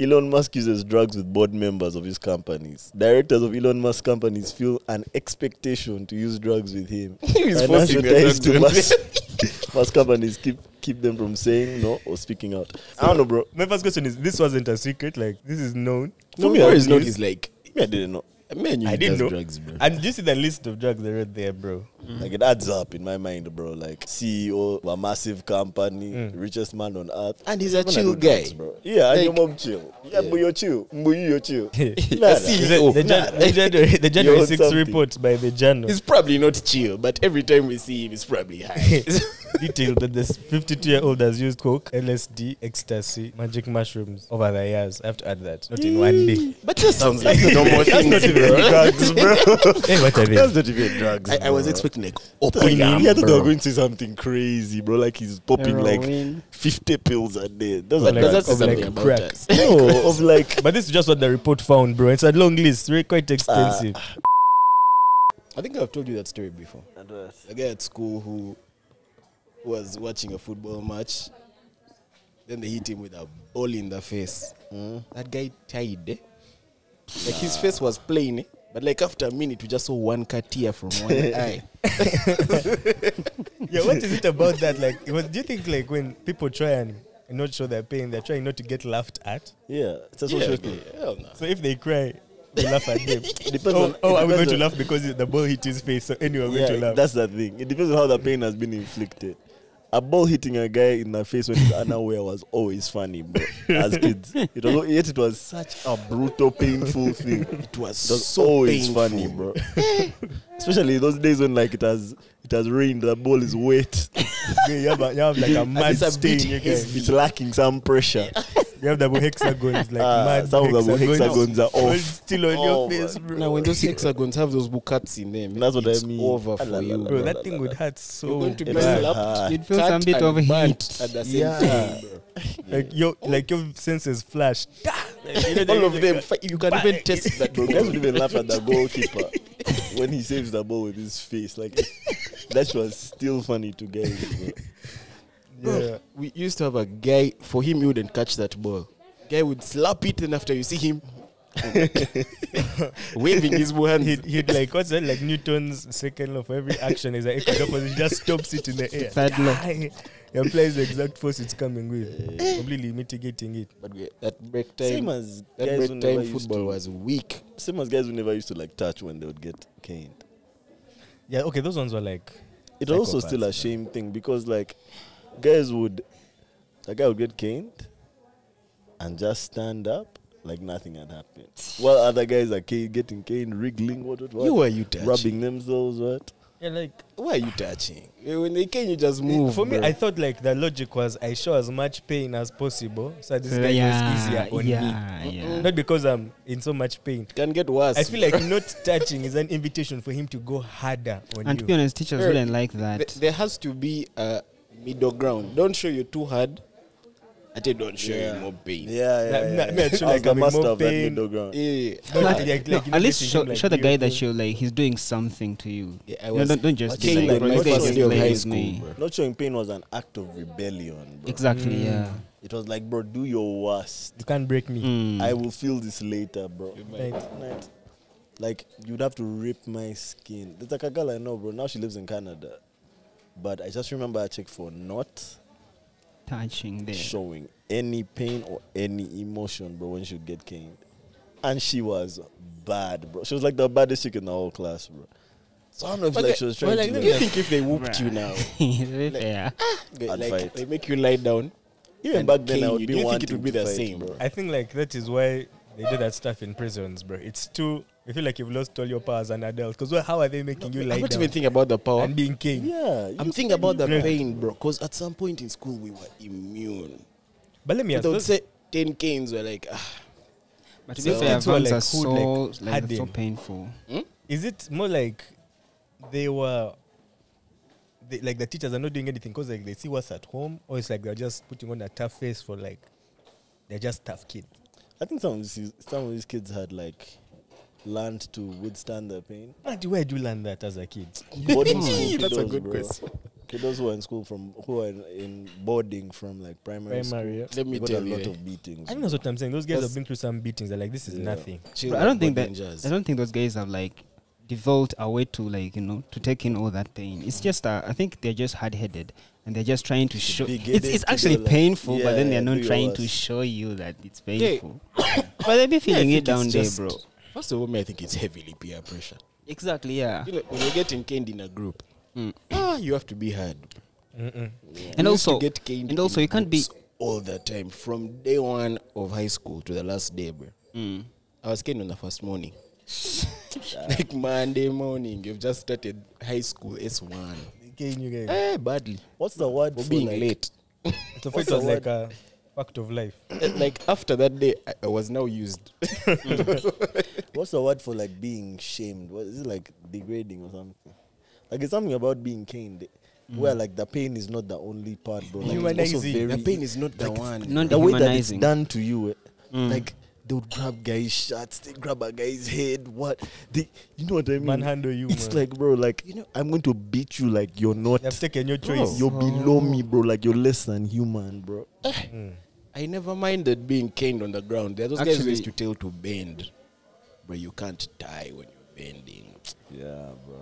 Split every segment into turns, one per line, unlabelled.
Elon Musk uses drugs with board members of his companies. Directors of Elon Musk companies feel an expectation to use drugs with him.
He's
Financial
forcing their
ties to
drugs
Musk, Musk companies keep keep them from saying no or speaking out. I don't know, bro.
My first question is this wasn't a secret, like this is known.
For
No,
me, I
there is
knew-
not. He's like,
Me, I didn't know.
man, you
I
does
didn't know.
drugs, bro.
And do you see the list of drugs they wrote there, bro?
Like it adds up in my mind, bro. Like CEO of a massive company, richest man on earth,
And he's a
Everyone
chill
I know drugs,
guy.
bro. Yeah, and your
Like-
mom chill. Yeah, but you're chill. But you're chill.
A
Nada.
CEO.
The, Jan- the January, the
on
January 6
something.
report by the journal
He's probably not chill, but every time we see him, he's probably high.
detailed that this 52 year old has used coke, LSD, ecstasy, magic mushrooms over the years. I have to add that. Not in one day.
but that sounds like normal
That's not
things,
even
bro.
drugs, bro. hey, what are they?
That's not even drugs.
I, I was
bro.
expecting like
Like,
opium,
yeah, I thought they were
bro.
going to say something crazy, bro. Like he's popping
Heroin.
like 50 pills a day. Those
Or
are
like-
drugs.
Does that
of
say something
like
about
crack.
us?
No, of like.
But this is just what the report found, bro. It's a long list, very quite
Ah.
extensive.
I think I've told you that story before. A guy at school who was watching a football match, then they hit him with a ball in the face. Hmm? That guy died. Eh? Like his face was plain, eh? but like after a minute, we just saw one cut tear from one eye.
yeah, what is it about that? Like, it was, do you think like when people try and not show their pain, they're trying not to get laughed at?
Yeah, it's a
Yeah,
social
yeah,
thing.
hell no.
So if they cry, we laugh at them.
Depends
oh,
on-
oh, are we
depends
going to
on-
laugh because the ball hit his face? So anyway, we're going to
Yeah,
laugh.
that's the thing. It depends on how the pain has been inflicted. A ball hitting a guy in the face when he's unaware was always funny, bro. As kids, it was, yet it was such a brutal, painful thing.
It was
It was
so
always
painful.
funny, bro. Especially those days when like it has it has rained, the ball is wet,
you, have a, you have like a mad
it's a
stain.
bit
You, guys.
heavy.
it's lacking some pressure.
you have double hexagons, like
Ah,
mad
some of the
hexagons,
hexagons are
all
off.
still on
Oh,
your face,
man.
bro.
Now, when those hexagons have those buckets in them,
That's what I
it's
mean.
over
Ah, la, la,
for you.
la,
bro,
la,
that
la,
thing
la,
would
la.
hurt
You're
so
going to be
bad.
slapped.
You'd feel
cut,
some bit
and
of heat.
burnt at the same
Yeah.
time, bro.
like your like your senses flash.
all of them. fi- You can even test that.
Bro, guys would
ball.
even laugh at the goalkeeper when he saves the ball with his face. Like that was still funny to guys. Bro.
Yeah.
We used to have a guy. For him, he wouldn't catch that ball. Guy would slap it, and after you see him waving his hand,
He'd, he'd like what's that like Newton's second law for every action is an equal opposite. He just stops it in the air.
Third law.
He applies the exact force it's coming with, completely mitigating it.
But we- that break time,
Same as
that
guys who
break
never used
time football
to-
was weak.
Same as guys who never used to like touch when they would get caned.
Yeah, okay, those ones were like
It was also still
Psychopaths,
a shame thing because like guys would a guy would get caned and just stand up like nothing had happened. While other guys are cane, getting caned, wriggling, what what what
You were you touching?
rubbing themselves, what?
yeah, like
Why are you touching? Eh, When they came, you just move.
for me,
bro.
I thought like the logic was I show as much pain as possible, so this guy was
Uh, yeah,
easier on
yeah,
me.
yeah.
Not because I'm in so much pain.
can get worse.
I feel like not touching is an invitation for him to go harder on
And to
you.
be honest, teachers
Sure.
wouldn't like that.
Th- there has to be a middle ground. Don't show you too hard. I tell don't show you more pain.
Yeah,
Nah,
yeah.
nah,
yeah,
me, I feel
yeah.
like
I was the
I'm in
master
more
of that
pain.
middle ground.
Yeah.
Don't
Like-
like- like
no,
you
at least
messaging
show,
him, like,
show the
you
guy
know.
that you like. He's doing something to you.
Yeah, I
no,
was
don't, don't just
watching like
be like,
my
this guy
first
is
video of high
playing
school,
me.
bro.
Not showing pain was an act of rebellion, bro.
Exactly. Yeah.
mm.
It was like, bro, do your worst.
you can't break me.
Hmm.
Mm.
I will feel this later, bro.
Right.
Night. Like you'd have to rip my skin. There's like a girl I know, bro. Now she lives in Canada, but I just remember I checked for not
touching there.
showing any pain or any emotion, bro, when she would get caned, and she was bad, bro. She was like the baddest chick in the whole class, bro. So I don't know if like she was trying to
do you think if they whooped you now,
yeah.
ah,
they,
I'd
like,
fight.
they make you lie down?
even
and
back then
cane
I
you,
would
do
be
you
wanting
think it would be
to
the
fight,
same?
bro.
I think like that is why they do that stuff in prisons, bro. It's too. You feel like you've lost all your power as an adult. Because how are they making you
I'm
like
not
down
even thinking about the power.
and being king?
Yeah, you-
I'm thinking about the
Yeah.
pain, bro. Because at some point in school, we were immune.
But let me ask.
they would
those-
say 10 canes were like, ah,
But to
So-
be fair,
Kids were,
guns
like,
are
who,
so
like,
like they're so
hardened.
painful.
Is it more like they were? They, like the teachers are not doing anything because like they see what's at home, or it's like they're just putting on a tough face for like they're just tough kids.
I think some of these some of these kids had like learned to withstand the pain.
Where do you learn that as a kid?
Boarding school
That's a
kiddos,
good
bro.
question.
to those who are in school from who are in boarding from like primary, school,
primary. yeah.
Let me
they got
tell
a
you.
lot
eh,
of beatings.
I think that's what I'm saying. Those guys
That's-
have been through some beatings. They're like, this is
Yeah.
nothing.
chill
But I
out,
don't think
boy,
that-
ninjas.
I don't think those guys have like developed a way to like you know to take in all that pain. It's just uh, I think they're just hard headed and they're just trying to show.
big
It's,
headache
it's
to go
actually
like-
painful, but then
Yeah,
they're not
do your
trying to
worst.
show you that it's painful. but they be feeling
think
it down
it's
there,
just-
bro.
First of all, me, I think it's heavily peer pressure.
Exactly, yeah.
You know, when you're getting caned in a group,
Mm.
ah, you have to be hard.
Mm-mm.
And
We used to
also-
get caned
and also
in
you can't be-
groups all the time from day one of high school to the last day, bro.
Mm.
I was caned on the first morning. like Monday morning, you've just started high school S1.
Again, you guys.
Eh, badly.
What's the word
For
for
being
like,
late.
So for it
What's
was
the
like a fact of life.
Eh, like after that day, I, I was now used.
What's the word for like being shamed? What is it like degrading or something? Like it's something about being caned. Where like the pain is not the only part, bro. Like, it's also
Humanizing. The
very-
Mm. the pain is not the
like,
one.
Not
the way that it's
dehumanizing.
done to you. eh,
Mm.
Like they would grab guys' shirts, they grab a guy's head. What they, you know what I mean?
Manhandle you,
It's
man.
like, bro, like you know, I'm going to beat you like you're not.
They've taken your
Bro,
choice.
you're below me, bro. Like you're less than human, bro.
Eh.
Mm.
I never minded being caned on the ground. There are those guys who
Actually-
used to tell to bend, but you can't die when you're bending.
Yeah, bro.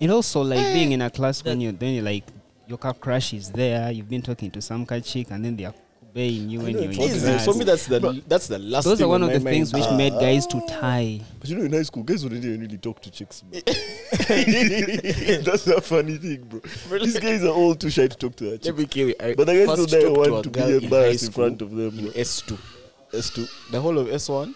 And also like being in a class when you then you're like your car crush is there, you've been talking to some car chick and then they're baying you
I
when
know
you're
it's
in
easy.
class.
For me, that's the that's the last.
Those
thing
are one
on
of
my
the things
mind.
which made guys to tie.
But you know, in high school, guys wouldn't even really talk to chicks, bro. That's the funny thing, bro. These guys are all too shy to talk to a chick.
Let me kill you. I
But I guess
first
they
talked
want
a
to be
girl in high
embarrassed in
school
front of them,
In
bro.
S two,
As to
the whole of S one.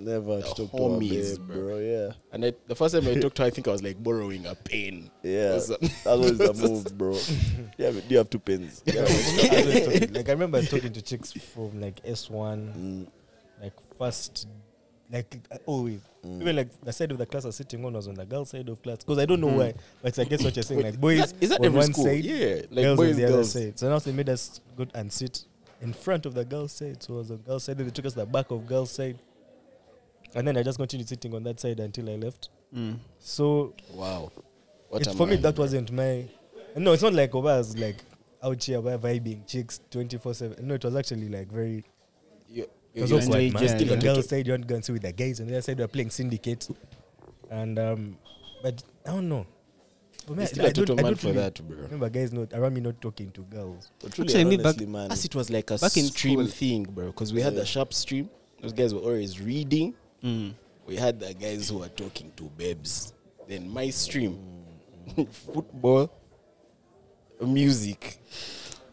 never
The
to talk
homies,
to a babe,
bro.
bro. Yeah,
And I, the first time I talked to her, I think I was like borrowing a pen.
yeah.
Or something.
That was the move, bro. Yeah, but you have two pens.
Yeah, I was just talking- like I remember talking to chicks from like S one,
Mm,
like first, like uh, always.
Mm.
Even like the side of the class I was sitting on was on the girl side of class because I don't know why, but I guess what you're saying, like boys
Mm. Is that, is that
on
every
one
school?
side,
yeah, like
girls
boys,
on the other
girls.
side. So now they made us go and sit in front of the girl side. So I was on girl side. Then they took us to the back of girl side, and then I just continued sitting on that side until I left.
Mm.
So
Wow, what
it's
a
for me
man,
that
bro.
wasn't my no it's not like Oba was like out here by vibing chicks 24 7 no it was actually like very
You-
it
you-
was
you-
also like
engaged,
man,
yeah,
the
yeah.
girls side you want to go and see with the guys and the other side we were playing syndicate and um but I don't know for me,
you
I,
still
I
a
don't,
total
I
man
don't
for
really
that, bro.
remember guys not around me not talking to girls
but truly,
Actually, me back-
honestly, man,
Us, it was like a
Back in
stream
school.
thing, bro, because we had the sharp stream. Those guys were always reading.
Mm.
We had the guys who were talking to babes. Then my stream,
Mm,
football, music.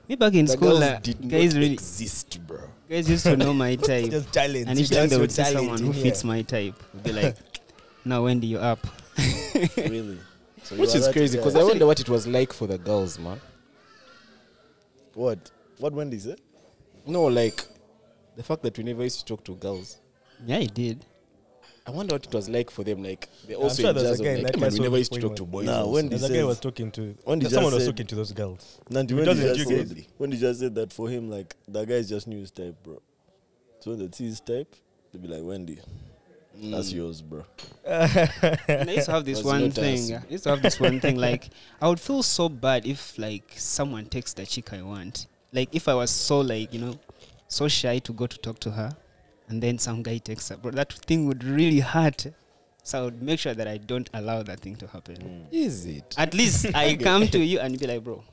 Me back in
The
school,
girls
uh,
did
guys
not
really
exist, bro.
guys used to know my type,
just talent
and each
you dance
time they
your
would see
talent
someone
in
who
here.
fits my type, would be like, "Now Wendy, you're up."
really. So you
Which
are
is
that
crazy, because
guy.
I wonder what it was like for the girls, man.
what what eh? Wendy said.
No, like the fact that we never used to talk to girls.
Yeah, I did.
I wonder what it was like for them. Like they
I'm
also
sure
in
there's a
jazz of
guy in
like,
that
"Hey, man,
class
we
who
never
was
used to
going
talk to
with-
boys.
Nah,
also."
when- Wendy
there's a guy who
says-
was talking to
Wendy just
someone was
said-
talking to those girls
Nandi,
It
when he
doesn't
just
educate.
said, when he just said that for him, like that guy just knew his type, bro. So when the T is type, they'll be like Wendy, that's yours, bro.
And I used to have this
Was
one
not us.
thing. I used to have this one thing. Like, I would feel so bad if like someone takes the chick I want. Like, if I was so like you know, so shy to go to talk to her, and then some guy takes her, bro, that thing would really hurt. So I would make sure that I don't allow that thing to happen.
Mm. is it?
At least I come to you and be like, bro,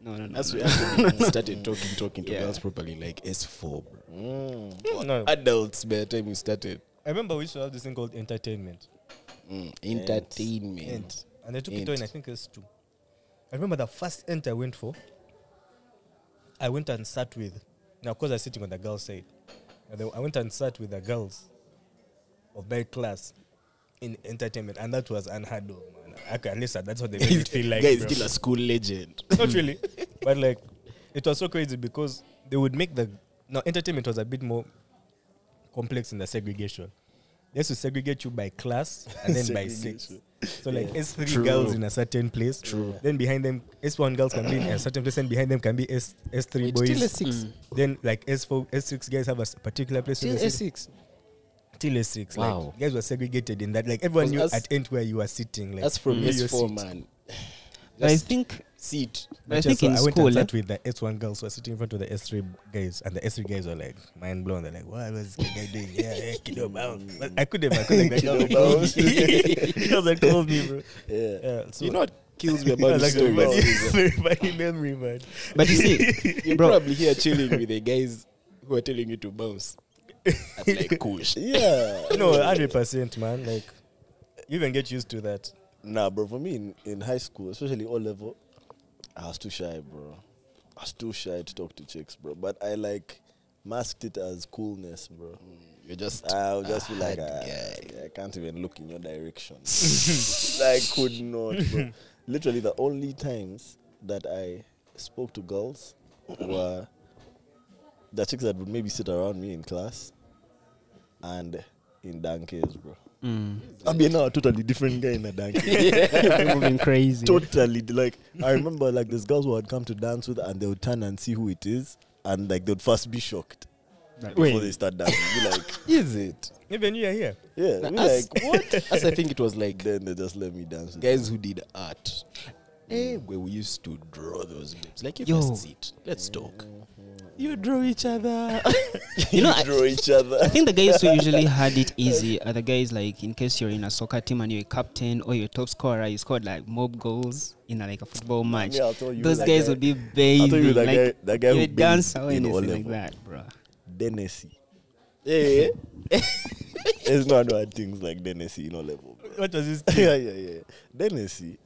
no, no, no.
That's
no.
when I started talking, talking to
Yeah.
girls properly, like S4, bro. Mm.
no
adults by the time we started. mm,
I remember we used to have this thing called entertainment
Entertainment.
Ent. And I took it
Ent.
on, I think it's two. I remember the first ent I went for, I went and sat with, now, of course, I was sitting on the girls' side. And then I went and sat with the girls of my class in entertainment, and that was unheard of, man. Okay, at least that's what they made it feel like.
Guy is
bro.
still a school legend.
Not really. but, like, it was so crazy because they would make the. Now, entertainment was a bit more complex in the segregation. They used to segregate you by class and then by sex.
Segregation.
So like S three
True.
girls in a certain place. True. Then behind them S one girls can be in a certain place, and behind them can be S S three
Wait, still
boys.
S6.
Mm.
Then like S four S six guys have a s- particular place.
Still
in the city.
S6.
Till S six.
Wow.
Like guys were segregated in that. Like everyone
Cause
knew
us-
at end where you were sitting. Like
That's from
knew your
S4,
seat.
man.
But I
Just
think,
sit.
but I
Which
think
also-
in
I went
school,
and
eh,
sat with the S1 girls who were sitting in front of the S3 guys, and the S3 guys were like mind blown. They're like, "What was this guy doing? Yeah, yeah, kilo bounce." But I couldn't. I couldn't.
Kilo bounce.
He doesn't call me, bro.
Yeah.
Yeah, so
you know what kills me
I
about this
like
story?
the
about
is-
very funny memory, man.
but you see,
You're
Bro.
probably here chilling with the guys who are telling you to bounce. That's like kush.
Yeah.
No, hundred percent, man. Like, you even get used to that.
Nah, bro. For me, in, in high school, especially O level, I was too shy, bro. I was too shy to talk to chicks, bro. But I like masked it as coolness, bro.
You're just
I'll just be
a
like,
hard
ah,
guy.
I can't even look in your direction. I could not. Bro. Literally, the only times that I spoke to girls were the chicks that would maybe sit around me in class and in Danke's, bro.
mm,
I mean, now a totally different guy in a Danke.
we're moving crazy.
totally. Like, I remember, like, there's girls who I'd come to dance with and they would turn and see who it is. And, like, they'd first be shocked
Like,
before they
Wait,
start dancing. Be like,
Is it?
Even you are here.
yeah.
Nah,
Be
us-
like, what?
As I think it was like
Then they just let me dance. with
guys who did art. Eh, where we used to draw those names. Like you
Yo.
first sit. Let's talk. You draw each other.
you know, I,
draw each other.
I think the guys who usually had it easy are the guys like in case you're in a soccer team and you're a captain or you're a top scorer, you scored like mob goals in a, like a football match.
Yeah, I told you
Those
that
guys
guy-
would be
I
bathing.
told you that
like,
guy, that guy
you're
who
a dancer or
in
anything
O-level.
like that, bro.
Denesi.
Eh,
It's not doing things like Denesi in all level. bro.
What was this?
yeah, yeah, yeah. Denesi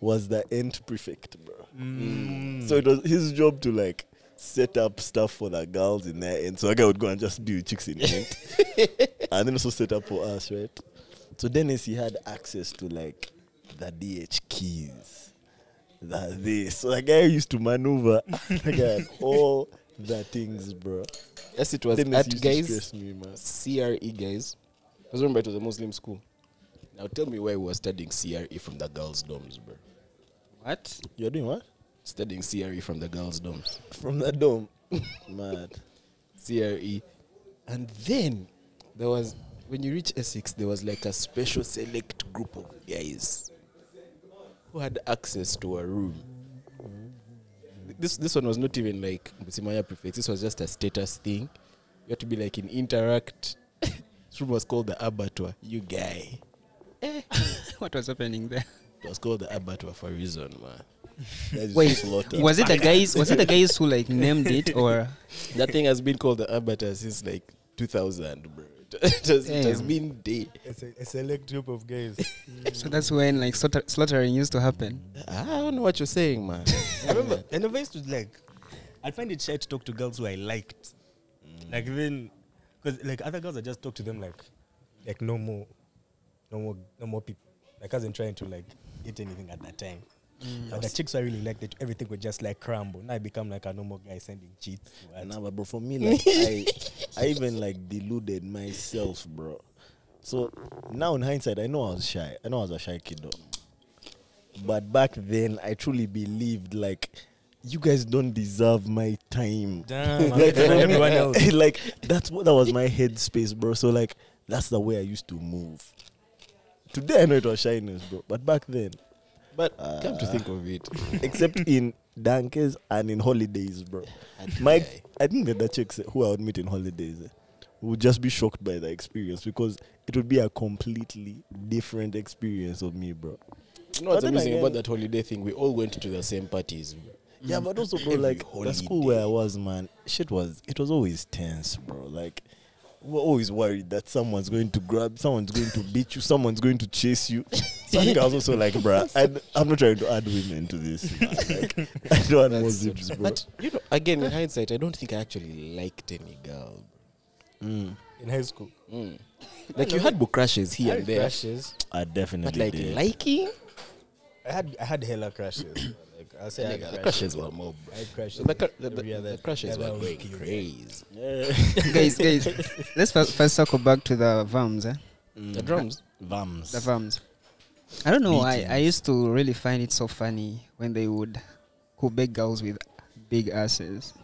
was the end prefect, bro.
Mm.
So it was his job to like set up stuff for the girls in there, and so a guy would go and just do chicks in end, and then also set up for us, right? So Denesi had access to like the DH keys, the this. So the guy used to maneuver. the guy had all the things, bro.
yes, it was
Dennis
art
used to
guys.
stress me, man.
CRE guys. Because remember, it was a Muslim school. Now tell me why we were studying CRE from the girls' dorms, bro.
What?
You're doing what?
Studying CRE from the girls' dorms.
From the dome. Mad.
CRE. E. And then there was, when you reach Essex, there was like a special select group of guys who had access to a room. This, this one was not even like Musimaya Prefect. This was just a status thing. You had to be like in Interact. this room was called the Abattoir. You guy.
What was happening there?
It was called the abattoir for a reason, man.
That is
Wait,
slaughter.
was it the guys? Was it the guys who like named it or?
That thing has been called the abattoir since like 2000, bro. It has, it has
Damn.
been day.
It's a, a select group of guys.
So that's when like slaughter, slaughtering used to happen.
Ah, I don't know what you're saying, man.
I remember, I never used to like. I find it shy to talk to girls who I liked. Like even, because like other girls, I just talk to them like, like no more, no more, no more people. Like I wasn't trying to like get anything at that time.
Mm.
But the chicks I really liked, it, everything would just like crumble. Now I become like a normal guy sending cheats. to her.
Nah, but bro, for me, like I, I even like deluded myself, bro. So now in hindsight, I know I was shy. I know I was a shy kid, though. But back then, I truly believed like. You guys don't deserve my time.
Damn, I'm
like,
better than everyone else.
like that's what that was my headspace, bro. So like that's the way I used to move. Today I know it was shyness, bro. But back then, uh,
But come to think of it,
except in Danke's and in holidays, bro. My, I think that the chicks who I would meet in holidays eh, would just be shocked by the experience because it would be a completely different experience of me, bro.
you know
But
what's
then
amazing about
again-
that holiday thing? We all went to the same parties. bro.
Yeah, but also, bro,
Every
like the school where I
holiday.
was, man, shit was it was always tense, bro. Like we we're always worried that someone's going to grab, someone's going to beat you, someone's going to chase you. So I think I was also like, bro, I, I'm not trying to add women to this. Man. Like, I don't want more
That's-
zips, bro.
But you know, again, in hindsight, I don't think I actually liked any girl.
in high school.
bro. Mm. Like you had book crashes
I
here
had
and there,
crushes.
I definitely
but like
did.
liking,
I had I had hella crashes. like I say I had
Nigga, the
crushes.
crashes were more. bro.
I had crashes.
The, cr- the, the,
every other-
the crashes
every
were
other
going
week.
crazy.
guys, guys, let's first, first circle back to the VAMs, eh?
The drums.
Vams.
The VAMs. I don't know why I used to really find it so funny when they would who big girls with big asses.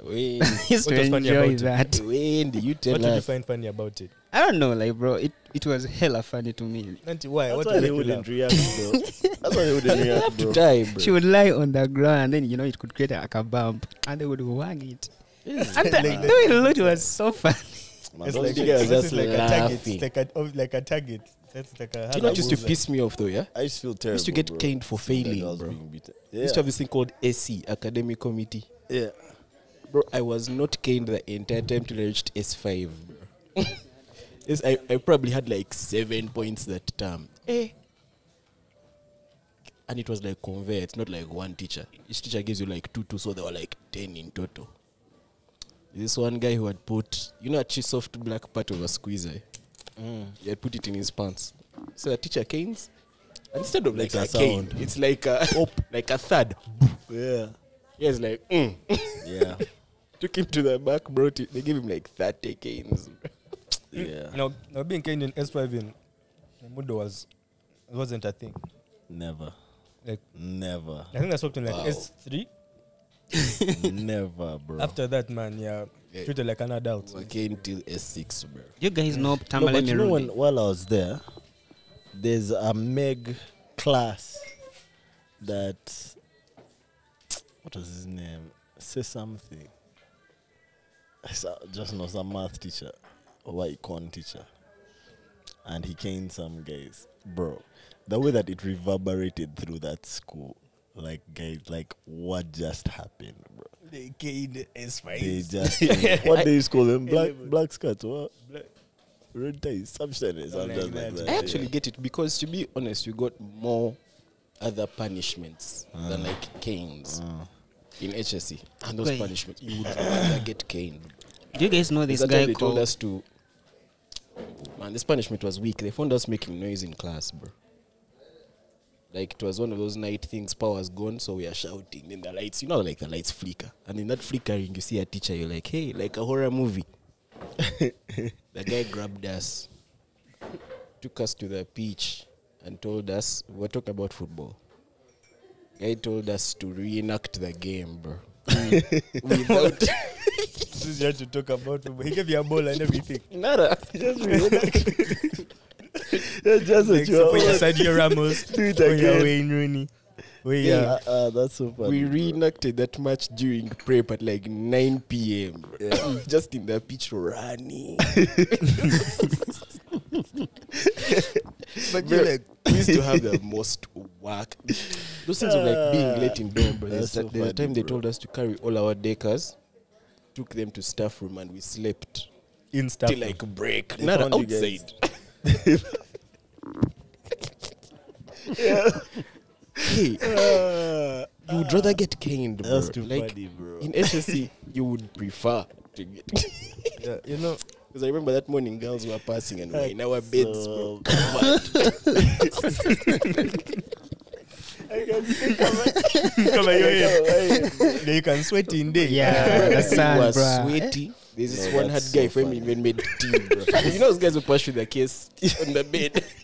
When,
used
What
to
was funny
enjoy
about it?
that.
when do you
what
tell
did you
us?
find funny about it?
I don't know, like bro, it, it was hella funny to me.
Nanti, why?
That's
what
why they
will make you
wouldn't
laugh?
react, bro. That's why they wouldn't react, bro.
Time, bro.
She would lie on the ground and then you know it could create like a bump and they would wag it. And the,
Like-
no, it looked- it was so funny.
Man, those
It's like,
niggas
it's
just-
just
like a target.
laughing.
It's like a, oh, like a target. It's like a
you know,
hard
what used to
bullseye.
piss me off though, yeah.
I used to feel terrible.
used to get
bro.
caned for
Seeing the
failing,
girls
bro.
being beaten.
Used
Yeah.
to have this thing called AC, Academic Committee.
yeah.
Bro, I was not caned the entire time till I reached S5, bro. yes, I, I probably had like seven points that term. Eh. And it was like convey, it's not like one teacher. Each teacher gives you like two, two, so there were like ten in total. This one guy who had put, you know, a soft black part of a squeezer. He had put it in his pants. So the teacher canes. and Instead of like,
Makes
a,
a
cane,
sound.
it's like a like a thud.
Yeah.
Yeah, it's like mm.
Yeah.
Took him to the back, brought it. They gave him like 30 games.
Yeah.
Now, now being Kenyan S5 in Mudo was it wasn't a thing.
Never.
Like
Never.
I think I stopped in like S3.
Never, bro.
After that, man, yeah,
Yeah.
treated like an adult.
Again till S6, bro.
You guys know
No,
Tamale
but you know when,
Merundi.
while I was there, there's a Meg class that what was his name? Say something. So- Just know some math teacher or econ teacher, and he caned some guys, bro. The way that it reverberated through that school, like guys, like what just happened, bro?
They gained
They
S5.
just what do you call them? Black black skirts, what? Red ties, something is
Something
just
like
like
that.
that.
I actually get it because, to be honest, you got more other punishments than like canes in E. HSE. Ah. And those
Wait.
punishments, you would rather get caned.
Do you guys know this
That time
guy
they told
called
us to. Man, this punishment was weak. They found us making noise in class, bro. Like it was one of those night things. Power's gone, so we are shouting. Then the lights, you know, like the lights flicker, and in that flickering, you see a teacher. You're like, hey, like a horror movie. the guy grabbed us, took us to the pitch, and told us we we're talking about football. Guy told us to reenact the game, bro.
Mm.
Without
This is what you talk about. He gave you a ball and everything.
nada.
That's just
Like,
what you
so for your
are.
Sadio Ramos,
Do it
for your
again.
Wayne Rooney, for
Yeah,
your
uh, uh, that's so funny.
we
bro.
reenacted that match during prep at like 9 p.m. bro. Just in the pitch running. but you like, we used to have the most work. Those things of like being late in dorm, bro. There's
Ah, That's so
that- there's a time
funny,
they
bro.
told us to carry all our deckers, took them to staff room, and we slept
Insta.
till like break.
They
Not
found you guys.
outside. Hey, you would rather get caned, bro.
That's too
like,
funny, bro.
in HSC, you would prefer to get.
Yeah, you know,
Because I remember that morning, girls were passing and we were in our beds,
So-
bro. covered.
cover your head.
Hey,
Then you can sweat in day.
Yeah, the
Everything
sun,
was
bruh.
sweaty. There's this
No,
one hard
that's
guy
so
for whom
funny.
even made tea, bro. you know those guys who push with their case on the bed.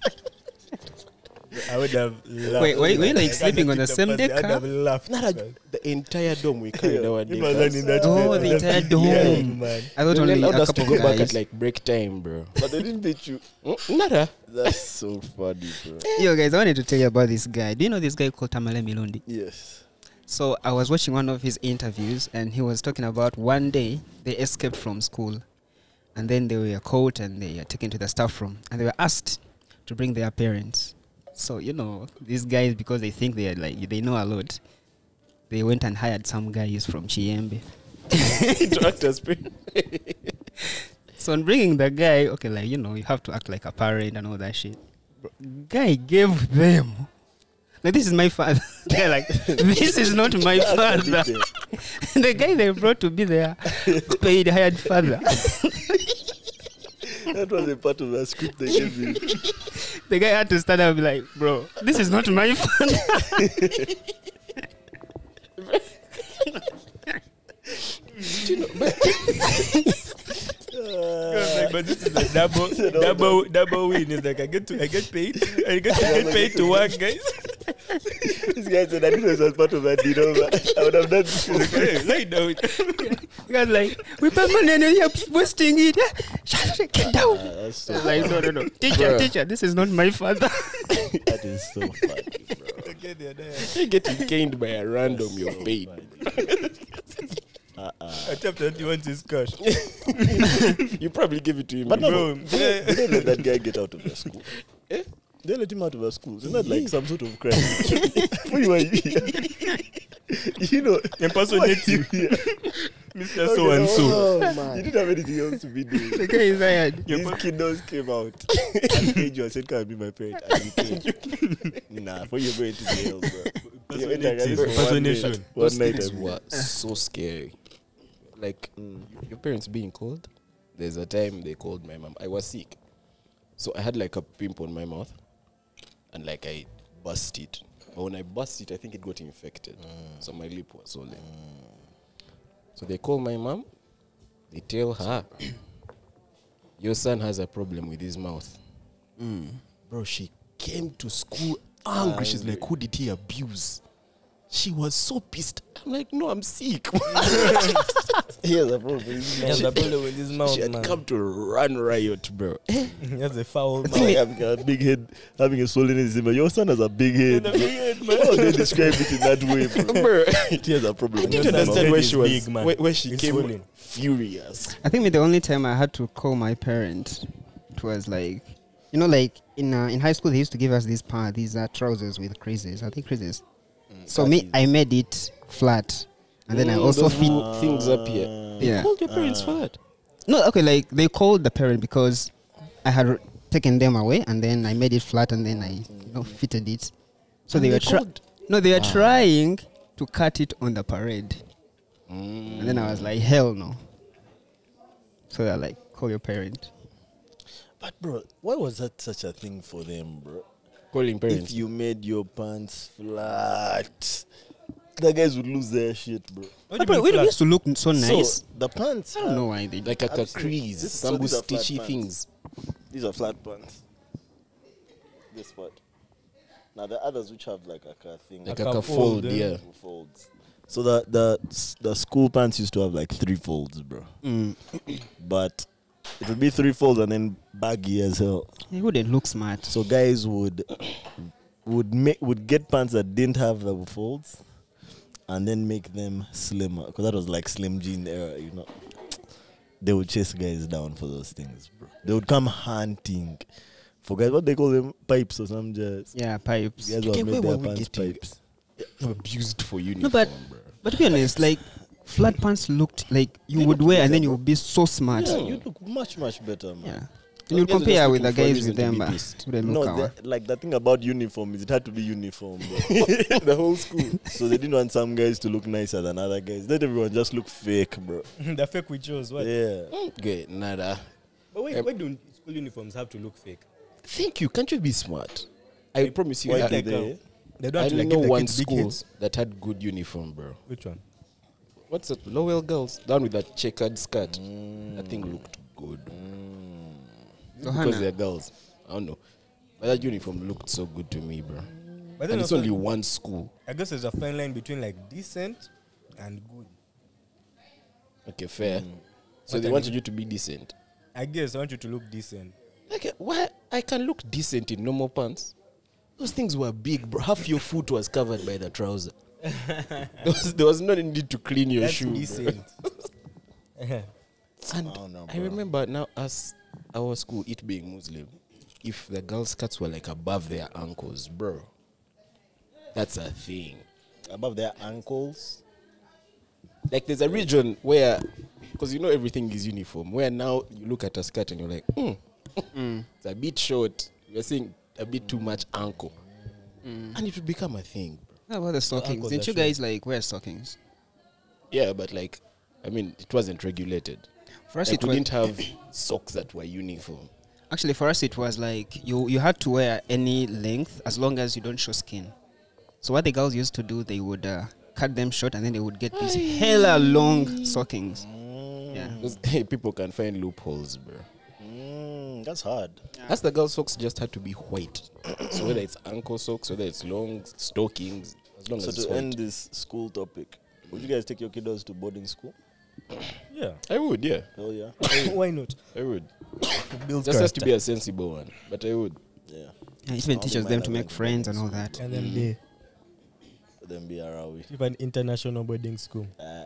I would have laughed.
Wait, wait, were you, like,
I can't
sleeping on
take
the same
pass.
deck,
I would
huh?
have laughed.
Not
man.
the entire dome we carried our
If I was
dickers.
in that
Oh,
bed,
the
I'd have
entire
been
dome.
yelling, man.
I thought
They
only a
allowed us
couple
to go back
guys.
at like break time, bro.
but they didn't beat you.
Mm, Nada.
That's so funny, bro.
Yo guys, I wanted to tell you about this guy. Do you know this guy called Tamale Milundi?
Yes.
So I was watching one of his interviews and he was talking about one day they escaped from school and then they were caught and they were taken to the staff room and they were asked to bring their parents. So, you know, these guys because they think they are like they know a lot, they went and hired some guys from Chiembe.
Interactors.
So on bringing the guy, okay, like you know, you have to act like a parent and all that shit. Bro, guy gave them. Like this is my father. They're like, this is not my father. the guy they brought to be their paid hired father.
That was a part of the script they gave you.
The guy had to stand up and be like, bro, this is not my father.
I was like, but this is a double, double, double win. It's like I get to, I get paid, I get to get paid to work, guys.
this guy said that this was part of that dinner. I would have done this.
Hey, Lie down.
guys like we permanent and you're wasting it. Shut up, get down.
Ah, that's so
I was like no no no, teacher teacher, this is not my father.
that is so funny, bro.
You're getting caned by a random you're paid.
Attempt that he wants his cash.
You probably give it to him.
But no,
Bro,
no, they, they don't let that guy get out of the school. They let him out of the school. Isn't that like some sort of crime? Why you are here? You know, why
Impersonate
you here?
you, Mr.
Okay,
So and So.
Oh, man. You didn't have anything else to be doing.
the guy is hired.
These kiddos came out. and paid you and said, Come and be my parent. And you came. nah, for you going to jail, bro. You went to jail for one
Impersonation.
night. One
Those
night
things
and-
were so scary. Like mm, your parents being called. There's a time they called my mom. I was sick, so I had like a pimp on my mouth, and like I burst it. But when I burst it, I think it got infected, so my lip was swollen. So they call my mom. They tell her, "Your son has a problem with his mouth." Bro, she came to school angry. She's like, "Who did he abuse?" She was so pissed. I'm like, no, I'm sick.
Here's a problem.
He has a bullet with his mouth,
she had
man.
come to run riot, bro.
He has a foul
Now
mouth.
Oh, having a big head, having a swollen December. Your son has a big head.
a big head, man.
How they describe it in that way, bro?
bro.
He has a problem. Your
didn't
son
understand
has
where
a-
she was- where- where she came
furious.
I think the only time I had to call my parents, it was like, you know, like in uh, in high school they used to give us these pa these uh, trousers with creases. I think creases. so me, I made it flat, and then I also
those
fit.
little things up here.
Yeah. Uh,
Called your parents for that.
No, okay, like they called the parent because I had r- taken them away, and then I made it flat, and then I you know fitted it. So they,
they
were trying.
called?
No, they were
Ah.
trying to cut it on the parade,
Mm.
and then I was like, hell no. So they're like, call your parent.
But bro, why was that such a thing for them, bro?
Calling
If
parents.
you made your pants flat, the guys would lose their shit, bro.
What do you
But
mean
we
flat?
used to look so nice.
So uh, the pants.
I don't
are-
know why they.
like a, a
I've seen-
crease,
this is
some
what these are flat
stitchy
pants.
things.
These are flat pants. This part. Now the others which have like a, a thing,
Like
like
a,
a
a
fold,
fold,
yeah.
yeah.
folds. So the the s- the school pants used to have like three folds, bro.
Mm.
But it would be three folds and then baggy as hell.
They wouldn't look smart.
So guys would would make would get pants that didn't have the folds, and then make them slimmer because that was like slim jean era, you know. They would chase guys down for those things, bro. They would come hunting for guys. What they call them pipes or some jazz.
yeah, pipes.
Guys
Okay,
who have
where
made
were
their
we
pants
getting-
pipes.
Abused for uniform,
No, but but to be honest, like flat pants looked like you would wear, and then you would be so smart.
Yeah,
Yeah.
you look much much better, man.
And you
guys are
compare
just looking
with the
for a
guys with
reason to
them,
be
but
pissed.
wouldn't
No,
look our-
the, like the thing about uniform is it had to be uniform, bro.
the whole school.
so they didn't want some guys to look nicer than other guys. Let everyone just look fake, bro.
the fake we chose. What?
Yeah.
Okay, Mm, nada.
But wait,
Um,
why do school uniforms have to look fake?
Thank you. Can't you be smart? I promise you.
Why
I-
do
like, uh,
they?
They don't
I
have to like
know
give the
one
kids big
school
heads.
that had good uniform, bro.
Which one?
What's that? Lowell girls down with that checkered skirt.
Mm.
That thing looked good
So
because
Hannah,
they're girls. I don't know, but that uniform looked so good to me, bro.
But then
And it's
also-
only one school.
I guess there's a fine line between like decent and good.
Okay, fair.
Mm.
So
What
they
I
wanted you to be decent.
I guess I want you to look decent.
Like, why I can look decent in normal pants? Those things were big, bro. Half your foot was covered by the trouser. there, was, there was no need to clean your
That's
shoe. bro.
decent.
And I,
don't know,
remember now as our school, it being Muslim, if the girls' skirts were like above their ankles, bro, that's a thing.
Above their ankles.
Like there's a region where, because you know everything is uniform, where now you look at a skirt and you're like, mm, it's a bit short. You're seeing a bit too much ankle,
Mm.
and it would become a thing. Bro.
how about the stockings?
ankles
Didn't you
actually.
guys like wear stockings?
Yeah, but like, I mean, it wasn't regulated.
For us,
Like,
it
we
was
didn't have socks that were uniform.
actually for us it was like you you had to wear any length as long as you don't show skin. So what the girls used to do, they would uh, cut them short, and then they would get these hella long stockings. Yeah.
Mm. Those- Hey, people can find loopholes, bro.
Mm, that's hard.
That's the girls' socks just had to be white. so whether it's ankle socks, whether it's long stockings, as long
So
as it's
to
white.
end this school topic, would you guys take your kiddos to boarding school?
Yeah.
I would, yeah.
Hell yeah.
Why not?
I would.
It builds
Just has to be
character.
a sensible one, but I would.
Yeah.
Yeah, it
I'll
even
be
teaches
mad
them
at
to make
that.
friends and all that.
and then they
Then be Arawi.
give an international boarding school.
Ah,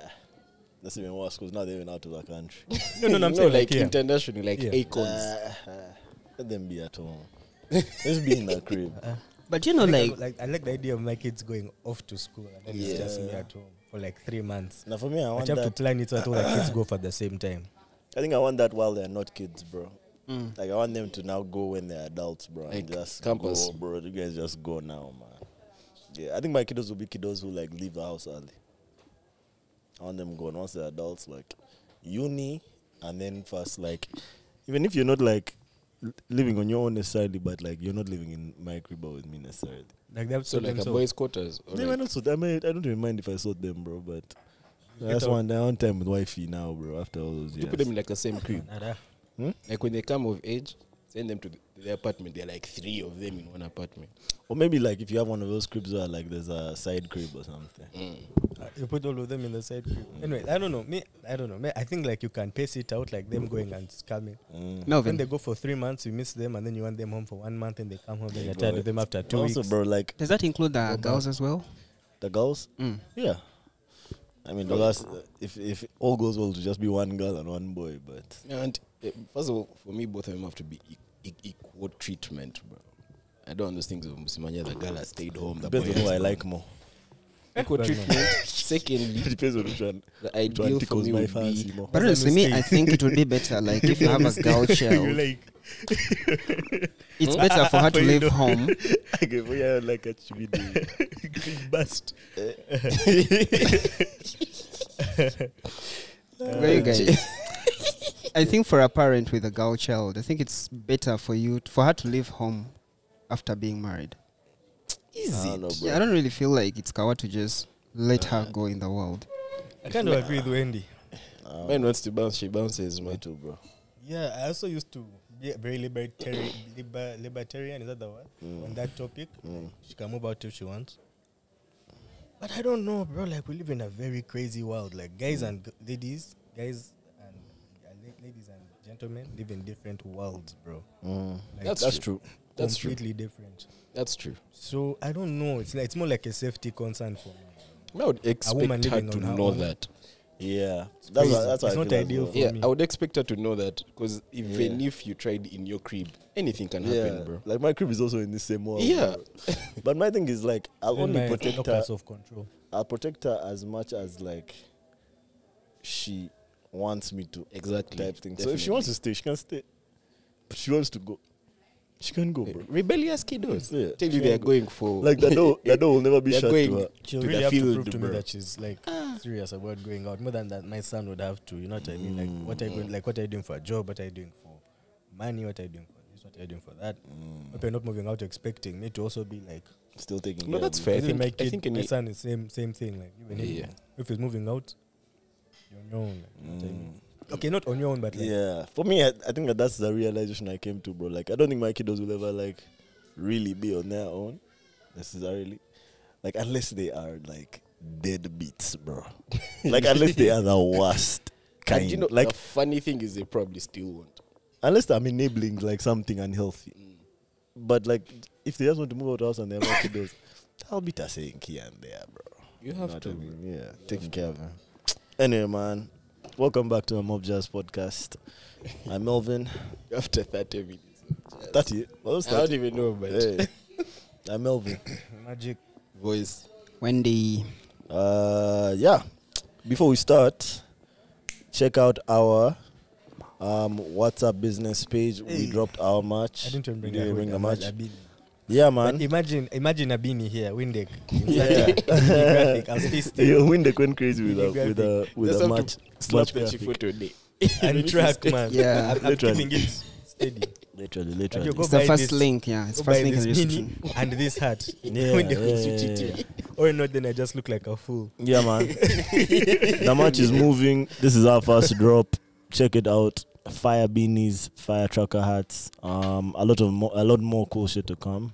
that's even worse because now they're even out of the country.
No, no, no, I'm
No,
saying
like
like, yeah.
internationally, like
Yeah.
icons.
Ah, ah. Let them be at home. Let's be in the crib.
But you know,
Like,
like
I- like I like the idea of my kids going off to school and then it's just me
Yeah.
at home for like three months.
Now for me, I
But
want
you have to
that.
plan it so that all the kids go for the same time.
I think I want that while they're not kids, bro. Like I want them to now go when they're adults, bro.
Mm. Like
and just
campus.
go, bro. You guys just go now, man. Yeah, I think my kiddos will be kiddos who like leave the house early. I want them going once they're adults, like uni, and then first like, even if you're not like l- living on your own necessarily, but like you're not living in my crib or with me necessarily.
Like they have to
So
tell
like a
themselves,
boys' quarters. or
They
like-
might not suit. I might, I don't even mind if I sort them, bro. But that's
out.
one one time with wifey now, bro. After all those
You
years,
put them in like the same crib.
"Nada."
Like when they come of age, send them to the, the apartment. There are like three of them in one apartment.
or maybe like if you have one of those cribs where like there's a side crib or something.
Uh, you put all of them in the side. queue. Anyway, I don't know. Me, I don't know. Me, I think like you can pace it out, like them going and coming.
Mm.
When they
Melvin,
go for three months, you miss them, and then you want them home for one month, and they come home, and you're
bro,
tired of them after two
also,
weeks.
bro, like
does that include the girls as well?
the girls, yeah. I mean, the girls, uh, if if all goes well, to just be one girl and one boy, but
And uh, first of all, for me, both of them have to be e- e- equal treatment, bro. I don't want those things of Musimanya, the girl has stayed home. The
depends
boy
on who
has
I
gone.
like more.
Equal
Well, no.
treatment. Secondly,
depends on which one.
the
Which one
ideal for
tickles
me
my
would be
fancy more.
But honestly, me, I think it would be better like if you have a girl child. It's better for her to leave home.
okay, but yeah, like a chibidi.
bust.
Eh.
Where you guys? I think for a parent with a girl child, I think it's better for you t- for her to leave home after being married.
I don't know, bro.
Yeah, I don't really feel like it's kawa to just let her go in the world.
I kind of agree with Wendy.
Um,
Mine wants to bounce, she bounces,
me
man.
too, bro.
Yeah, I also used to be a very libertarian, liber, libertarian is that the word? On that topic. She can move out if she wants. But I don't know, bro. Like, we live in a very crazy world. Like, guys and g- ladies, guys and uh, la- ladies and gentlemen live in different worlds, bro.
Mm.
Like,
That's, that's true. That's true.
completely different.
That's true.
So, I don't know. It's, like, it's more like a safety concern for me.
I would expect her
living
to
on her
know
own.
that.
Yeah, that's
crazy.
what, that's what
It's
I
not
feel as
ideal
well.
for
yeah,
me.
I would expect her to know that because even if you tried in your crib, anything can happen, bro.
Like my crib is also in the same world.
Yeah.
bro. but my thing is like I'll
Even
only
my
protect her.
locus
uh,
of control.
I'll protect her as much as like she wants me to.
Exactly.
Type thing. So if she wants to stay, she can stay. But she wants to go, she can go, bro.
rebellious kiddos,
Yeah.
tell you they are going for
Like the door, the door will never be
They're
shut to
going-
her.
She'll
to
really
the
have to
field,
prove to me
bro.
that she's like
Ah.
serious about going out. More than that, my son would have to. You know what I mean? Like what are
Mm.
you going, like what are you doing for a job? What are you doing for money? What are you doing for this? What are you doing for that?
Mm.
Hope you're not moving out expecting me to also be like.
Mm, Still taking. care
No,
of
that's
me.
fair. I
Even
think-
my
I
kid,
think
my
any-
son is same same thing. Like even him,
Yeah.
if he's moving out, you're on your own. Like, you know what I mean?
Mm.
Okay, not on your own, but like
Yeah, for me, I, I think that that's the realization I came to, bro. Like, I don't think my kiddos will ever like really be on their own necessarily, like unless they are like dead beats, bro. like unless they are the worst
And
kind.
you know,
like
the funny thing is they probably still won't.
unless I'm enabling like something unhealthy.
Mm.
But like, if they just want to move out of the house and they have like kiddos, I'll be tassing here and there, bro.
You have
Know what
to.
I mean? yeah, taking care of them. Anyway, man, welcome back to the Mob Jazz Podcast. I'm Melvin.
After thirty minutes,
Thirty. Well,
I don't even know, but
Hey, I'm Melvin.
magic.
voice.
Wendy,
Uh, yeah. Before we start, check out our um WhatsApp business page. We dropped our match.
I didn't even bring,
We didn't
a,
bring a
match.
match. Yeah,
But
man.
imagine, imagine a beanie here, Windex.
Yeah.
graphic. I'll stay still.
Your wind went crazy with a
Graphic.
with a with
Just
a
have to
match.
Slap
match
the
graphic.
chief today.
and track, man.
Yeah,
I'm, I'm
literally.
keeping it steady.
Literally,
Like you
literally.
go
it's the
buy
first
this-
link. Yeah, it's
Go
first
buy
link in the
this
description.
beanie and this hat.
Yeah,
when they
yeah,
will suit
yeah,
it,
yeah.
Or not, then I just look like a fool.
Yeah, man. the match is moving. This is our first drop. Check it out. Fire beanies, fire trucker hats. Um, a lot of more, a lot more cool shit to come.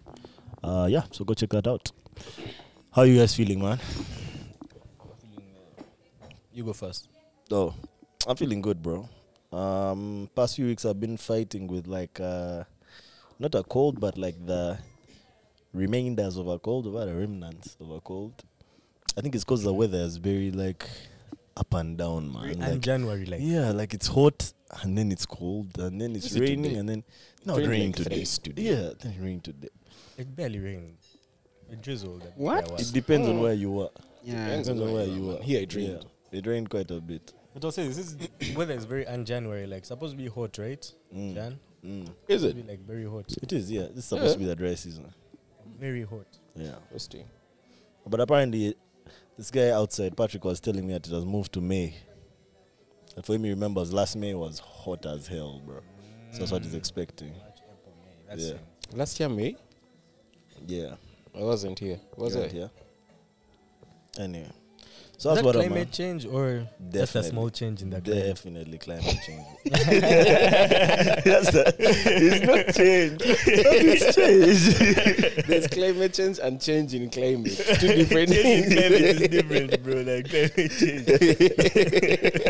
Uh, yeah. So go check that out. How you guys feeling, man?
You go first.
Oh, I'm feeling good, bro. Um, past few weeks I've been fighting with like uh, not a cold, but like the remainders of a cold, or rather remnants of a cold. I think it's because the weather is very like up and down, man.
And
Like,
January, like
yeah, like it's hot and then it's cold and then it's
Is it
raining
today?
and then no
It rained
rain
like three
today.
days today.
Yeah, then it rained today.
it barely rained. It drizzled. and
What?
there
It
was-
depends on where you were.
Yeah.
Depends.
Depends on where you were.
Here it rained.
Yeah, it rained quite a bit.
But I'll say this is weather is very unJanuary. Like supposed to be hot, right?
Mm.
Jan,
Mm.
Is
Supposed
it?
to be like very hot,
It is, yeah. This is supposed
Yeah.
to be the dry season.
very hot.
Yeah.
Interesting.
But apparently, this guy outside, Patrick, was telling me that it has moved to May. And for him, he remembers last May was hot as hell, bro. So that's
Mm.
what he's expecting.
That's
Yeah.
it.
Last year May,
Yeah.
I wasn't here. Was
Yeah,
I?
Yeah. Anyway. So that's
is that
what I'm.
climate
uh,
change or just a
Definitely.
small change in the climate?
Definitely climate change. That's the, it's not change. It's change.
There's climate change and change in climate. Two different
climate is
different, bro. Like climate change.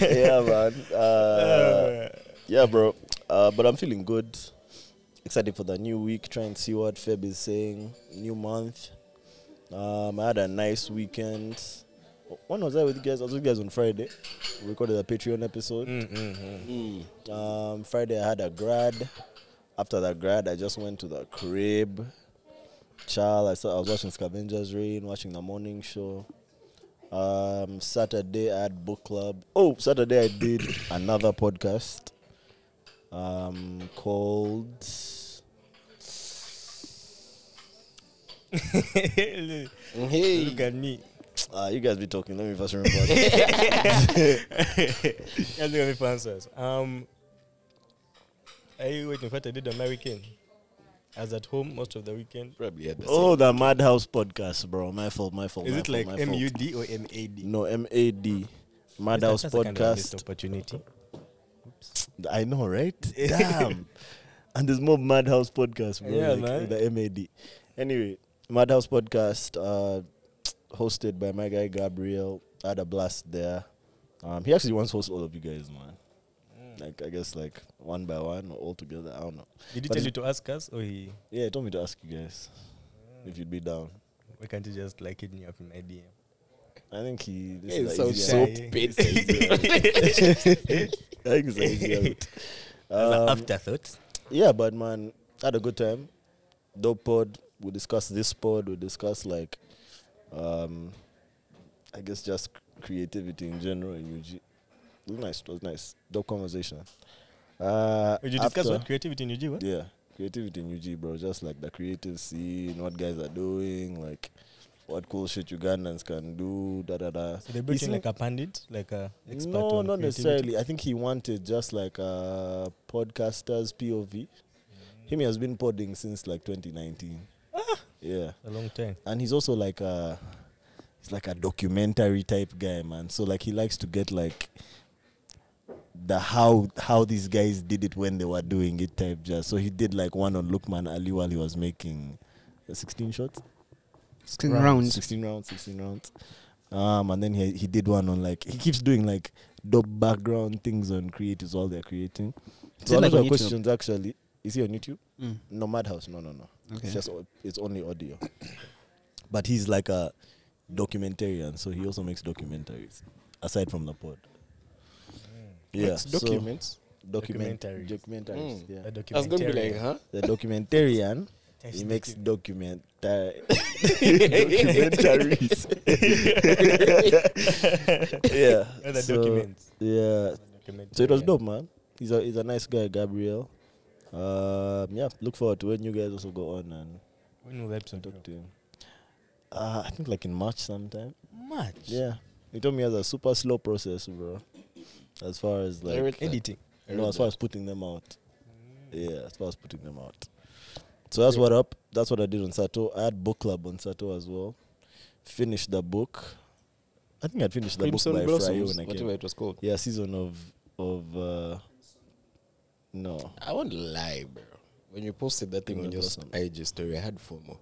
yeah, man. Uh, yeah, bro. Uh, but I'm feeling good. Excited for the new week. Try and see what Feb is saying. New month. Um, I had a nice weekend. When was I with you guys? I was with you guys on Friday. We recorded a Patreon episode.
Mm,
Um, Friday I had a grad. After that grad, I just went to the crib. Child, I, saw, I was watching Scavengers Rain, watching the morning show. Um, Saturday I had book club. Oh, Saturday I did another podcast. Um, called
mm.
Hey,
Look at me.
uh, you guys be talking. Let me first remember. what-
Guys, look at me for answers. Um, are you waiting for what I did on my weekend? I was at home most of the weekend.
probably had the
oh, the Madhouse podcast, bro. My fault. My fault.
Is
my
it
fault,
like
my fault.
MUD or MAD?
No, M A D. Madhouse
That's a kind of missed
podcast.
opportunity.
I know, right? Damn. And there's more Madhouse podcast, bro.
Yeah,
like,
man.
The MAD. Anyway, Madhouse podcast, uh, hosted by my guy Gabriel. I had a blast there. Um, he actually wants to host all of you guys, man.
Mm.
Like I guess like one by one or all together. I don't know.
Did he
But
tell
it-
you to ask us, or he?
Yeah, he told me to ask you guys if you'd be down.
Why can't you just like hit me up in my DM?
I think he. This
Hey,
is
so
the
easy
easier
so
route.
petty.
idea.
I think it's the easier route. Um,
afterthought.
yeah, but man, had a good time. Dope pod. We discuss this pod. We discuss like, um, I guess just creativity in general. In UG, it was nice. It was nice. Dope conversation. Uh,
Would you discuss
after-
what creativity in your G? What?
Yeah, creativity in UG, bro. Just like the creative scene, what guys are doing, like what cool shit Ugandans can do. Da da da.
So they
He
brought in
seemed-
like a pandit, like a expert.
no,
on
not
creativity?
necessarily. I think he wanted just like a podcaster's POV.
Mm.
Him, he has been podding since like 2019.
Ah.
Yeah,
A long time.
and he's also like a he's like a documentary type guy, man. So like he likes to get like the how how these guys did it when they were doing it type just. So he did like one on Lukman Ali while he was making 16 shots.
Skin round.
16 rounds, 16 rounds. Um, and then he, he did one on like, he keeps doing like dope background things on creatives while they're creating. So,
it
a lot
like on
of
YouTube?
questions actually. Is he on YouTube?
Mm.
No, Madhouse. No, no, no.
Okay.
It's just, au- it's only audio. but he's like a documentarian, so he also makes documentaries aside from the pod. Yeah.
It's documents.
So document,
Documentaries.
Documentaries.
Hmm.
Mm.
Yeah.
A
I was gonna be
documentary.
like, huh?
The documentarian.
Test
He makes
docu-
document documentaries. yeah.
Other
so,
documents.
Yeah. So it was
Documentarian.
dope, man. He's a he's a nice guy, Gabriel. Um, yeah, look forward to when you guys also go on and
When will the episode
talk
drop?
to him. Uh, I think like in March sometime.
March.
Yeah. He told me it has a super slow process, bro. As far as
I
like
read that.
Editing.
I
no,
read
as far
that.
as putting them out. Yeah, as far as putting them out. So that's what up. That's what I did on Sato. I had book club on Sato as well. Finished the book. I think I'd finished the
Crimson
book by Friday
Blossoms,
when I
whatever
came.
it was called.
Yeah, season of of uh, no.
I won't lie, bro. When you posted that thing on your
Blossom.
IG story, I had FOMO.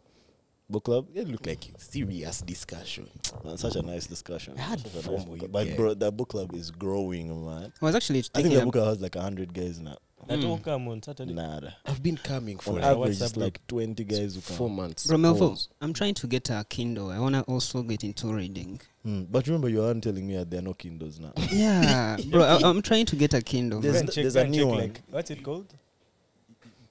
football club.
It looked like a serious discussion.
Man, such a nice discussion.
I had
Such a nice
FOMO,
book
you
club. but
get.
bro, that book club is growing, man.
I was actually
I think
thinking.
the
ab-
book club has like hundred guys now.
That won't come on Saturday.
Nada.
I've been coming for
On
like
average,
WhatsApp
it's like twenty guys who come.
four months.
Bro, Melvo,
Pause.
I'm trying to get a Kindle. I wanna also get into reading.
Mm. But remember, you aren't telling me that there are no Kindles now.
Yeah, bro, I, I'm trying to get a Kindle.
There's
man.
n- there's a
go and
new one.
like, what's it called?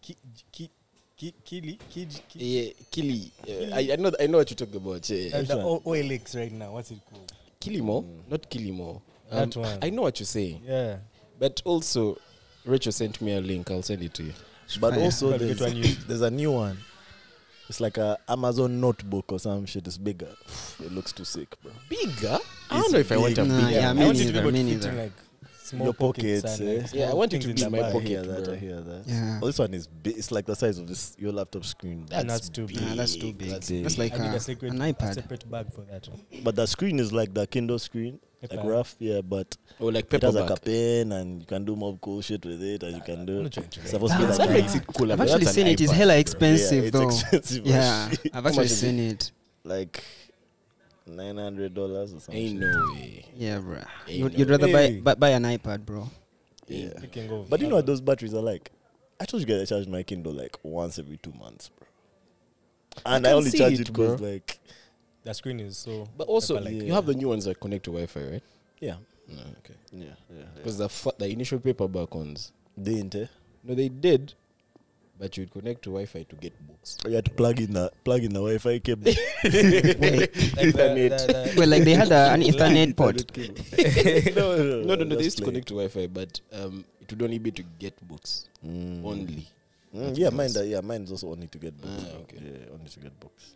Ki, ki, ki, kili, ki, ki,
Yeah, Kili. Yeah, I, I know. I know what you're talking about. Yeah.
uh,
Which
the
one?
O- OLX right now. What's it called?
Kilimo, not Kilimo.
Mm.
Um,
That one.
I know what you're saying,
Yeah.
but also, Rachel sent me a link. I'll send it to you.
But
Fire.
also,
Well,
there's,
get one used.
there's a new one. It's like a Amazon notebook or some shit. It's bigger. It looks too sick, bro.
Bigger? I
It's
don't know if I want a
big. Nah,
bigger.
yeah,
I
me
I want
want-
it to be
neither,
able
me
to fit in
neither.
like small
Your
pockets.
pockets,
and,
eh?
like,
Yeah, I
small
want it to
things
be
in
my
the bag.
I hear
Pocket,
that.
bro.
I hear that.
Yeah.
Oh, this one is big. It's like the size of this your laptop screen.
And that's too big.
Nah, that's too big.
That's
That's,
big.
like
I need
a,
a separate,
an
A
iPad.
separate bag for that.
But the screen is like the Kindle screen, like
Paper.
rough, yeah. But
Or like
it has like a
paperback.
pen, and you can do more cool shit with it, and you can do.
I'm not trying to
it's
make
supposed to be
that.
like
That
a-
makes it cooler.
I've
but that's
actually
an
seen it. It's
iPad,
hella
bro.
yeah,
expensive
it's
though.
expensive. as
Yeah,
shit.
I've
much
actually
is it?
seen it.
like nine hundred dollars or something.
Ain't no way.
Yeah, bro.
Hey,
You'd,
no.
you'd rather
Hey.
buy, buy buy an iPad, bro.
Yeah.
Speaking of,
But you know what those batteries are like? I told you guys I charge my Kindle like once every two months, bro. And I,
can
only
see
charge
it,
it because
bro.
like
the screen is so.
But also,
paper-like.
you have the new ones that connect to Wi-Fi, right?
yeah.
No, okay.
Yeah, yeah.
Because the fa- the initial paperback ones,
Didn't eh?
no, they did, but you'd connect to Wi-Fi to get books.
Oh, You had to plug in the plug in the Wi Fi cable.
like the,
Ethernet.
the, the,
Well, like they had a, an Ethernet port.
no, no,
No, no, no. They
that's
used to
like-
connect to Wi-Fi, but um, it would only be to get books
Mm.
only.
Mm, yeah, mine. that- Yeah, mine's also only to get books.
Ah,
bro.
okay.
Yeah, only to get books.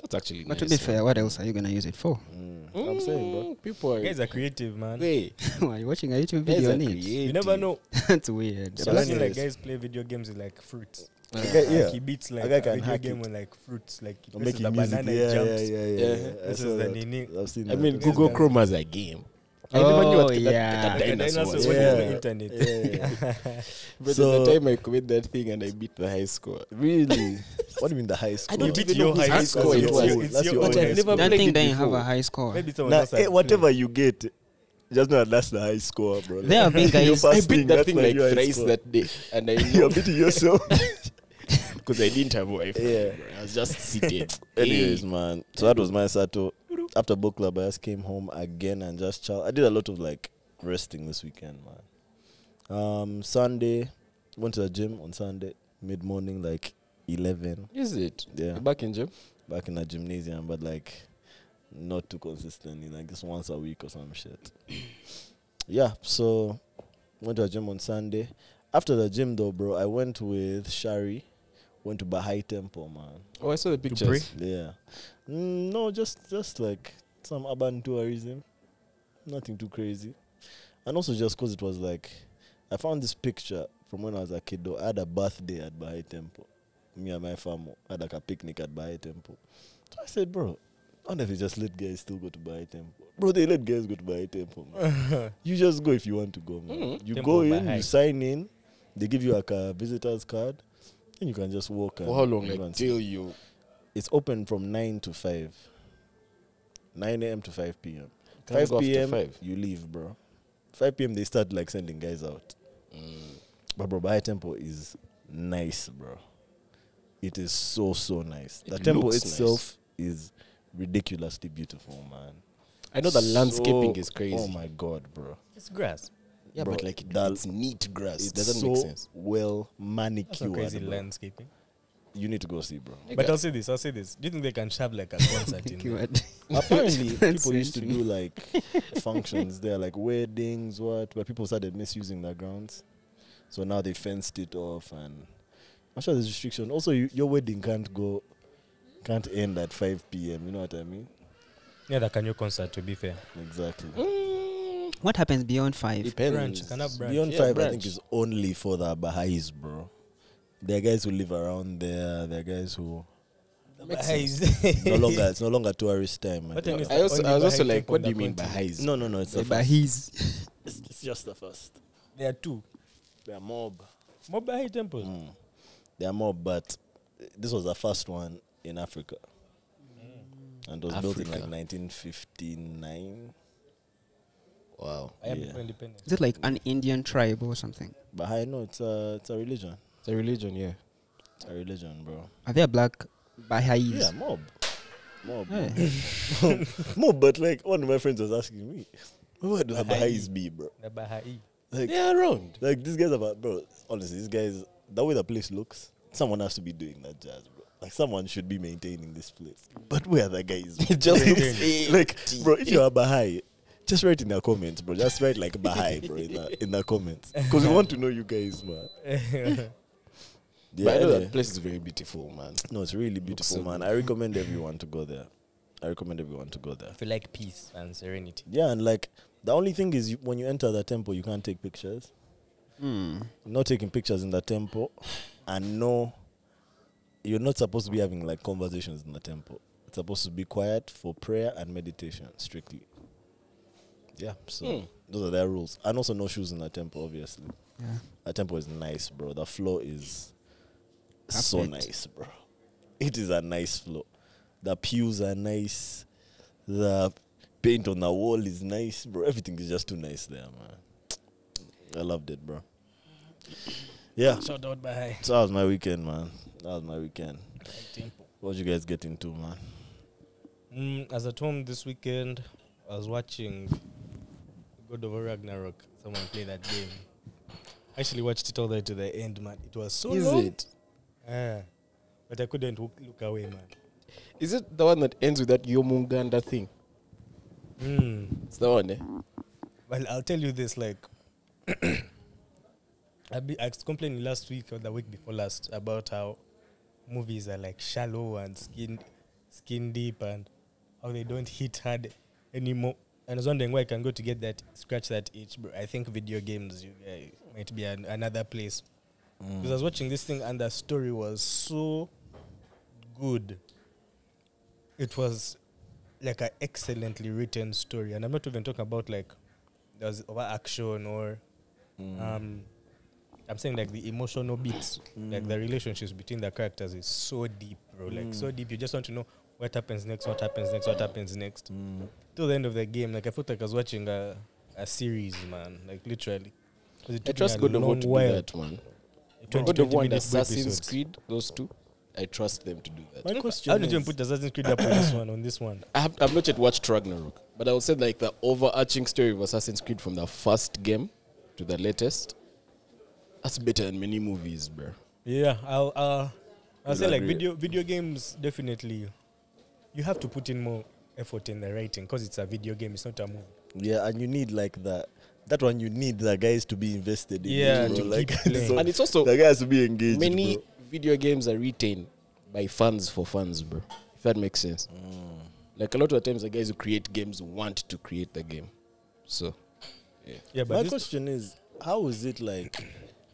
That's actually.
But
nice,
to be
man.
fair, what else are you gonna use it for?
Mm.
Mm,
I'm saying, bro.
people are.
guys are creative, man.
Hey,
Why are you watching a YouTube
guys
video
are
on it?
creative.
You never know.
That's weird.
So
So that's
anyways.
like guys play video games with like fruits.
Uh,
A guy- yeah,
Like he beats like
guy
a
can
video
hack
game
it.
with like fruits. Like he
I'm
presses the
making music.
banana, it
Yeah, yeah,
jumps.
yeah,
Yeah.
yeah. yeah. I
This
saw
is the
that.
nini.
I've seen
I
that.
mean,
That's
Google
the-
Chrome has a game. I never knew
Oh
what that-
yeah.
that
Like a
dinosaur
dinosaur
was.
when it's the
Yeah.
internet.
Yeah, yeah.
But
So-
there's a time I commit that thing and I beat the high score.
Really? what do you mean the high school?
don't
You
even
beat
know
your
whose
high
high
score.
score
It's
it
your-
was.
it's
That's
your
your
own
own
high
high
score.
score.
That
played
thing
it
didn't have
before.
a high score.
Maybe someone
Nah,
else.
eh,
had
whatever
played.
you get, just know that that's the high score, bro.
There are big
You're
guys. I
I
fasting,
beat that
that's
thing
not
like
your high
thrice
score.
that day, and I
You're beating yourself.
because I didn't have Wi-Fi.
Yeah.
bro. I was just seated.
Anyways, man. So that was my Sato. After book club, I just came home again and just chill. I did a lot of like resting this weekend, man. Um, Sunday, went to the gym on Sunday, mid morning, like 11.
Is it?
Yeah,
You're back in gym.
back in the gymnasium, but like not too consistently, like just once a week or some shit. yeah, so went to the gym on Sunday. After the gym, though, bro, I went with Shari, went to Baha'i Temple, man.
Oh, I saw the
pray?
pictures.
Yeah. Mm, no, just just like some urban tourism. Nothing too crazy. And also just because it was like I found this picture from when I was a kid though. I had a birthday at Bahai Temple. Me and my family had like a picnic at Bahai Temple. So I said, bro, I wonder if it's just let guys still go to Bahai Temple. Bro, they let guys go to Bahai Temple. man. you just go if you want to go, man.
Mm.
You
Temple
go
of
in,
Bahai.
you sign in, they give you like a visitor's card, and you can just walk and
For how long?
everyone's-
Like till you
it's open from 9 to 5 9 a.m to 5 p.m
Can I
5
go after
p.m
five?
you leave bro 5 p.m they start like sending guys out
mm.
but bro Bahai temple is nice bro it is so so nice the
It
temple
looks nice.
itself is ridiculously beautiful man
I know the
So-
landscaping is crazy.
oh my god bro
It's grass.
yeah,
bro,
but like it,
that-
it's neat grass.
it's
It doesn't
so
make sense.
well
That's some
manicured
crazy
bro.
landscaping.
you need to go see bro
But I'll say this. I'll say this. Do you think they can shove like a concert in there?
Keyword.
Apparently, people used to
interesting.
do like functions there, like weddings, what, but people started misusing their grounds. So now they fenced it off, and I'm sure there's restriction. Also, you, your wedding can't go, can't end at 5 p.m. You know what I mean?
Yeah, that can your concert. To be fair,
Exactly.
Mm.
What happens beyond five?
branch can have branch.
Beyond
Yeah,
5, I
branch.
think, is only for the Baha'is, bro. There are guys who live around there, there are guys who.
Makes
Baha'is.
No longer, it's no longer tourist time. I
What
think.
time is
I also,
Only
I was also
Bahai
like,
people
what do
that
you mean
point to-
Baha'is?
No, no, no, it's, the
The
first.
Bahis.
It's, it's just the first.
There are two.
They're mob.
More
Mm. Hmm.
Baha'i temples.
There are more, but this was the first one in Africa. and was built in like
Africa.
1959.
Wow.
I am
Yeah.
independent.
Is it like an Indian tribe or something?
But I know it's a it's a religion.
It's a religion, yeah.
It's a religion, bro.
Are there black Baha'is?
Yeah, mob. Mob.
Yeah.
mob, but like one of my friends was asking me, what do the Baha'is be, bro?
The Bahai.
Like,
Yeah, around.
like these guys about bro, honestly, these guys the way the place looks, someone has to be doing that jazz, bro. Like someone should be maintaining this place. But where are the guys? bro?
It just
Like,
looks empty.
like bro, if you are Baha'i, just write in the comments, bro. Just write like Baha'i, bro, in the in the comments. Because we want to know you guys, man. Yeah,
but I know
anyway.
that place is very beautiful, man.
No, it's really beautiful,
so
man. I recommend everyone to go there. I recommend everyone to go there.
If you like peace and serenity.
Yeah, and like the only thing is, you, when you enter the temple, you can't take pictures.
Hmm.
Not taking pictures in the temple, and no, you're not supposed to be having like conversations in the temple. It's supposed to be quiet for prayer and meditation strictly. Yeah, so
Hmm.
those are their rules, and also no shoes in the temple. Obviously,
Yeah.
the temple is nice, bro. The floor is so
Perfect.
nice, bro. It is a nice floor. The pews are nice. The paint on the wall is nice, bro. Everything is just too nice there, man. I loved it, bro. Yeah.
Shout out Bahai.
So that was my weekend, man. That was my weekend. What you guys get into, man?
Mm, as at home this weekend, I was watching God of War Ragnarok. Someone play that game. I actually watched it all the way to the end, man. It was so
Is
long.
it?
Ah, but I couldn't look, look away, man.
Is it the one that ends with that Yomunganda thing?
Mm.
It's the one, eh?
Well, I'll tell you this, like, I, be, I was complaining last week or the week before last about how movies are like shallow and skin skin deep and how they don't hit hard anymore. And I was wondering where I can go to get that scratch that itch, bro. I think video games you, uh, might be an, another place because I was watching this thing and the story was so good. It was like an excellently written story, and I'm not even talking about like there was over action or
Mm.
Mm.
um, I'm saying like the emotional beats,
Mm.
like the relationships between the characters is so deep, bro. Like
Mm.
so deep, you just want to know what happens next, what happens next, what happens next.
Mm.
Till the end of the game, like I felt like I was watching a, a series, man. Like literally, 'Cause it
I
took me
trust
a
God of War
long
to do
while.
that, man.
20,
God of
20
War and
minute
Assassin's
episodes.
Creed, those two, I trust them to do that.
My
I
question
wouldn't even
is,
put Assassin's Creed up on this one. On this one,
I have, I've not yet watched Ragnarok, but I would say like the overarching story of Assassin's Creed from the first game to the latest. That's better than many movies, bro.
yeah, I'll uh, I'll say
You'll
like
agree.
video video games definitely. You have to put in more effort in the writing because it's a video game. It's not a movie.
yeah, and you need like that. That one you need the guys to be invested in.
Yeah,
bro.
to
like
keep playing.
so
And it's also
the guys to be engaged.
many
bro.
video games are retained by fans for fans, bro. If that makes sense. Like a lot of times, the guys who create games want to create the game. So, yeah.
Yeah,
My
but this,
question is, how is it like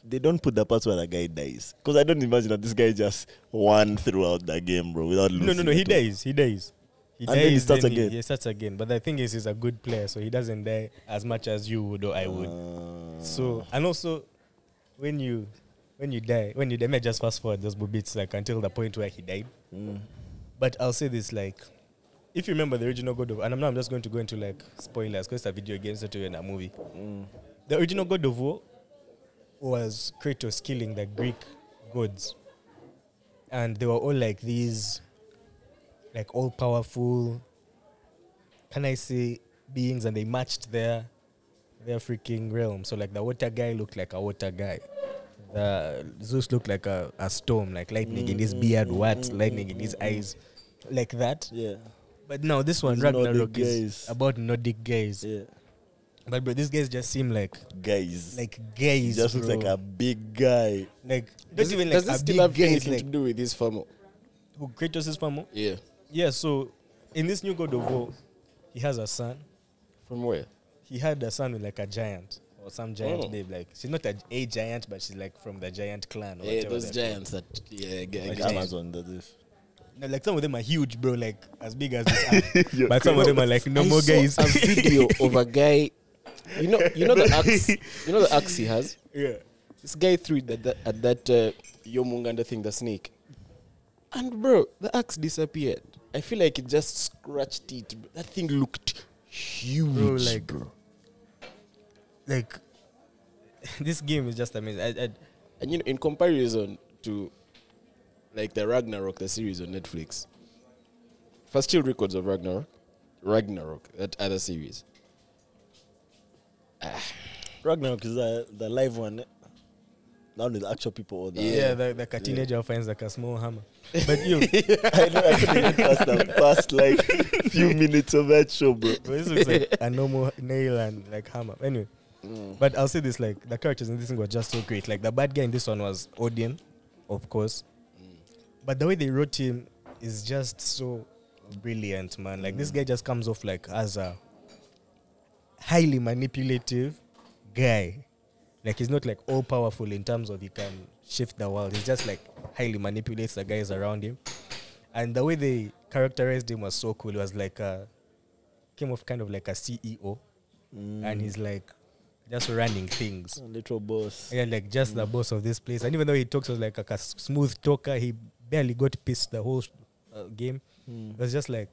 they don't put the parts where the guy dies? Because I don't imagine that this guy just won throughout the game, bro, without losing.
no, no, no. He
at all.
dies. He dies. He
And then he starts
he-
again.
He, starts again. But the thing is, he's a good player, so he doesn't die as much as you would or I would.
Uh,
So and also, when you when you die, when you die, may I just fast forward those bits like until the point where he died.
mm,
But I'll say this like, if you remember the original God of, and I'm now I'm just going to go into like spoilers because it's a video game, it's not even a movie.
mm.
The original God of War was Kratos killing the Greek gods, and they were all like these, like all powerful. Can I say beings? And they matched their their freaking realm. So like the water guy looked like a water guy. The Zeus looked like a, a storm, like lightning in his beard, what lightning in his eyes, like that.
yeah,
But now this one
These
Ragnarok
Nordic
is
guys.
about Nordic guys.
yeah,
But bro, these guys just seem like
guys,
like
he
guys.
just looks
bro.
like a big guy.
like not
Does,
even
it,
like
does it
a
still
big
have
guy, it's
anything to
like
do with this farm?
who Kratos is Pamo.
Yeah.
Yeah, so in this new God of War, he has a son.
From where?
He had a son with like a giant or some giant
Oh.
babe. Like she's not a, a giant, but she's like from the giant clan. Or
Yeah,
whatever
those
they're
giants that. Yeah,
Like
guys.
Amazon does this.
No, like some of them are huge, bro. Like as big as this.
You're
app. but some of them are like
I
normal
saw
guys.
A video of a guy. You know, you know the axe. You know the axe he has.
yeah.
This guy threw it at that, at that uh, Yomunganda thing, the snake. And bro, the axe disappeared. I feel like it just scratched it. bro. That thing looked huge, bro.
like- Like, this game is just amazing. I, I,
And you know, in comparison to like the Ragnarok, the series on Netflix, first still records of Ragnarok, Ragnarok, that other series.
Ragnarok is the, the live one. eh? Now with actual people or the
yeah, the, the teenager finds like a small hammer. But you,
I know I couldn't get past the first like few minutes of that show, bro.
But this looks like a normal nail and like hammer. Anyway, but I'll say this: like the characters in this thing were just so great. Like the bad guy in this one was Odin, of course, but the way they wrote him is just so brilliant, man. Like this guy just comes off like as a highly manipulative guy. Like he's not like all powerful in terms of he can shift the world. He's just like highly manipulates the guys around him, and the way they characterized him was so cool. It was like. Uh, came off kind of like a CEO,
Mm.
and he's like just running things.
Little boss.
Yeah, like just the boss of this place. And even though he talks was like a, a smooth talker, he barely got pissed the whole sh- uh, game. It was just like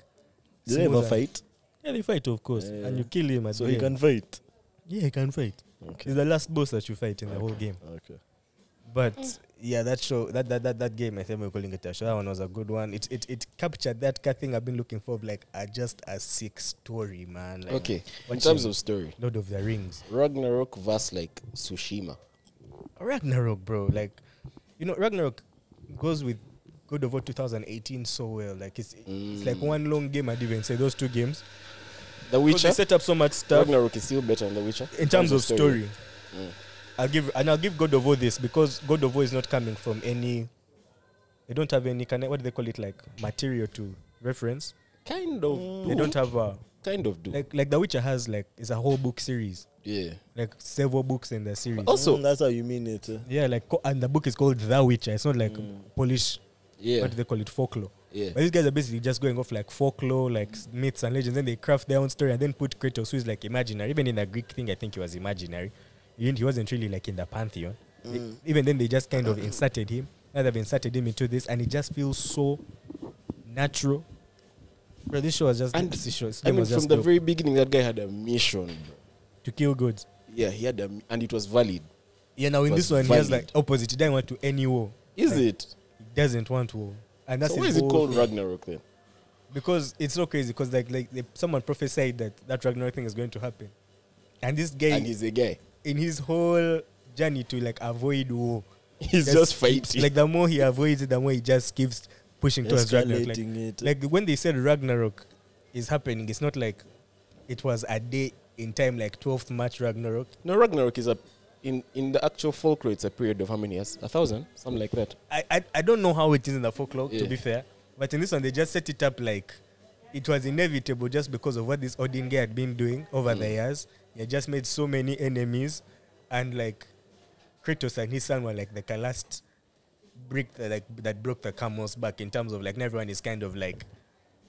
Did Hmm. they ever
smooth and-
fight?
Yeah, they fight of course,
Yeah,
and
yeah.
you kill him. At
So
the
he
end.
can fight.
Yeah, he can fight.
Okay.
He's the last boss that you fight in the whole game.
Okay.
Mm.
But yeah, that show, that that that, that game, I think we're calling it a show. That one was a good one. It it, it captured that kind of thing I've been looking for, of like uh, just a sick story, man. Like,
Okay, in
Watching
terms of story,
Lord of the Rings.
Ragnarok versus like Tsushima.
Ragnarok, bro. Like, you know, Ragnarok goes with God of War 2018 so well. Like, it's
Mm.
it's like one long game. I'd even say those two games.
The
'Cause They
Witcher.
set up so much stuff
Ragnarok is still better than The Mm. Witcher
in terms of story. I'll give and I'll give God of War this because God of War is not coming from any. They don't have any kind. What do they call it? Like material to reference.
Kind of.
Mm. They
do.
don't have a
Kind of do.
like like The Witcher has like it's a whole book series,
yeah.
like several books in the series.
Also,
Mm, that's how you mean it. eh?
Yeah, like co- and the book is called The Witcher. It's not like
Mm.
Polish
yeah,
what do they call it folklore
Yeah.
but these guys are basically just going off like folklore like s- myths and legends then they craft their own story and then put kratos who is like imaginary even in the greek thing i think he was imaginary he, didn't- he wasn't really like in the pantheon They-
Mm.
even then they just kind of inserted him now they've inserted him into this and it just feels so natural bro this show was just
And
this show, this
I
game
mean,
was
from
just
the
dope.
very beginning, that guy had a mission. Bro.
to kill gods
Yeah, he had a, m- and it was valid.
yeah now in
was
this one he has
valid.
like opposite he doesn't want to any war
Is
Like,
it?
he doesn't want war and that's
so why
his
is it
whole
called
thing.
Ragnarok then?
because it's so crazy because like like they, someone prophesied that that Ragnarok thing is going to happen, and this guy
And he's a guy.
in his whole journey to like avoid war,
He's just, fighting.
Like the more he avoids it, the more he just keeps pushing towards Ragnarok. Like,
Escalating it.
like when they said Ragnarok is happening, it's not like it was a day in time like 12th March Ragnarok.
no, Ragnarok is a in in the actual folklore. It's a period of how many years? A thousand, something like that.
I, I, I don't know how it is in the folklore,
Yeah.
to be fair. But in this one, they just set it up like it was inevitable just because of what this Odin guy had been doing over the years. He had just made so many enemies. And like Kratos and his son were like the last brick that, like, that broke the camel's back in terms of like now everyone is kind of like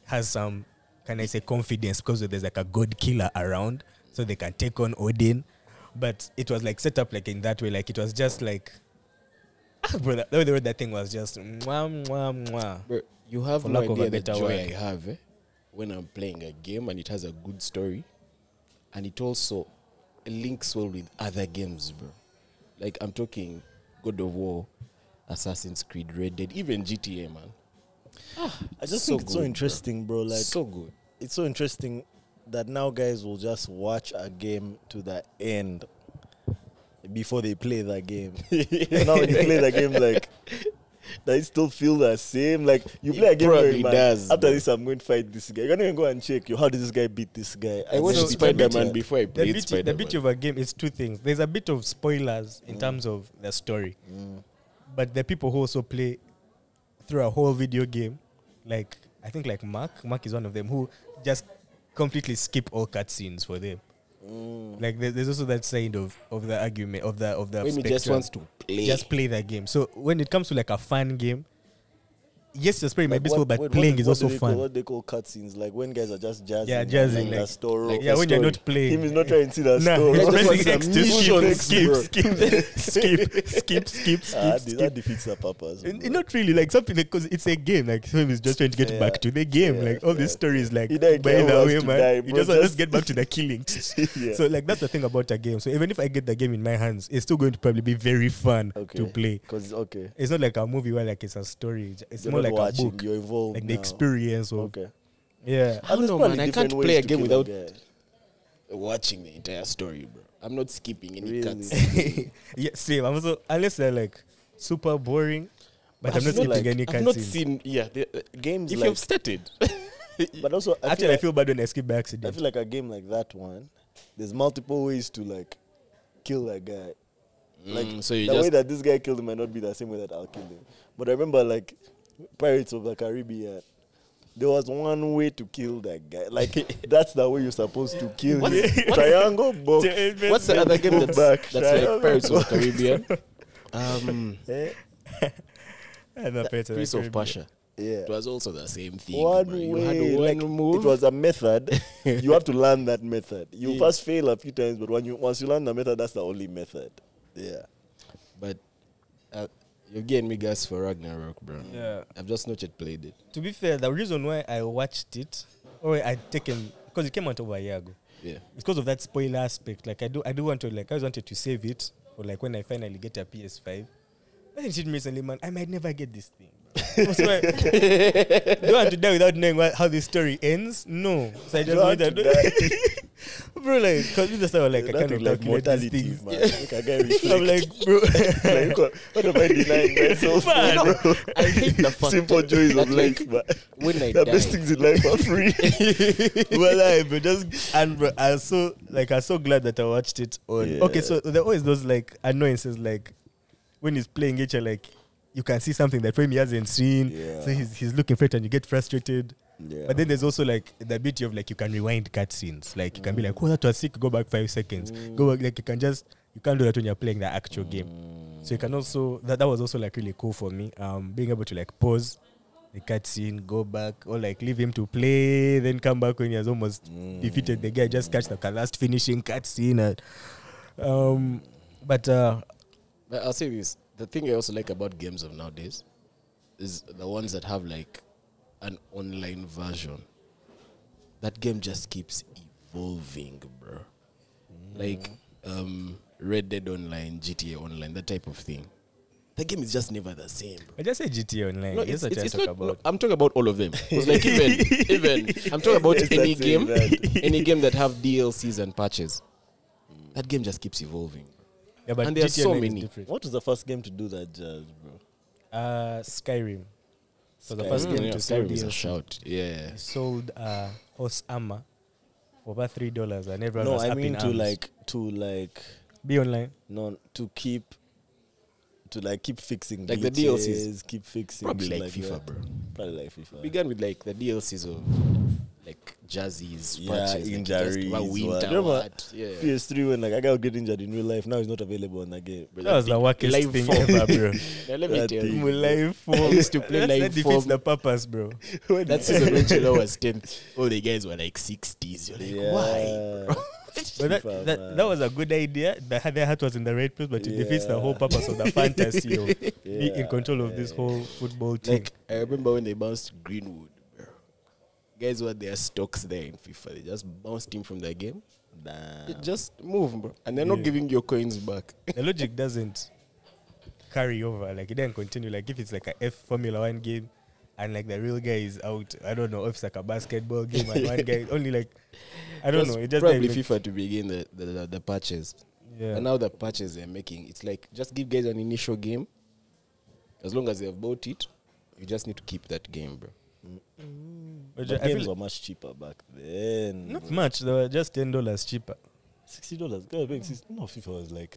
has some, can I say, confidence because there's like a god killer around so they can take on Odin. But it was like set up like in that way. Like it was just like bro, that, the way they wrote that thing was just mwah, mwah, mwah.
Bro, you have
For
no
lack of
idea
a
the
better
joy
word.
I have eh, when I'm playing a game and it has a good story, and it also links well with other games, bro. Like I'm talking God of War, Assassin's Creed, Red Dead, even GTA, man.
I just
so
think it's so
good, bro.
interesting, bro. Like
so good.
it's so interesting that now guys will just watch a game to the end before they play the game. now when you play the game, like they still feel the same. Like you
It
play a game, where
probably
you, man,
does,
after
bro.
this, I'm going to fight this guy. You're not even go and check. You, how did this guy beat this guy?
I
And
watched
then it's a
Spider Man
better-
before I
The
played
beauty,
Spider
the beauty
Man.
of a game is two things. There's a bit of spoilers
Mm.
in terms of the story, but the people who also play through a whole video game, like I think like Mark, Mark is one of them who just completely skip all cutscenes for them.
Mm.
Like there- there's also that side of of the argument of the of the
When he just
spectrum.
wants to play.
just play that game. So when it comes to like a fun game, yes, your spirit might
Like
be
what-
slow, but
what- what
playing
do-
is
what
also
do they call-
fun.
What they call cutscenes, like when guys are just jazzing.
Yeah,
and
jazzing,
telling
like-
a story.
like
yeah,
a
when you're
story.
not playing.
Him is not trying to see that
Nah,
story.
he's
That's
pressing
what
X to skip,
submissions,
skip,
bro.
skip, skip, skip, skip,
Ah,
skip,
that, that
skip.
defeats the purpose.
And-
bro.
and Not really, like something because it's a game. Like someone is just trying to get
Fair,
back to the game.
fair,
like all these
fair.
stories, like
He
by
don't care who
the
has
way,
to
man,
die,
you
bro,
just, want- just
just-
get back to the killing.
Yeah.
So like that's the thing about a game. So even if I get the game in my hands, it's still going to probably be very fun
Okay.
to play.
Because okay,
It's not like a movie where like it's a story. It's- It's
you're
more
not
like
watching,
a book,
You're involved.
like the
now.
experience of
Okay.
yeah.
I don't
there's
know,
probably
man. I
different
can't play
ways
a
to
game
kill a
without-
guy.
watching the entire story, bro. I'm not skipping any
Really?
cuts.
yeah, same. I'm also unless they're like super boring, but
I've
I'm not
not,
skipping
like-
any
I've not
cutscenes.
seen, yeah, the, uh,
games.
if
like,
you've started,
but also I
Actually,
feel
I feel bad when I skip by
I
accident.
feel like a game like that one, there's multiple ways to like kill that guy. Like
Mm, so you
the way
just
that this guy killed him might not be the same way that I'll kill him. But I remember like Pirates of the Caribbean. There was one way to kill that guy. Like that's the way you're supposed to kill
What's-
him. Triangle box.
what's the other game
go
that's,
back,
that's
try-
like Pirates of the Caribbean? Um,
Eh?
And the Pirates of the
Prince of
Caribbean.
Pasha.
Yeah.
It was also the same thing.
One
bro.
way,
You had one
like,
move.
It was a method. you have to learn that method. You
Yeah.
first fail a few times, but when you once you learn the method, that's the only method. Yeah.
but uh, you're getting me gas for Ragnarok, bro.
Yeah.
I've just not yet played it.
To be fair, the reason why I watched it or I'd taken because it came out over a year ago.
Yeah.
It's because of that spoiler aspect. Like I do, I do want to like I always wanted to save it for like when I finally get a PS5. But it hit me recently, man. I might never get this thing. That's why- do I want to die without knowing what, how the story ends? No, so I
You don't
just want
have to
to die.
die.
bro. Like, cause you just were like, I
That
kind of
is like
calculate
mortality,
these things.
man. Make a guy reflect.
I'm like, bro,
Like, what- what am I denying myself? for,
Man.
bro?
I hate the fact
Simple joys
that,
of
like,
life, man.
when I
the best
die-
things in life are free.
well, I but just and bro, I'm so like I'm so glad that I watched it on.
Yeah.
Okay, so there are always those like annoyances like when he's playing each like you can see something that Femi hasn't seen,
Yeah.
so he's he's looking for it and you get frustrated.
Yeah.
But then there's also like the beauty of like you can rewind cutscenes. Like you can be like, oh, that was sick. Go back five seconds. Go back. Like you can just you can't do that when you're playing the actual game. So you can also that that was also like really cool for me. Um, being able to like pause the cutscene, go back, or like leave him to play, then come back when he has almost defeated the guy. Just catch the last finishing cutscene. and, Um, but uh,
But I'll say this: the thing I also like about games of nowadays is the ones that have like an online version. That game just keeps evolving, bro. Like um, Red Dead Online, GTA Online, that type of thing. The game is just never the same, bro.
I just say GTA Online.
No,
Yes,
it's,
I
it's, it's
just talk
not, no,
about.
I'm talking about all of them. 'Cause like even, even I'm talking about
Yes,
any
that's it,
game,
that.
any game that have DLCs and patches. That game just keeps evolving.
Yeah, but
and there are
GTA
so
Online is
many.
different.
What was the first game to do that, Jazz, bro?
Uh, Skyrim. So the first
Mm,
game
yeah,
to sell
Skyrim is a
DLC.
shout. Yeah.
I sold uh, horse armor for about three dollars, and everyone
no,
was
I
up
mean
in
to
arms.
like to like
be online.
no to keep to like keep fixing
Like the
glitches,
DLCs.
keep fixing
Probably
shit
like FIFA,
that.
bro.
Probably like FIFA.
Began with like the DLCs of like jerseys,
Yeah,
patches, like, just
injuries,
about winter,
what- Remember-
what, yeah.
PS3 when like a guy would get injured in real life, now he's not available on the game.
But
That was the
thing-
workest
live
thing
form.
ever, bro.
Now, let me
That
tell
thing.
you,
Live
I
form.
used to play
That's- that
live
defeats
form.
the purpose, bro.
that season when Chelo was 10th, all the guys were like 60s. You're like, why?
But that,
FIFA,
that, that
man.
was a good idea. The, their heart was in the right place, but it defeats the whole
Yeah.
purpose of the fantasy of being in
Yeah.
control of this whole football team.
Like, I remember when they bounced Greenwood, bro. Guys were their stocks there in FIFA. They just bounced him from their game. They
Damn.
Just move, bro. And they're not
Yeah.
giving your coins back.
the logic doesn't carry over. Like it doesn't continue. Like if it's like a F Formula One game, and like the real guy is out. I don't know. If it's like a basketball game, and one guy only like I don't
That's
know. It just
probably
doesn't make-
FIFA to begin the, the, the, the patches.
Yeah.
And now the patches they're making, it's like just give guys an initial game. As long as they have bought it, you just need to keep that game, bro.
But ju-
But
I feel
games
like
were much cheaper back then.
not much. They were just ten dollars cheaper.
Sixty dollars. Guys paying six. No, FIFA was like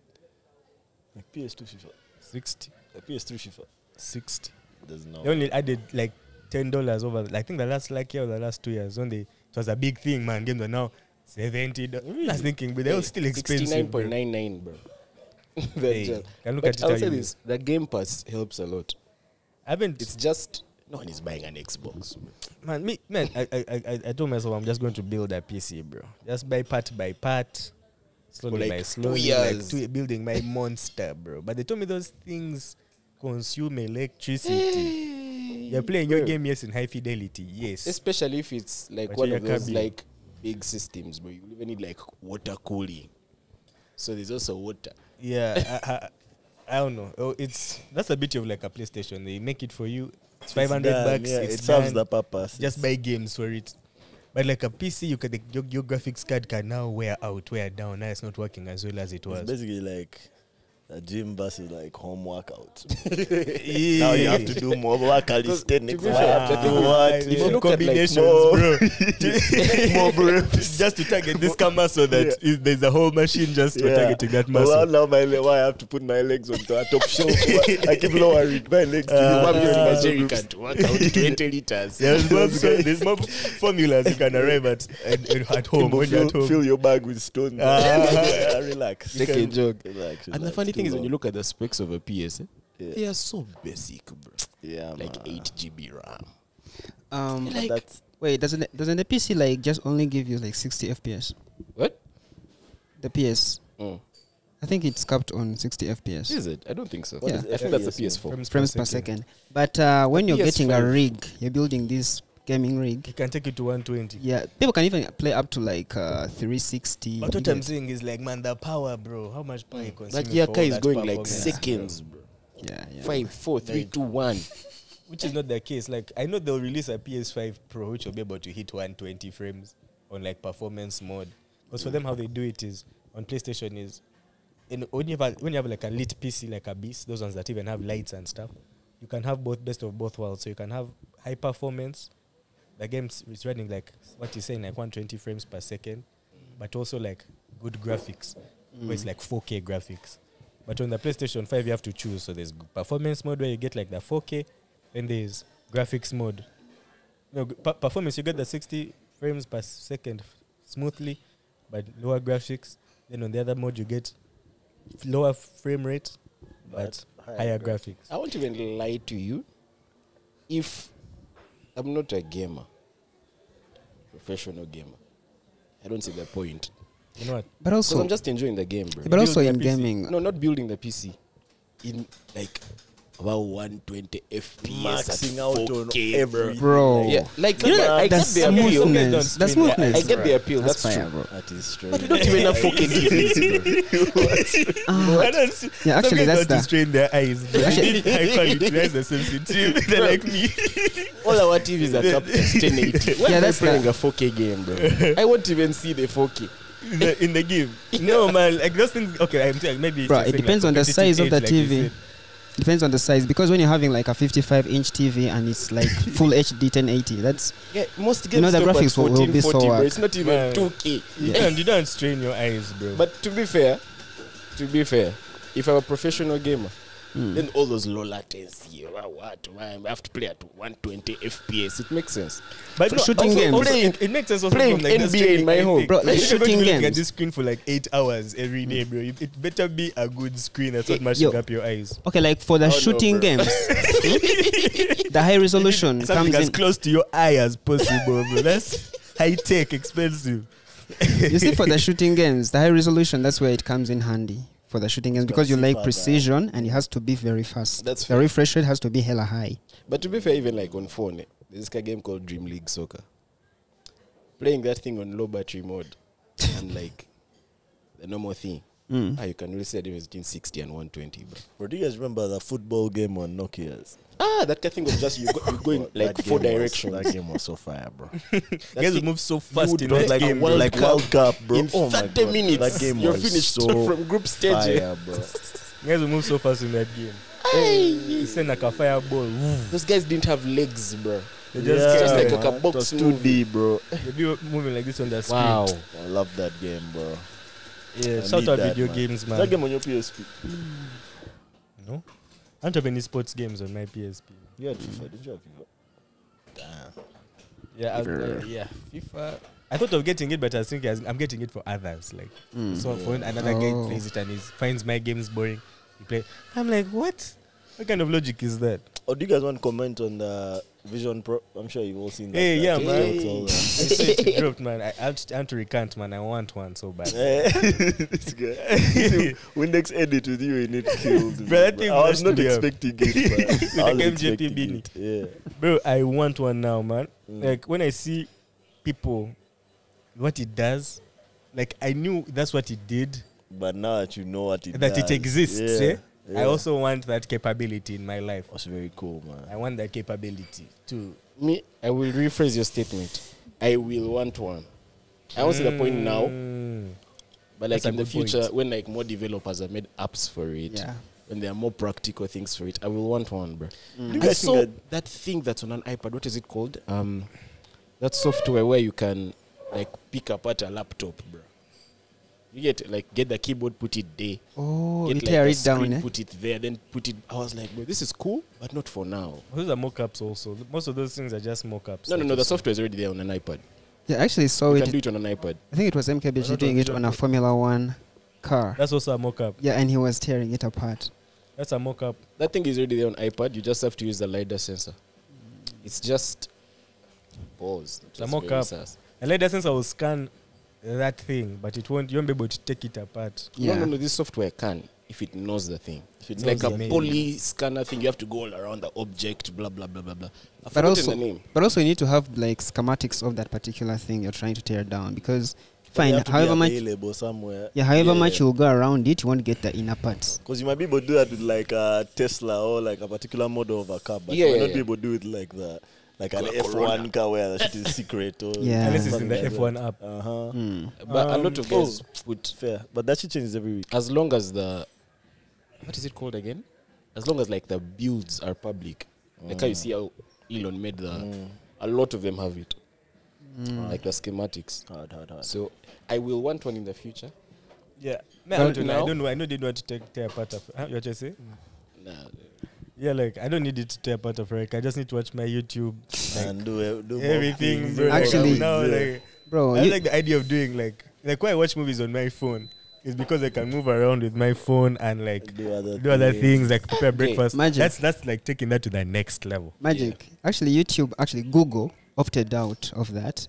like PS2 FIFA,
60
like PS3 FIFA.
60
There's no.
They only added like ten dollars over. I think the last like year or the last two years when they it was a big thing, man. Games are now seventy. dollars I was thinking, but they were still expensive.
Sixty-nine
bro.
point nine nine, bro. They're
Hey,
just-
can look
but
at it
I'll
how
say
you-
this: the Game Pass helps a lot.
I haven't
It's just No one is buying an Xbox.
Man, me, man, I, I, I, I- I told myself I'm just going to build a PC, bro. Just by part by part, slowly
like
by
two
slowly, like
years.
two, building my monster, bro. But they told me those things consume electricity. You're playing your
Bro.
game, yes, in high fidelity, yes.
Especially if it's like
But
one
yeah,
of those
cabin.
like big systems, but you even need like water cooling. So there's also water.
Yeah, I, I, I don't know. Oh, it's that's a bit of like a PlayStation. They make it for you. It's 500
done,
bucks.
yeah,
it's
it serves
done.
the purpose.
just
It's-
buy games for it. But like a PC, you can the, your, your graphics card can now wear out, wear down. Now it's not working as well as it
it's
was.
basically like a gym versus like home workout.
Yeah.
now you have to do more work calisthenics.
be
Now
fair,
you have to
I
do
Ah.
think-
what?
if you
More
look at, like,
combinations,
more-
bro. more
just to target this camera so that it- there's a whole machine just for targeting that
Well,
muscle.
now my le- why I have to put my legs onto a top shelf. I keep lowering my legs. to
Uh,
the one
One person
person
in
muscle
Nigeria
groups.
can work out 20 liters.
There's more, so there's more formulas you can arrive at at, at home
But
when you're
fill,
at home.
fill your bag with stones.
Ah.
relax.
Take a jog.
Relax,
And the
relax.
funny
Too
thing is, when
long.
you look at the specs of a PS, eh,
Yeah.
they are so basic, bro.
yeah,
Like
man.
8 GB RAM.
Um,
Like-
That's
wait, doesn't it- doesn't the PC like just only give you like 60 FPS?
What?
The PS,
Mm.
I think it's capped on 60 FPS
Is it? I don't think so.
What
Yeah.
is
I think that's a
FPS mean?
PS4.
frames per second. But uh, when you're getting a
PS5.
rig, you're building this gaming
You
rig.
can take it to 120.
Yeah, people can even play up to like uh, 360.
But what
you
I'm
get-
saying is like, man, the power, bro. How much power
Mm.
you consuming
That Yaka
for all
is
that
going like
performance?
seconds, bro.
yeah, yeah.
Five, four, three,
Like-
two, one.
which is not the case. Like I know they'll release a PS5 Pro which will be able to hit 120 frames on like performance mode. Because for them, how they do it is on PlayStation is, in when you have a, when you have like a lit PC like a beast, those ones that even have lights and stuff, you can have both best of both worlds. So you can have high performance. The game is running like what you're saying, like 120 frames per second, but also like good graphics, where it's like 4K graphics. But on the PlayStation 5, you have to choose. So there's g- performance mode where you get like the 4K, then there's graphics mode. No, g- per- performance, you get the 60 frames per second f- smoothly, but lower graphics. Then on the other mode, you get f- lower frame rate, but,
higher
higher graphics.
I won't even lie to you. If I'm not a gamer, professional gamer, I don't see the point.
You know what?
But
Because
also,
I'm just enjoying the game, bro.
but also
building a
in
PC.
gaming,
No, not building the PC. In like about 120 FPS. at
maxing out on
4K, bro.
everything.
bro.
Yeah, like,
You know,
I
the
get the appeal.
smoothing.
smoothness.
Guys
The
don't stream.
smoothness.
I get the
bro.
appeal, that's true.
fire, bro.
That is strange.
But we don't even have 4K TVs, bro.
Ah, yeah, actually, that's
to
the
strain their eyes. They need high quality lens and sensitivity. They're like me.
All our TVs are capped at 1080. Why
Yeah,
am I
that's
playing
the-
a 4K game, bro? I won't even see the 4K.
in the, in the game. No, man, like those things. Okay, I'm saying maybe. it's
Bro,
just
it
saying,
depends
like,
on the size of the
competitive edge, like you
TV. Depends on the size because when you're having like a 55 inch TV and it's like full HD 1080, that's
Yeah, most games
You know, the
stop at
graphics will- will
1440,
be so
bro.
whack.
It's not even
Man.
2K.
said. You, don't, you don't strain your eyes, bro.
But to be fair, to be fair, if I'm a professional gamer,
Hmm.
Mm.
then all those low latency, wha- what, why I have to play at 120 FPS. It makes sense.
but
for shooting
also
games.
Playing, it makes sense also
playing
from, like, the
NBA
streaming
in my
thing.
home.
Bro, like
If you're going to be
shooting
looking at
games.
this screen for like eight hours every day, bro. It, it better be a good screen that's not
Y-
mashing
yo.
up your eyes.
okay. Like for the
Oh, no,
shooting
bro.
games, the high resolution
Something
comes
as
in.
close to your eye as possible, bro. That's high tech, expensive.
You see, for the shooting games, the high resolution that's where it comes in handy for the shooting games because you
Expensive,
like
but, uh,
precision and it has to be very fast.
That's
the
fair.
refresh rate has to be hella high.
But to be fair, even like on phone, eh, there's a game called Dream League Soccer. Playing that thing on low battery mode and like the normal thing.
Hmm.
Ah, you can really see the difference between 60 and 120, bro.
Bro, do you guys remember the football game on Nokia's?
Ah, that kind of thing was just you, go, you going like
That
four
game was-
directions.
That game was so fire, bro.
Guys move so fast
Dude,
in
bro,
that
like
game.
a
bro.
World
Like,
Cup, World Cup, bro.
in
oh my
30
God.
minutes,
that game
you're
was
finished
so
from group stage. eh.
fire, bro.
guys will move so fast in that game. You send like a fireball. woof.
Those guys didn't have legs, bro.
They
Yeah,
just
Just
catch
like
it.
a
man.
box
It was
movie.
2D, bro.
They be moving like this on the screen.
Wow.
I love that game, bro.
Yeah,
I
shout
need
out
that,
video
man.
games,
Is that
man.
game on your PSP?
No, I don't have any sports games on my PSP.
You had FIFA, did you have FIFA?
Yeah, I, uh, yeah, FIFA. I thought of getting it, but I was thinking as- I'm getting it for others. Like,
Hmm.
so for another guy
Oh.
plays it and he finds my games boring. He play. I'm like, what? What kind of logic is that?
or Oh, do you guys want to comment on the Vision Pro? I'm sure you've all seen that.
Hey,
that
yeah,
TikToks,
man.
all that.
I see it dropped, man. I, I, have to, I have to recant, man. I want one so bad.
Eh, it's good. See, Windex edit with you in it killed me.
Bro, that
bro.
thing
I was
messed
not
me up.
expecting it.
With
bro. I
the
was
MJP
expecting
beanie.
it. Yeah.
Bro, I want one now, man.
Mm.
Like, when I see people, what it does, like, I knew that's what it did,
But now that you know what it
that
does,
it exists.
yeah,
eh? I
yeah.
also want that capability in my life.
That's very cool, man.
I want that capability to.
Me, I will rephrase your statement. I will want one. I won't see the point now,
Mm.
but like
That's a
in the
good point.
future, when like more developers have made apps for it,
Yeah.
when there are more practical things for it, I will want one, bro.
Do you
I
guys
saw
think
that, thing that's on an iPad. What is it called? Um, that software where you can like pick apart a laptop, bro. You get like get the keyboard, put it there. get
Oh, you
like,
tear
the
it down.
screen,
Eh?
Put it there, then put it. I was like, bro, this is cool, but not for now.
Those are mock ups, also. Most of those things are just mock ups.
No, no, no. The software is already there on an iPad.
Yeah, I actually saw
You
it.
can do it on an iPad.
I think it was MKBG doing it on a Formula One car.
That's also a mock up.
Yeah, and he was tearing it apart.
That's a mock up.
That thing is already there on iPad. You just have to use the lidar sensor. It's just pause. Just
mock
very
up.
sus.
A LiDAR sensor will scan that thing, but it won't, you won't be able to take it apart.
Yeah.
No, no, no. This software can if it knows the thing. If it's
knows
like
the
a
name.
poly scanner thing, you have to go all around the object. Blah blah blah blah blah. I've
But
forgotten
also,
the name.
but also you need to have like schematics of that particular thing you're trying to tear down because
You
fine,
have to be
however much,
available somewhere.
yeah, however
Yeah,
much
yeah.
you'll go around it, you won't get the inner parts.
Because you might be able to do that with like a Tesla or like a particular model of a car, but
Yeah,
you might
yeah,
not
yeah.
be able to do it like the like an
Like
F
Corona.
one car where the shit is secret or
Yeah.
Unless it's in the
something
F1
like
app.
Uh huh.
Hmm.
But a lot
Um,
of guys put
Fair, but that shit changes every week.
as long as the what is it called again? As long as like the builds are public, like how you see how Elon made the. A lot of them have it, like the schematics.
Hard, hard, hard.
So I will want one in the future.
Yeah. Man, I,
Don't
don't
you
know. I
know?
don't know. I know they don't want to take, tear apart. Of, huh? You what you say?
Nah,
Yeah, like, I don't need it to tear apart of Rick. I just need to watch my YouTube, like,
and do, do more
everything,
things,
bro. Like,
Actually-
now,
yeah.
like,
Bro,
I
you-
like the idea of doing, like, like why I watch movies on my phone is because I can move around with my phone and, like,
do other
do other
things.
things, like prepare breakfast.
Magic.
That's, that's like taking that to the next level.
magic. Actually, YouTube, actually Google opted out of that,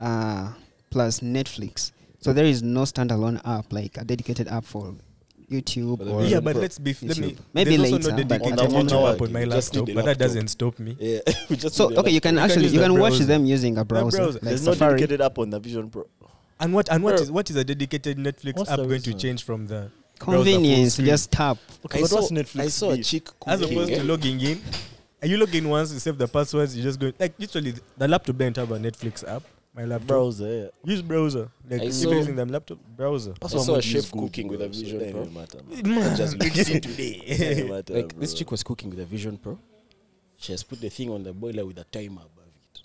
uh, plus Netflix. So there is no standalone app like a dedicated app for YouTube
For the
or
Or
Yeah,
on
but
pro-
let's be. Let me,
YouTube. Maybe
there's
later,
also no
but
dedicated
at the moment-
YouTube app on my
You just need
laptop,
a
but that
laptop.
doesn't stop me.
Yeah, we just
So
need a
okay,
laptop.
you can
You can
actually
use
you
the
can watch
browser.
them using a browser,
browser.
like
There's no
Safari.
dedicated app on the Vision Pro.
And what and what
Bro.
is what is a dedicated Netflix
What's
app
the
going to
reason?
change from the browser full
Convenience, you
screen?
just tap.
Okay,
I
but
saw,
what's Netflix
I saw a
did?
chick
as opposed
cooking,
to
eh?
logging in? And you log in once, you save the passwords, you just go like literally the laptop doesn't have a Netflix app. My laptop
Browser, yeah.
use browser. Like
I
if
saw-
you're using them laptop browser.
I
That's why
saw
I'm
a
gonna use
chef cooking with a
bro, so
Vision
that ain't
Pro.
gonna matter, man.
I just mixed it
That
today.
ain't matter,
Like this
bro.
chick was cooking with a Vision Pro. She has put the thing on the boiler with a timer above it.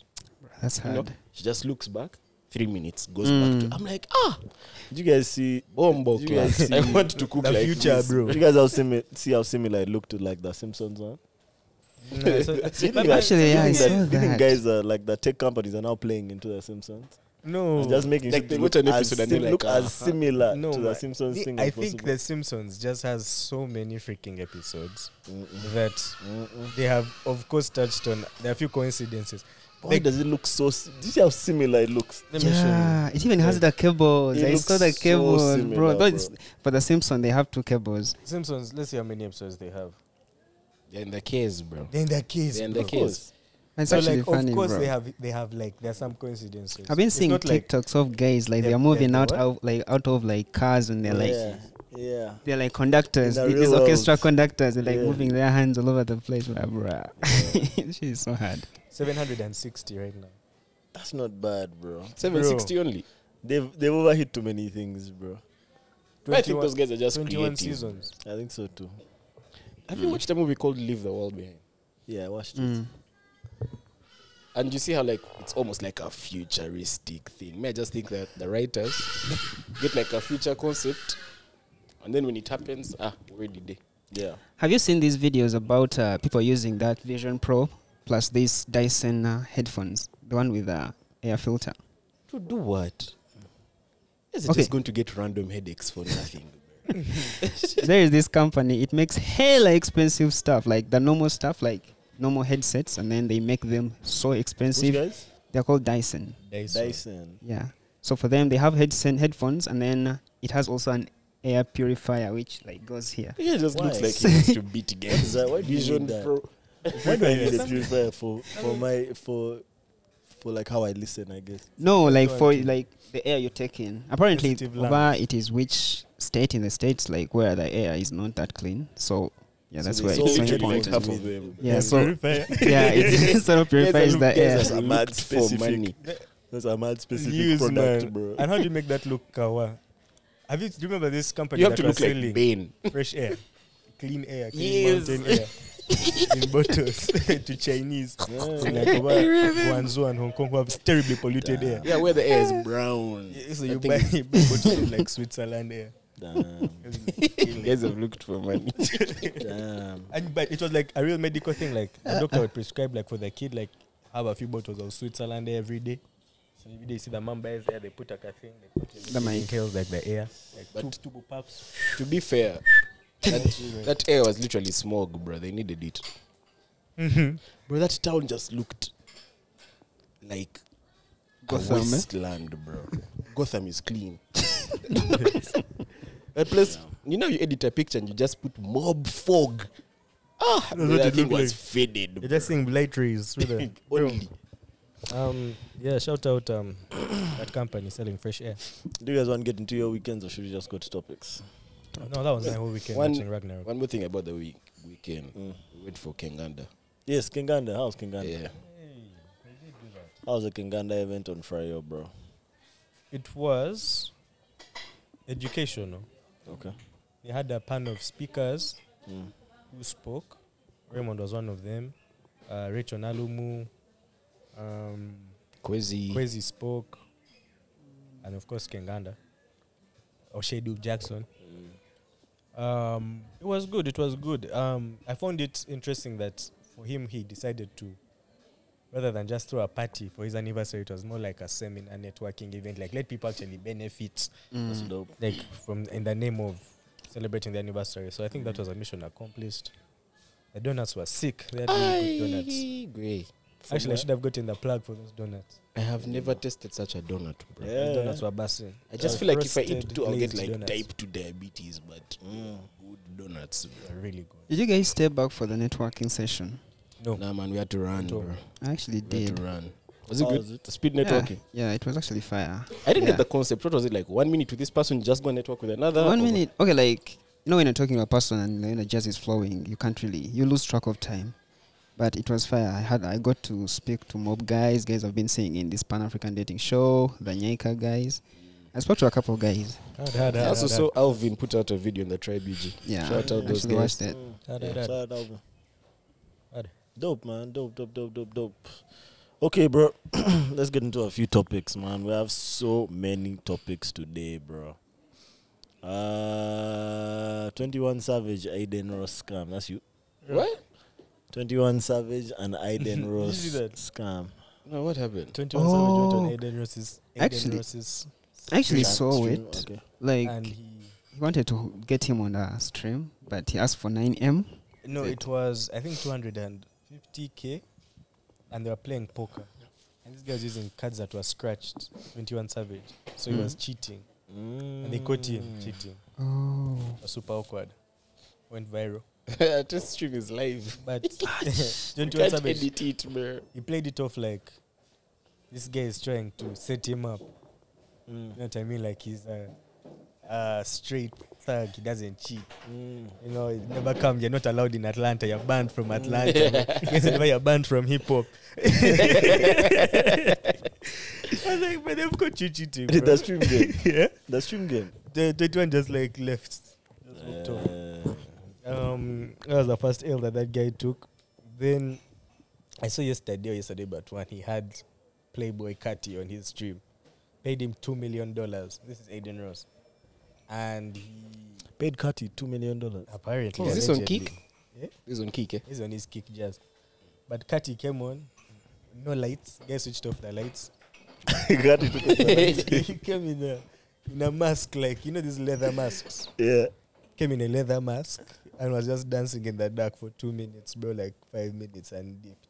That's
You know?
hard.
She just looks back, three minutes, goes
Mm.
back to I'm like, ah,
Did you guys see?
bombo
You guys
class. I
see
want to cook
the
like
future,
this.
bro.
Did you guys how simi- see how similar it looked to like the Simpsons one?
No,
Do
so-
you
but-
think
but-
that-
Actually,
do you
yeah, I
think that-
saw
do you think
that.
guys are like the tech companies are now playing into the Simpsons.
no.
It's just making
Like,
shit
they
look,
watch an
as,
episode and they're
sim-
like,
look as
uh-huh.
similar
Oh. No,
to the
man.
Simpsons
The-
thing.
I
as
think
possible.
The Simpsons just has so many freaking episodes that they have, of course, touched on. There are a few coincidences.
Why
Like-
does it look so? s- Do you see how similar it looks?
Yeah, it even has the cables.
It
I
looks
saw the
so
cables,
similar,
bro. Though it's-
bro.
For the Simpson, they have two cables.
Simpsons. Let's see how many episodes they have.
They're in the case, bro.
Then their kids.
They're in the
Of course.
case.
It's
so
actually
like,
funny,
of course,
bro.
they have they have like there are some coincidences.
I've been
It's
seeing
not like-
TikToks of guys like
They're-
they are moving
they're
out
what?
of like out of like cars and they're like
yeah. yeah.
they're like conductors.
In the
th- These
real
orchestra
world.
conductors are like
Yeah.
moving their hands all over the place, bro. bro. She's so hard.
760 right now.
That's not bad, bro.
760 only.
They've they've overhit too many things, bro.
I think
21
those guys are just
21
creative.
seasons.
I think so too.
Have you watched a movie called Leave the World Behind?
Yeah, I watched it.
Mm.
And you see how like it's almost like a futuristic thing. May I just think that the writers get like a future concept, and then when it happens, ah, where did they?
Yeah.
Have you seen these videos about uh, people using that Vision Pro plus these Dyson uh, headphones, the one with uh, air filter?
To do what? Is it
Okay.
just going to get random headaches for nothing?
there is this company. It makes hella expensive stuff, like the normal stuff, like normal headsets, and then they make them so
Which
expensive.
guys?
They're called Dyson.
Dyson.
Yeah. So for them, they have headset headphones, and then it has also an air purifier, which like goes here.
Yeah, it just looks
Why?
like he wants to beat
Is
games.
that- why do you
Vision
need that?
Pro.
Why do I need a purifier for for my for for like how I listen? I guess.
No, like for
Authority.
like the air you take in. Apparently,
Sensitive
over it is which state in the states like where the air is not that clean. So yeah, that's
So
where
there's
it's so
literally like
important.
half
half
of
of them.
Yeah, so yeah, it sort of purifies
look,
the air.
That's a mad
Looked for
specific.
money.
That's a mad specific
Use,
product,
man.
bro.
And how do you make that look kawa? Have you do you remember this company
You have
that
to
was
look like
selling
Bane.
fresh air, clean air, clean
Yes.
mountain air in bottles to Chinese?
Yeah.
So like over Guangzhou and Hong Kong who have terribly polluted air.
Yeah, where the air is brown.
Yeah, So
I
you
think
buy, you buy bottles of like Switzerland air.
Damn.
You guys have looked for money.
Damn.
And but it was like a real medical thing. Like the doctor would prescribe like for the kid like have a few bottles of Switzerland air every day. So every day you see the mom buys air, they put like a thing, they put it
The mic.
it kills like the air. Like
But-
two two pups.
to be fair, that, that air was literally smog, bro. They needed it. Bro, that town just looked like
Gotham, eh?
a wasteland, bro. Gotham is clean. that place, you know, you edit a picture and you just put mob fog. Ah,
That's
bro,
what
that
it
thing
looked
was
like.
faded.
You're just
bro.
seeing light rays through the
Only.
Um, yeah, shout out um, that company selling fresh air.
Do you guys want to get into your weekends or should we just go to topics?
No, that was my whole weekend
One-
watching Ragnarok.
One more thing about the week weekend.
Mm.
We went for Kenganda.
Mm. Yes, Kinganda. How's Kinganda?
Yeah.
How's the Kinganda event on Friday, bro?
It was educational.
Okay.
They had a panel of speakers
Mm.
who spoke. Raymond was one of them. Uh, Rachel Nalumu, um,
Kwezi.
Kwezi spoke, and of course Kenganda, Oshedu Jackson. Um, it was good. It was good. Um, I found it interesting that for him he decided to, rather than just throw a party for his anniversary, it was more like a seminar, networking event. Like let people actually benefit,
That's dope.
like from in the name of celebrating the anniversary. So I think that was a mission accomplished. The donuts were sick. They had really good donuts.
Aye, grey.
Actually, I should have gotten the plug for those donuts.
I have never tasted such a donut, bro.
Yeah.
Those donuts were busting.
I just
Uh,
feel like if I eat
frosted
two, I'll get
glazed
like
donuts.
type two diabetes. But mm, good donuts. Bro.
They're really good.
Did you guys stay back for the networking session?
No,
Nah, man, we had to run,
Don't.
bro.
I
We
actually
had
did.
to run. Was it
How
good?
was it?
Speed
Yeah,
networking.
Yeah, it was actually fire.
I didn't
Yeah.
get the concept. What was it like? One minute with this person, just go and network with another.
One
or-
minute. Okay, like you know when you're talking to a person and you know, the jazz is flowing, you can't really you lose track of time. But it was fire. I had I got to speak to mob guys, guys I've been seeing in this Pan African dating show, the Nyaika guys. I spoke to a couple of guys.
Hard, hard,
I
hard,
also
hard,
saw Alvin put out a video in the tribe UG.
Yeah.
Shout out
I
those
actually
guys.
watched
hard,
it.
Mm. Yeah,
hard, hard.
shout out, bro.
Hard.
Dope, man. Dope, dope, dope, dope, dope. Okay, bro. Let's get into a few topics, man. We have so many topics today, bro. Uh, 21 Savage, Aiden Ross scam. That's you.
What?
21 Savage and Aiden Ross
see that?
scam.
No, what happened?
21 Savage went on
Oh.
Aiden Ross's, Aiden
Actually,
Ross's
I actually
Stream-
Oh,
saw
stream,
it.
Okay.
Like
and he
he wanted to get him on a stream, but he asked for nine M.
no, it was I think 250k, and they were playing poker, and this guy was using cards that were scratched. 21 Savage, so he was
Mm.
cheating, and they caught him cheating.
Oh.
It was super awkward, went viral.
Test stream is live.
But
You
21
can't
Savage
edit it, bro.
he played it off like this guy is trying to set him up. You know what I mean? Like he's a, a straight thug. He doesn't cheat. You know, he never come. You're not allowed in Atlanta. You're banned from Atlanta. Yes, never you're banned from hip hop. I was like, but they've got you cheating.
Did
bro."
the stream game.
yeah.
The stream game.
The the one just like left. Just walked off. Um, that was the first L that that guy took. Then I saw yesterday or yesterday, but when he had Playboy Cutty on his stream, paid him two million dollars. This is Aiden Ross, and he Oh,
Paid Cutty $2 million.
apparently
Is this on
allegedly-
Kick?
Yeah.
This is on Kick, eh?
He's on his kick jazz, but Cutty came on, no lights. Guy switched off the lights.
Cutty took it.
he came in a in a mask like you know these leather masks.
Yeah.
Came in a leather mask and was just dancing in the dark for two minutes, bro, like five minutes and dipped.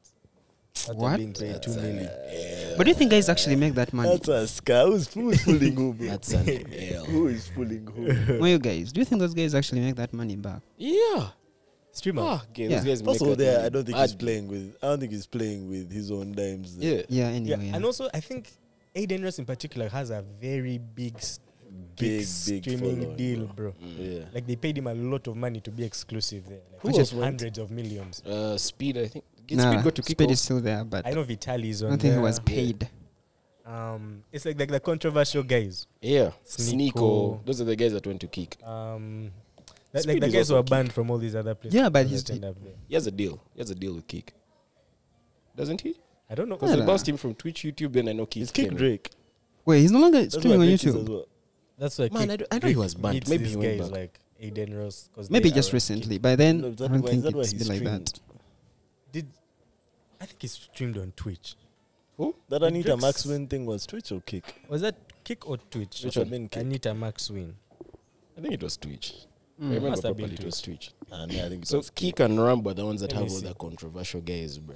After
What?
being paid two million.
But do you think guys actually make that money?
That's a scam. Who's, who's fooling who, bro?
That's an L.
who is fooling who?
Well, you guys, do you think those guys actually make that money back?
Yeah.
Streamer.
Ah, okay,
Yeah.
those guys
First of all,
make that
there,
money.
I don't think
Bad.
he's playing with. I don't think he's playing with his own dimes.
Yeah.
Yeah,
yeah.
anyway. Yeah,
and also I think Aiden Ross in particular has a very big, s-
Big,
big,
big
streaming
following,
deal, bro.
Mm.
Yeah.
Like they paid him a lot of money to be exclusive there, like
Who
which
else
is
went?
hundreds of millions.
Uh, speed, I think. Did
nah,
speed go to
Speed
kickoff?
is still there, but
I
I
know Vitali is on.
don't think he
there.
was paid.
Um, it's like like the controversial guys.
Yeah.
Sneeko.
Sneeko. Those are the guys that went to kick.
Um, like,
Speed
like the
is
guys who
also
are banned from all these other places.
Yeah, but
that
he's-
turned up there.
He has a deal. He has a deal with kick. Doesn't he?
I don't know.
Because
Yeah.
they bounced him from Twitch, YouTube, and I know kick.
He's kicked
came in.
Drake.
Wait, he's no longer
That's
streaming
why
on
Drake is as
YouTube.
well.
That's why
Man, I
Kick-
don't- I don't he
Kick
was banned.
meets
Maybe
these
he went
guys
back.
like Aiden Ross. 'cause
Maybe
they
just
are on
recently.
Kick.
By then,
No, is that
I don't
why- is
think
that why
it's
he
been like
streamed?
that.
Did I think he's streamed on Twitch?
That
Did
Anita
Drake's-
Maxwin thing was Twitch or kick?
Was that Kick or Twitch?
Which one? Been Kick.
Anita Max win.
I think it was Twitch. I
Mm.
remember
Must have been
properly it was Twitch.
Ah, nah, I think it
So
was
Kick and Rambo are the ones that
Let me
have all
see.
the controversial guys, bro.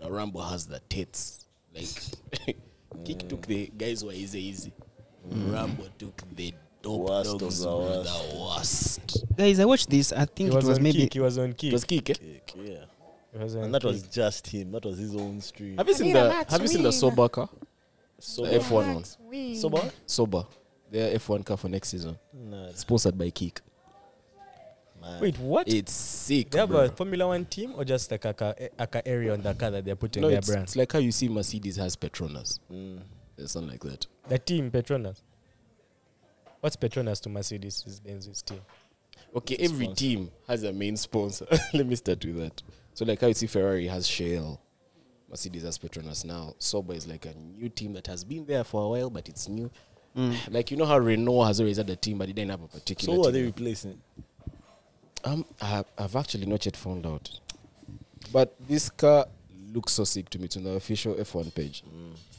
Now Rambo has the tits. Like Hmm. Kick took the guys who are easy easy. Rambo took the dope
Worst of
dogs,
the
bro,
worst.
the worst.
Guys, I watched this. I think
He
it was,
was, on
maybe.
Kick. He was on Kick.
It was Kick, eh?
kick. Yeah.
He was on
And that was
Kick.
just him. That was his own stream.
Have you seen the Have you seen the sober car?
Sober?
The F1 one.
Sober?
Sober. Their F1 car for next season.
Nah,
Sponsored by Kick.
man.
Wait, what?
It's sick.
They have
bro.
a Formula One team or just like a, ca- a ca- area on the car that they're putting
No,
their
it's,
brand?
it's like how you see Mercedes has Petronas.
Mm.
There's something like that.
The team Petronas. What's Petronas to Mercedes is Benz's team?
Okay, every
sponsor.
team has a main sponsor. Let me start with that. So, like how you see Ferrari has Shell, Mercedes has Petronas now. Sauber is like a new team that has been there for a while, but it's new.
Mm.
Like you know how Renault has always had a team, but it didn't have a
So
particular.
who are they
team.
replacing?
Um, I, I've actually not yet found out, but this car looks so sick to me. It's on the official F1 page.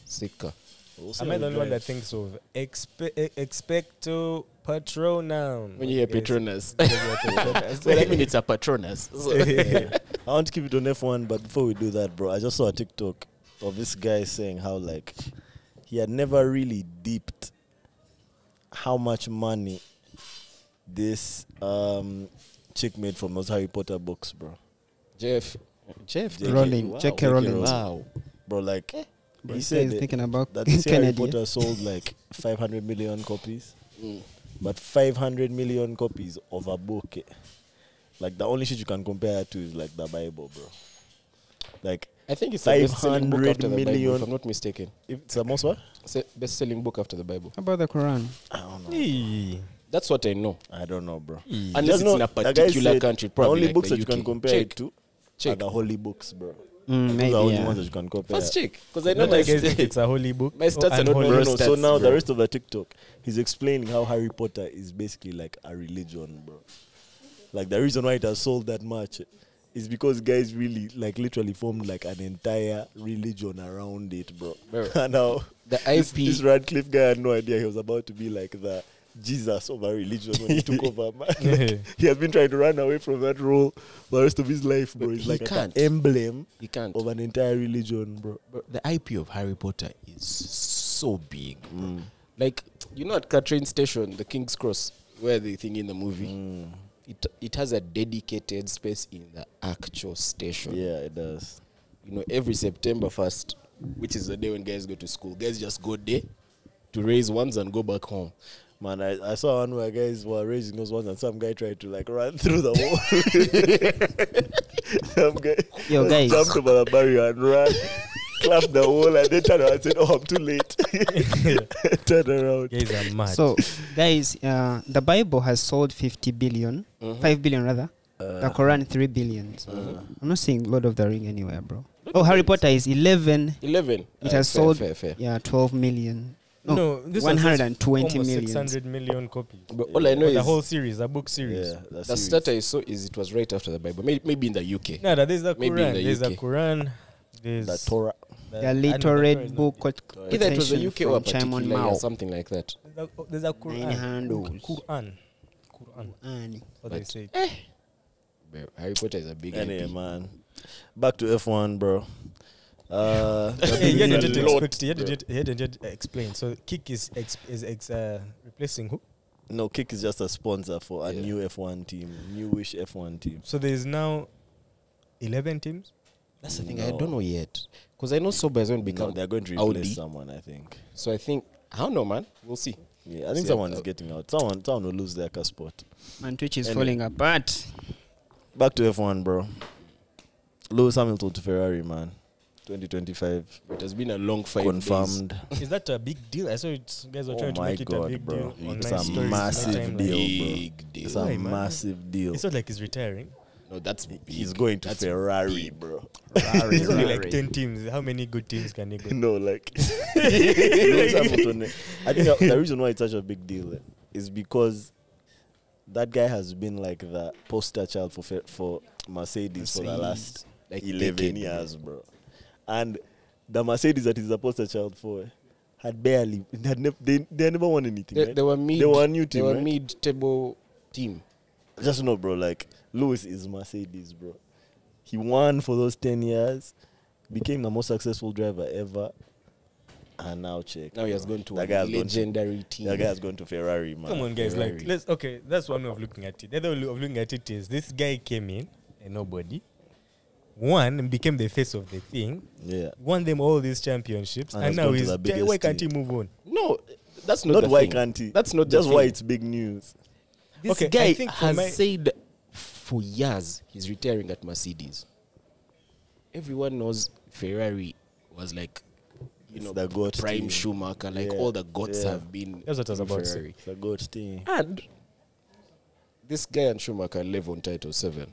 Sick car.
We'll see
Am
how
I
we
the only one
drive.
that thinks of expe- e- expecto patronum?
When you hear
Yes.
Petronas,
Petronas.
well, I mean it's a Petronas.
I want to keep it on F1, but before we do that, bro, I just saw a TikTok of this guy saying how, like, he had never really deeped how much money this um, chick made from those Harry Potter books, bro.
Jeff, Jeff,
JK.
Rowling,
Wow,
JK
JK
Rowling.
Rowling.
wow.
Eh, Bro, like,
Bro,
he
this guy
said
is
that,
thinking about
that this Harry
Kennedy.
Potter sold like 500 million copies, but 500 million copies of a book. eh, Like, the only shit you can compare to is like the Bible, bro. Like,
I think it's a best-selling book
500
after the Bible, if
million.
I'm not mistaken.
if it's the most what?
It's a best-selling book after the Bible.
How about the Quran?
I don't know.
Hey.
That's what I know.
I don't know, bro.
Unless
Just
it's
know-
in a
the guy
particular
said
country,
The
probably
only
like
books
the
that you can
UK.
compare
check,
it to are
Check.
the holy books, bro. Those
Mm,
are the
maybe.
only
yeah.
ones that you can compare.
First check, because I know
Not I
my
guess if it's
stats.
a holy book.
My stats are not
No,
unholy.
no, no.
Stats,
so now
bro.
the rest of the TikTok, he's explaining how Harry Potter is basically like a religion, bro. Like the reason why it has sold that much is because guys really, like, literally formed like an entire religion around it, bro.
Bro.
and now
The
this,
IP.
this Radcliffe guy had no idea he was about to be like the Jesus of our religion when he took over. man. Like, he has been trying to run away from that role the rest of his life, bro.
But
It's
he
like an
can't.
emblem
You can't.
of an entire religion, bro.
Bro, the IP of Harry Potter is so big. bro.
Mm.
Like you know at Catherine Station, the King's Cross, where the thing in the movie,
Mm.
it it has a dedicated space in the actual station.
Yeah, it does.
You know, every September first, which is the day when guys go to school, guys just go there to raise ones and go back home.
Man, I, I saw one where guys were raising those ones and some guy tried to like run through the wall. some guy
Yo,
just
guys.
jumped over the barrier and ran, clapped the wall, and then turned around and said, Oh, I'm too late. Turn around.
Guys are mad.
So, guys, uh, the Bible has sold 50 billion,
Mm-hmm.
5 billion rather.
Uh,
the Quran, 3 billion. I'm not seeing Lord of the Ring anywhere, bro. Oh, Harry Potter is 11.
Eleven.
It
Uh,
has
fair,
sold,
Fair, fair.
yeah, 12 million. No,
no, this one says
120
almost
million.
600 million copies.
But all I know
For the
is
whole series, the book series.
Yeah, that's
the stat I saw is it was right after the Bible. Maybe, maybe in the UK.
No, no, there's the
Maybe in
Quran.
the
there's
UK.
the Quran. There's
The Torah.
Uh, the-
The
I know
little red
Torah is
book quote-
Either it was the
quotation
UK or
from Chaimon
particularly
Mao.
or something like that.
not- There's a, there's a Quran.
handles.
Quran. Quran.
Annie.
What they
But-
say.
Babe, Harry Potter is a big
Anyway,
IP.
man. Back to F1, bro. Uh,
Hey, you
a
didn't yet
lot,
expect- you
bro.
didn't yet- you didn't yet explain. So Kick is ex- is ex- uh, replacing who?
No, Kick is just a sponsor for a
Yeah.
new F1 team, newish F1 team.
So there is now eleven teams.
That's the thing. I don't know yet. Because I know Soba is going to
No,
become.
they're going to replace
Audi.
someone, I think.
so I think, I don't know, man. We'll see.
Yeah, I think
See,
someone
uh,
is getting out. Someone, someone will lose their car spot.
Man, Twitch is
Anyway.
falling apart.
Back to F1, bro. Lewis Hamilton to Ferrari, man. 2025
It has been a long five days.
confirmed.
Is that a big deal? I saw it. Guys were
Oh
trying to
my
make it a
God,
big
bro.
deal.
It's
online
a
stories,
massive
nighttime,
deal,
like-
bro.
Big
It's
deal.
a
Why, man?
massive deal.
It's not like he's retiring.
No, that's big.
He's going to
That's
Ferrari,
big.
bro.
There's only like ten teams. How many good teams can he go?
no, like Lewis Hamilton. eh. I think the reason why it's such a big deal eh, is because that guy has been like the poster child for Fe- for Mercedes, for the last
Like
eleven
decade, bro.
years, bro. And the Mercedes that he's the poster child for eh, had barely they had nev- they, they had never won anything.
They,
right?
they were mid.
They were a new
They
team,
were
right?
mid-table team.
Just know, bro. Like Lewis is Mercedes, bro. He won for those ten years, became the most successful driver ever, and now check.
Now he has
bro.
gone to
That
a
guy has gone to
legendary team.
That guy's going to Ferrari, man.
Come on, guys. Like,
Ferrari.
let's okay. That's one way of looking at it. The other way of looking at it is this guy came in and nobody. One and became the face of the thing.
Yeah.
Won them all these championships,
And
and,
has
now
Ah, gone to
he's.
the
Te- why
biggest
can't he
team.
move on?
No, that's not,
Not,
the
why
thing.
can't he?
That's not the
just why
thing.
it's big news.
This
Okay, I
guy
think for
has
my-
said for years he's retiring at Mercedes. Everyone knows Ferrari was like, you
It's
know,
the goat
prime
team.
Schumacher. Like
Yeah,
all the gods
yeah.
have been
That's what I was
in
about to say.
Ferrari.
It's a good thing.
And this guy and Schumacher live on title seven.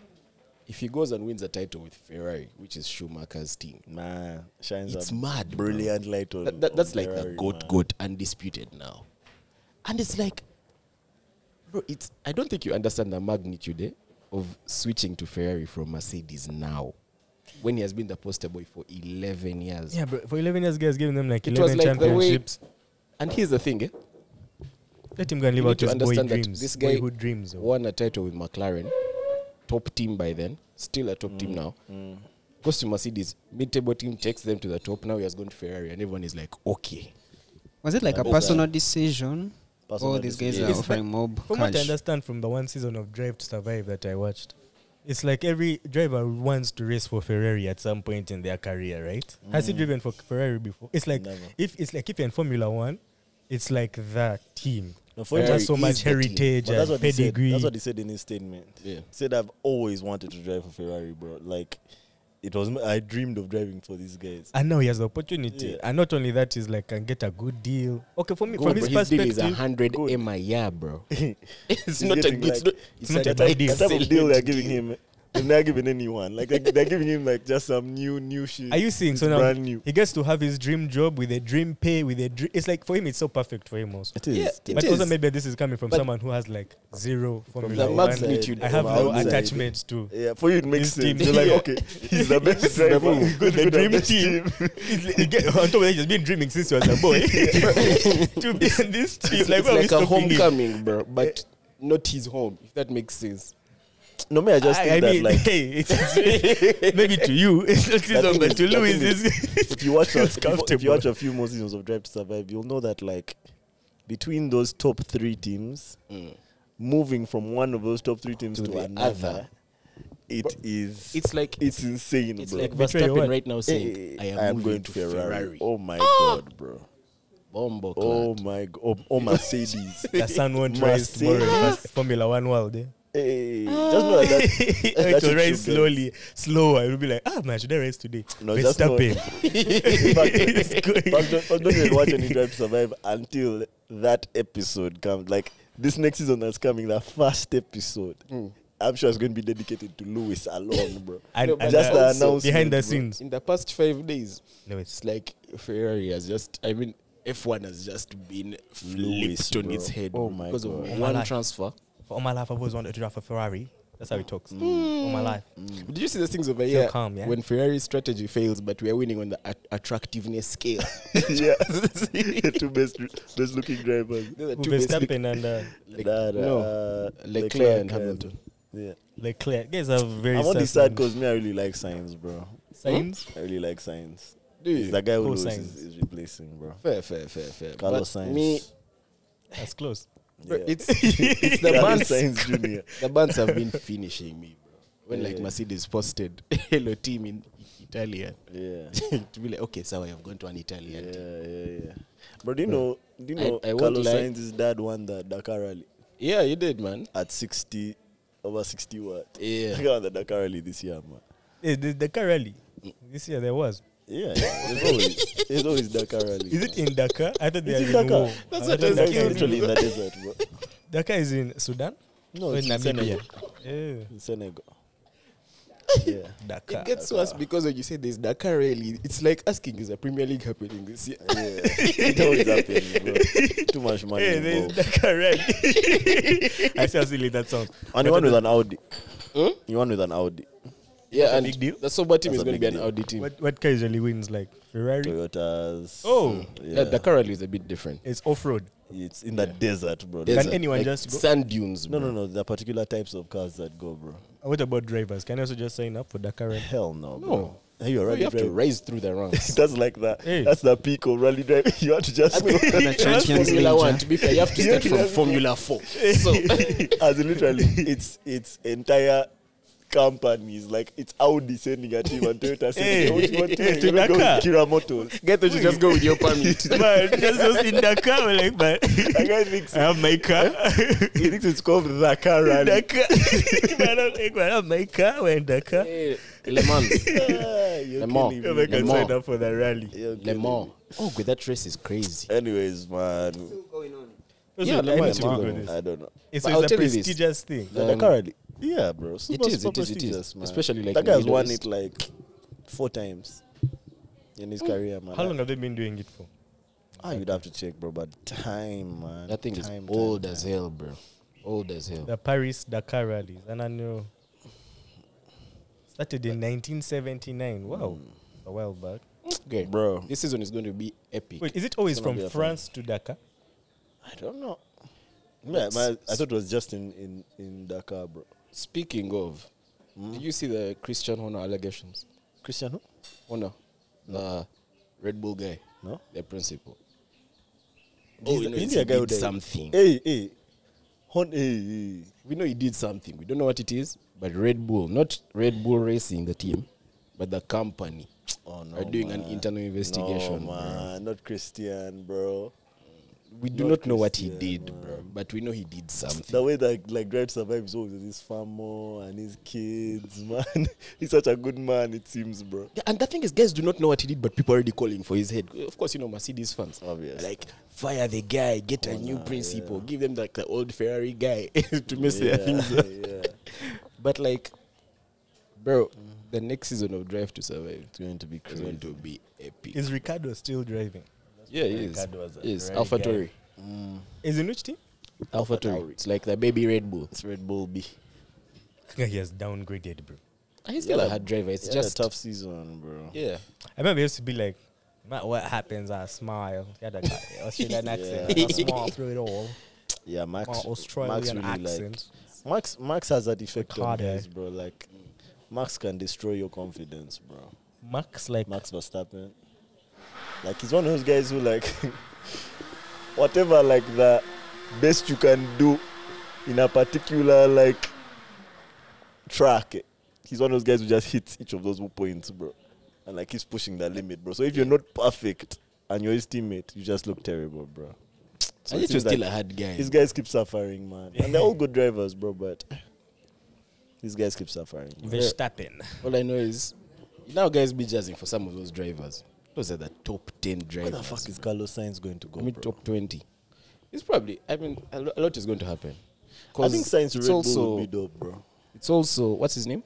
If he goes and wins a title with Ferrari, which is Schumacher's team,
Man, shines
It's
a
mad, bro.
brilliant light on.
that, that, that's
on
like the
Ferrari,
goat,
man.
goat, undisputed now. And it's like, bro, it's I don't think you understand the magnitude eh, of switching to Ferrari from Mercedes now, when he has been the poster boy for eleven years.
Yeah, but for 11 years, guys, giving them like
It
11
was like the way.
championships.
And here's the thing, eh?
Let him go and
You
live
need
out
to
his boy
understand that
dreams.
this
This
guy
guy who dreams. Of.
won a title with McLaren, top team by then, still a top team now.
Mm.
Goes to Mercedes, mid-table team takes them to the top. Now he has gone to Ferrari, and everyone is like, okay.
Was it like a
Both
personal decision?
Personal
All these guys
decision.
are
It's
offering mob
From what I
cash.
understand from the one season of Drive to Survive that I watched, it's like every driver wants to race for Ferrari at some point in their career, right? Has he driven for Ferrari before? It's like
Never.
if it's like if you're in Formula One, it's like the team.
No, for
It
Ferrari
has so
is
much
the team.
heritage
But that's
and
what he said.
pedigree.
That's what he said in his statement.
Yeah.
He said I've always wanted to drive for Ferrari, bro. Like it was m- I dreamed of driving for these guys.
And now he has the opportunity.
Yeah.
And not only that, he's like can get a good deal. Okay, for me,
Go,
from
bro,
his
his deal is
perspective,
100
good.
M a year, bro. it's
He's
not a
getting
good.
like-
Like,
it's not a bad
The
deal.
type of deal they're giving him, they're not giving anyone. Like they- they're giving him like just some new new shit.
Are you seeing?
It's
So now
brand new.
he gets to have his dream job with a dream pay with a dream. It's like for him, it's so perfect for him also.
It is.
Yeah,
dude.
but
is.
also maybe this is coming from
But-
someone who has like zero Formula
the
One.
magnitude
I have
from
no
outside.
attachment to.
Yeah, for you it makes
This team.
sense. You're like,
Yeah.
okay, he's the best
This is the
driver.
one.
He's going to
The
be
dream
best
team. It's like- you get- on top of that, he's been dreaming since he was a boy to be in this team.
It's
like,
like,
"Oh, why are we
a
stopping him?
homecoming, bro, but not his home, if that makes sense.
No, me, I just
I,
think
I
that
mean,
like
hey, it's, it's- maybe to you it's not
The
season,
thing
but
is-
to
the
Louis,
thing is,
it's,
if you watch a,
It's
if, you- if
comfortable.
you watch a few more seasons of Drive to Survive, you'll know that like between those top three teams, moving from one of those top three teams
To
to,
the
another,
other.
it
But
is
It's like
it's insane,
it's
bro.
like
Betray your
Verstappen
what?
right now saying,
Eh,
I am,
going to Ferrari. Oh my god, bro.
Bombo
Oh
clad.
my god. Oh, oh Mercedes.
the sun won't rise tomorrow in
Mercedes.
Fast- Formula One world. Eh?
hey, just know that, that, that
it will
shit
rise
should get-
slowly, slower. It will be like, ah, man, should I race today?
No, just know-
Verstappen.
In fact,
It's going-
But don't, but don't even watch any Drive to Survive until that episode comes. Like this next season that's coming, the first episode.
Hmm.
I'm sure it's going to be dedicated to Lewis alone, bro.
And,
No, but
and
just
uh,
the
also
announcement
behind the
bro.
scenes.
In the past five days,
No, it's
it's like Ferrari has just, I mean, F1 has just been flipped
Lewis,
on
bro.
its head
Oh
bro,
my
because
God.
of
Oh my
one
life.
transfer.
for all my life, I've always wanted to drive a Ferrari. That's That's how he talks.
Hmm.
All my life.
Did you see those things over here?
calm, yeah?
When Ferrari's strategy fails, but we are winning on the at- attractiveness scale.
yeah. Two best, best looking drivers.
Those are two best-
Verstappen and uh,
Lec-
Nah, nah,
no,
uh,
Leclerc, and Hamilton.
Yeah.
Leclerc. Guys are very
I'm only
sus
sad
and-
because me, I really like science, bro.
Signs?
I really like science.
Do
It's
you?
the guy who
Cool
Lewis
Sainz.
is, is replacing, bro.
fair, fair, fair, fair.
Carlos
But
Sainz.
Me,
That's close.
bro,
Yeah.
it's, it's the
Carlos
bands.
Sainz Jr.
The bands have been finishing me, bro. When like
Yeah.
Mercedes posted hello team in Italian,
Yeah.
to be like, okay, so I've gone to an
Yeah,
Italian. team.
yeah, yeah. But do you know, do you
I-
know
I won't
Carlos
lie.
Sainz's dad won the Dakar Rally
Yeah, you did, man.
at 60, over 60 watt.
Yeah.
He won the Dakar Rally this year, man.
Eh, the, the car rally. This year there was.
Yeah, yeah. There's always, there's always Dakar Rally.
Is it in Dakar? I thought they
Is
are
it
in
Dakar?
war.
That's
I
what
thought
I was
Dakar
Dakar
is
is-
literally in the desert, bro.
Dakar is in Sudan? Eh,
No,
Or
it's
Oh, in
in Senegal.
Namibia. Yeah.
In Senegal. Yeah.
Dakar.
It gets worse because when you say there's Dakar rally, it's like asking is a Premier League happening this year.
Yeah. it always happens, bro. Too much money
Hey, there's
involved.
Dakar rally. I see how silly that sounds.
And
But
you won
that-
with an Audi.
Hmm?
You won with an Audi.
Yeah, and
big deal.
the Soba team
That's
is
a big
going to be an
deal.
Audi team.
What, what car usually wins? Like Ferrari?
Toyotas.
Oh.
yeah.
Yeah, Dakar rally is a bit different.
It's off road.
It's in the desert, bro.
Desert,
anyone just go-
sand dunes?
No,
bro.
no, no. There are particular types of cars that go, bro.
What about drivers? Can I also just sign up for Dakar rally?
Hell no, bro.
No.
Hey, you're
Bro,
rally
you have to
driving.
race through the rounds.
That's like that.
Hey.
That's the peak of rally driving. You have to just go.
The Champions League.
Formula One.
yeah.
To be fair, you have to start from Formula Four. So
As in literally, it's it's entire companies like it's Audi sending a team and Toyota sending.
Hey.
What you want to
Hey, to
even go
Dakar.
with Kira Motors.
get to just go with your permit.
man, just was in Dakar. we're Like, man,
That guy thinks
I have my car.
he thinks it's called Dakar Rally.
Dakar. man, I'm like, man, I have my car. We're in Dakar.
Eh, Le Mans.
Ah, you're
Le Mans.
killing
Yeah,
me.
man, can
Le Mans.
sign up for the rally.
You're
Le
killing
Mans.
me.
Oh, good, that race is crazy.
Anyways, man.
Yeah,
Also,
Le Mans
I need
is
to Google
one.
this.
I don't know.
It's,
But
it's
I'll
a
tell you this.
prestigious thing.
The
Um,
Dakar Rally. Yeah, bro. Super,
is, it
super
is, it is.
prestigious, man.
Especially, like,
that
in
guy has
Middle
won
East.
it like four times in
Hmm.
his career, man.
How long have they been doing it for?
Ah, you'd have to check, bro. But time, man.
That thing
time,
is
time,
old
time.
as hell, bro. Old as hell.
The Paris Dakar rally is an annual. Started in 1979. Wow, a while back.
Okay,
Bro.
This season is going to be epic.
Wait, is it always
It's gonna be
from
a fun-
France to Dakar?
I don't know. Yeah,
It's-
man, I thought it was just in in in Dakar, bro.
Speaking of, did you see the Christian Horner allegations?
Christian, who?
Horner, the Red Bull guy,
No.
the principal.
He's
we
the-
Oh, know
he's
he
the guy who
did
died.
something.
Hey, hey, Hon, hey, hey.
We know he did something. We don't know what it is, but Red Bull, not Red Bull Racing, the team, but the company.
Oh no,
Are doing an
man.
internal investigation,
No,
bro.
man, not Christian, bro.
We do
Not
not know what he
Christian,
did, bro, but we know he did something.
The way that like Dread survives always with his family and his kids, man. He's such a good man, it seems, bro.
Yeah, and the thing is, guys do not know what he did, but people are already calling for his head. Of course, you know, Mercedes fans.
Obvious.
Like, fire the guy, get
Oh,
a new principal, give them like the old Ferrari guy to mess
yeah,
their things up.
yeah.
But, like, bro, the next season of Drive to Survive
It's going to be
is
crazy.
going to be epic.
Is Ricardo still driving?
yeah, he is.
Ricardo was a
Yes,
Ferrari
Alpha
guy.
Tori.
Is in which team?
Alpha Tori. It's like the baby Red Bull.
It's Red Bull B.
Yeah, he has downgraded, bro.
He's still a hard driver. It's
It's
just
just a tough season, bro.
Yeah.
I remember he used to be like, no matter what happens, I smile. He had a guy, Australian accent.
Yeah.
I smile through it all.
Yeah, Max.
My Australian
Max really
accent.
like Max. Max has that effect on
Hard, eh?
guys, bro. Like Max can destroy your confidence, bro.
Max, like,
Max Verstappen. Like he's one of those guys who like whatever like the best you can do in a particular like track. eh, He's one of those guys who just hits each of those points, bro. And like he's pushing the limit, bro. So if you're not perfect and you're his teammate, you just look terrible, bro. So it
I think he's
seems
still
like
a hard guy.
these guys keep suffering, man. And they're all good drivers, bro, but these guys keep suffering. bro.
Verstappen.
All I know is now guys be judging for some of those drivers. Those are the top ten drivers.
Where the fuck is Carlos Sainz going to go,
I mean,
bro?
top twenty. It's probably. I mean, a, lo- a lot is going to happen.
I think Sainz Red
it's
Bull
also
would be dope, bro.
it's also what's his name?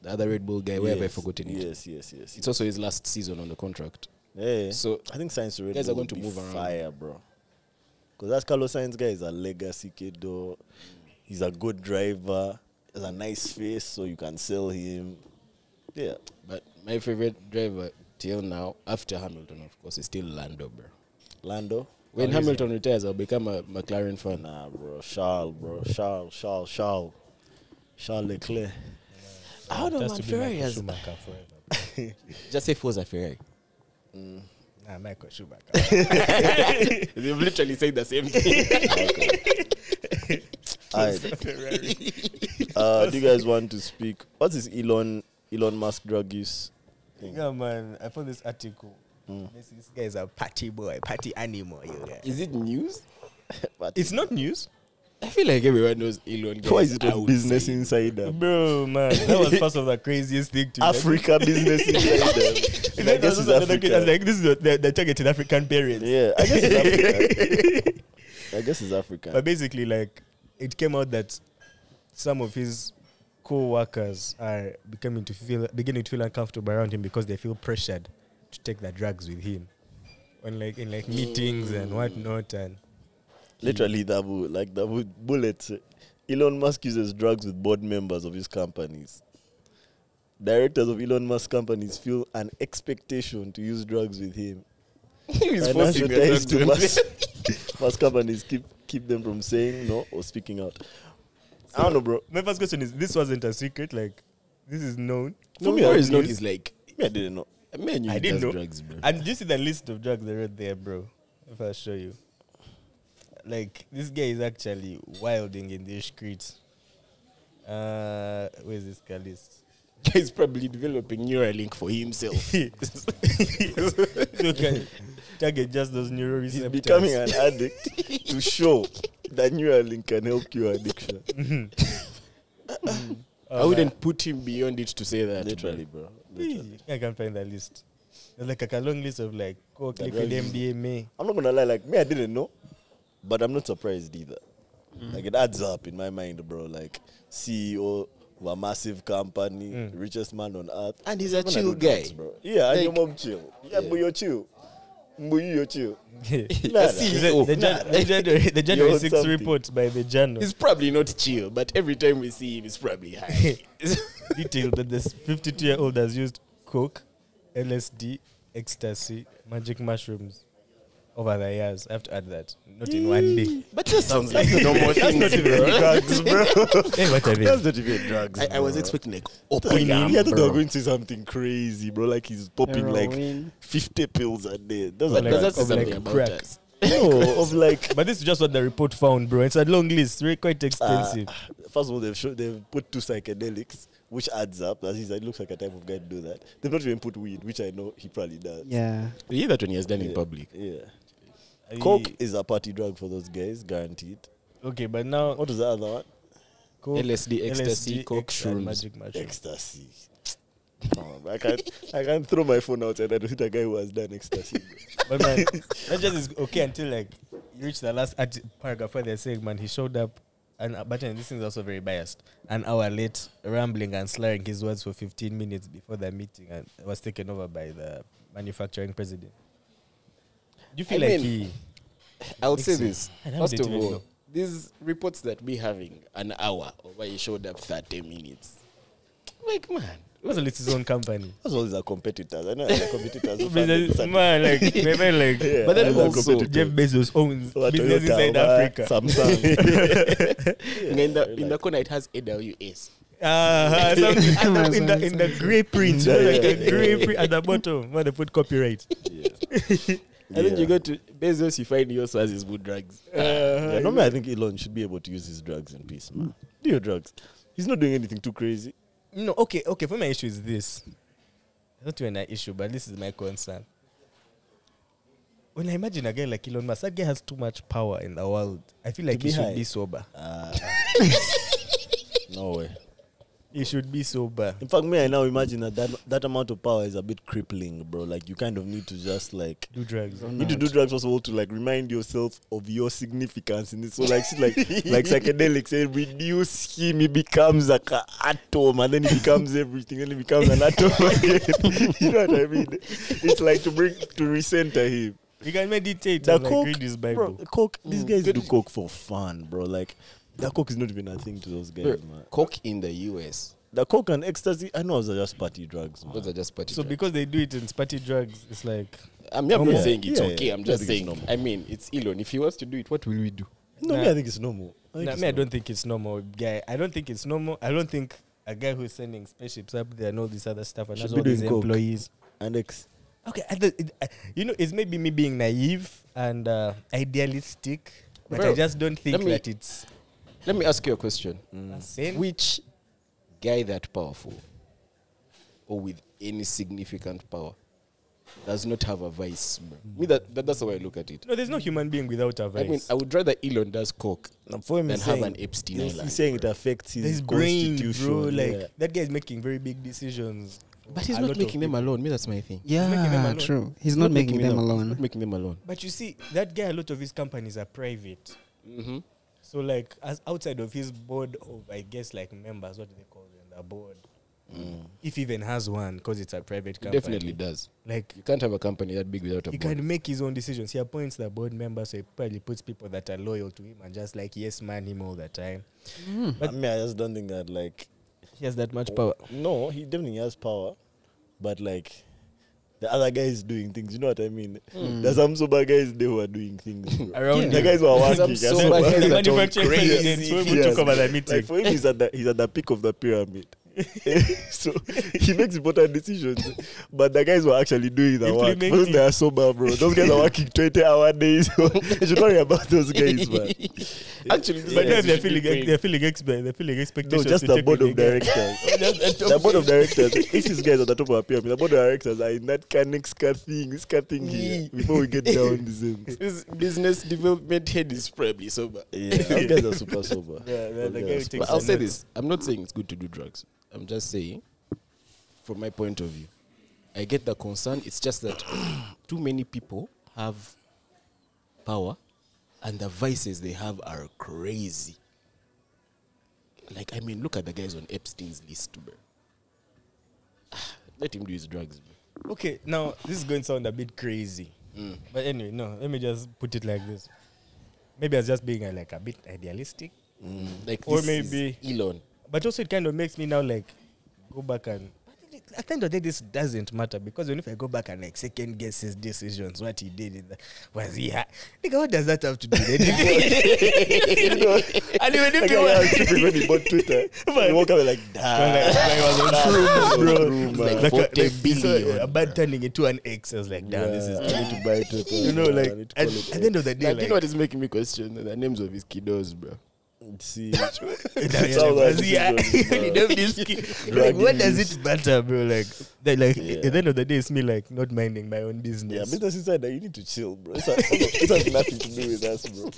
The other Red Bull guy. Where have I
Yes,
forgotten it?
Yes, yes, yes.
It's also his last season on the contract.
yeah.
so
So I think Science Red
guys are
Bull
going to
would be
move around.
Fire, bro. Because that Carlos Sainz guy is a legacy kid, though. He's a good driver. Has a nice face, so you can sell him. Yeah,
But my favorite driver till now, after Hamilton, of course, is still Lando, bro.
Lando.
When Hamilton retires, I'll become a McLaren fan.
Nah, bro, Charles, bro, Charles, Charles, Charles, Charles Leclerc. I don't know,
Just
man.
to be Michael
Ferrari has
Schumacher forever.
Just say Forza Ferrari.
Nah, Michael Schumacher.
They've literally said the same thing.
Alright. uh, do you guys want to speak? What is Elon Elon Musk drug use?
yeah, man. I found this article. This, this guy is a party boy, party animal. You guys.
Is it news?
But
It's not news,
I feel like everyone knows Elon.
why
guys.
is it
I
on
would
Business
say.
Insider?
bro, man. That was part of the craziest thing to
Africa Business Insider. And I guess it's Africa.
like, this is the, the, the targeted African parents.
Yeah, I guess it's Africa. I guess it's Africa.
But basically, like, it came out that some of his co-workers are becoming to feel beginning to feel uncomfortable around him because they feel pressured to take their drugs with him, on like in like meetings and whatnot. And
Literally, that would like that would bullets. Elon Musk uses drugs with board members of his companies. Directors of Elon Musk companies feel an expectation to use drugs with him.
He's
financial
forcing the
ties to
dogs.
mass, mass companies keep keep them from saying no or speaking out. I don't know, bro.
my first question is: This wasn't a secret, like this is known.
For me,
I
Ferrari is
knew-
not. He's like,
Me, I didn't know.
man, you
I didn't
does
know.
drugs, bro.
And do you see the list of drugs they wrote there, bro? If I show you, like this guy is actually wilding in the streets. Uh, where's this guy list?
He's probably developing Neuralink for himself.
you can target just those neuroreceptors.
He's becoming an addict to show that Neuralink can help cure addiction.
I wouldn't put him beyond it to say that. bro.
Literally, bro. Literally.
I can find that list. There's like a long list of like oh, coke,
That
liquid,
drugs.
MDMA.
I'm not gonna lie. Like me, I didn't know, but I'm not surprised either. Like it adds up in my mind, bro. Like CEO of a massive company,
Mm.
richest man on earth,
And he's a
Wanna
chill
do drugs,
guy.
bro. Yeah, and your
Like-
mom chill. Yeah, but you're chill. But you're chill.
the,
CEO.
the, Jan- the January, the
Oh, You
January
want
6
something.
report by the journal
He's probably not chill, but every time we see him, he's probably high.
detailed that this 52 year old has used coke, LSD, ecstasy, magic mushrooms over the years. I have to add that. Not in one day.
but that sounds like normal things, bro.
drugs, bro.
hey, what are they?
That's not even drugs.
I, I was
bro.
expecting like
Like,
opium.
yeah, I thought they were
bro.
going to say something crazy, bro. Like he's popping like
Heroin.
50 pills a day. Those
Or
are
like-
drugs.
That's
of
something
like
about
crack.
us.
no, of like.
But this is just what the report found, bro. It's a long list, very quite
Uh,
extensive.
first of all, they've show, they've put two psychedelics, which adds up. That is, it looks like a type of guy to do that. They've not even put weed, which I know he probably does.
Yeah.
Yeah, that one he has done in
Yeah.
public.
Yeah.
Ah,
I-
Coke is a party drug for those guys, guaranteed.
Okay, but now
What is the other one?
Coke,
LSD, ecstasy,
LSD,
coke,
X, and
shrooms.
magic mushroom.
Ecstasy. Come on, bro. I can't, I can't throw my phone outside and hit a guy who has done ecstasy. bro.
But man, that just is okay until like you reach the last arti- paragraph where they're saying, man, he showed up, and uh, but then this thing is also very biased. An hour late, rambling and slurring his words for 15 minutes before the meeting, and was taken over by the manufacturing president. Do you feel
I
like
mean,
he?
I'll
Makes
say
sense.
this.
And how
First
did
of
they even
all,
know?
these reports that we having an hour or why he showed up 30 minutes. Like, man.
It was at least his own company.
That's all these are competitors. I know they're competitors. who found it.
man, like, maybe like,
Yeah,
but then
those are
also
competitors.
Jeff Bezos owns
Or a
business
Toyota,
inside
or a
Africa.
Samsung.
and in the, in the
like-
corner, it has AWS.
Uh, in, the, in, the, in the grey print,
Yeah,
like
yeah,
the grey print at the bottom, where they put copyright.
And then
Yeah.
you go to Bezos, you find he also has his good drugs.
Yeah, normally I think Elon should be able to use his drugs in peace, man. Do your drugs. He's not doing anything too crazy.
No, okay, okay. For my issue is this. Not even an issue, but this is my concern. When I imagine a guy like Elon Musk, that guy has too much power in the world. I feel like
be
he should
high.
be sober.
Ah. No way.
He should be sober.
In fact, me I now imagine that, that that amount of power is a bit crippling, bro. Like you kind of need to just like
Do drugs.
you need to do drugs also to like remind yourself of your significance in it. So like shit like like psychedelics, eh, reduce him, he becomes like an atom and then he becomes everything, and he becomes an atom again. you know what I mean? It's like to bring to recenter him.
You can meditate.
the
and, like,
coke,
read his
bro,
Bible. Mm.
coke. These guys do coke for fun, bro. Like The coke is not even a thing to those guys,
Bro,
man.
coke in the US.
The coke and ecstasy, I know those are just party drugs, man.
Those are just party.
So
drugs.
because they do it in party drugs, it's like
I mean, I'm
Yeah,
not saying it's
yeah,
okay.
yeah.
I'm
I
just
think it's
saying.
normal.
I mean, it's Elon. If he wants to do it, what will we do?
no, me,
Nah.
I think it's normal. I, think
Nah,
it's
me, I
normal.
don't think it's normal, guy. I don't think it's normal. I don't think a guy who's sending spaceships up there and all this other stuff and
Should
has
be
all these
doing coke.
employees.
And ex-
Okay, I don't- it- I- you know, it's maybe me being naive and uh, idealistic, but I
Bro,
just don't think
let me-
that it's
Let me ask you a question.
Mm.
insane.
Which guy that powerful or with any significant power does not have a vice? Bro? Me, that, that, that's the way I look at it.
no, there's no human being without a vice.
I mean, I would rather Elon does coke.
Now, for him,
Then
he's
have
saying,
an Epstein
he's,
Island,
he's saying it affects his,
his brain,
constitution.
bro. Like
yeah.
that guy is making very big decisions. for
But he's
a lot
not
of
making them
people.
alone. Me, that's my thing.
Yeah,
making them alone.
true. He's not, making, them alone.
Making them alone.
But you see, that guy, a lot of his companies are private.
Mm-hmm.
So like, as outside of his board of, I guess like members, what do they call them? The board, if he even has one, because it's a private company.
Mm. Definitely does.
Like
You can't have a company that big without a
he
board.
can make his own decisions. He appoints the board members, so he probably puts people that are loyal to him and just like yes man him all the time.
Hmm.
I mean, I just don't think that, like,
He has that much power.
no, he definitely has power, but like, the other guy is doing things. You know what I mean?
Hmm.
There's some sober guys they were doing things. bro.
Around
The guys were
Some
working. and
sober
they were-
guys
The
that are
manufacturing
crazy.
president, when we
Yes.
took over the meeting.
Like for him, he's at the he's at the peak of the pyramid. so he makes important decisions, but the guys were actually doing the work.
Implementing.
Those they are sober, bro. Those guys are working twenty-hour days. you should worry about those guys, man.
Actually,
But
Yeah,
now
it
they're feeling they're feeling expe- they're feeling
No,
expectations.
just
to
the
take
board
with
of
the guy.
directors.
Just the
the board of directors. If these guys at the top of the pyramid, the board of directors are in that can next car thing, this car thing here. Before we get down these things.
His business development head is probably sober.
Yeah, those guys are super sober.
Yeah, the-
Those
the
guys are
guy who
super
takes
But I'll
the
say
notes.
this: I'm not saying it's good to do drugs. I'm just saying, from my point of view, I get the concern. It's just that too many people have power, and the vices they have are crazy. Like I mean, look at the guys on Epstein's list, bro. Ah, Let him do his drugs, bro.
Okay, now this is going to sound a bit crazy, but anyway, no. Let me just put it like this. Maybe I was just being uh, like a bit idealistic,
Mm, Like
Or
this is
maybe-
Elon.
but also it kind of makes me now like go back and. At the end of the day, this doesn't matter because even if I go back and like second guess his decisions, what he did, in the, was he? Ha- Nigga, what does that have to do? with anything? and even if
Like,
he
I
was,
was stupid when he bought Twitter. he walk up and like, damn.
like, like, Ah, I was on shrooms,
bro.
Like
like,
40
like, you saw
billion,
a bad turning into an X. I was like, damn, this is
I need to buy Twitter.
you know, like at, at the end of the
Now,
day,
do you
like,
know what is making me question the names of his kiddos, bro?
See,
Yeah, yeah,
Sounds like
because, yeah,
this is, uh,
you don't need ski- like,
drug
what does
use.
it matter, bro? Like, that, like
Yeah.
at the end of the day, it's me like not minding my own
yeah,
business.
business insider, you need to chill, bro. It's has, it has nothing to do with us, bro.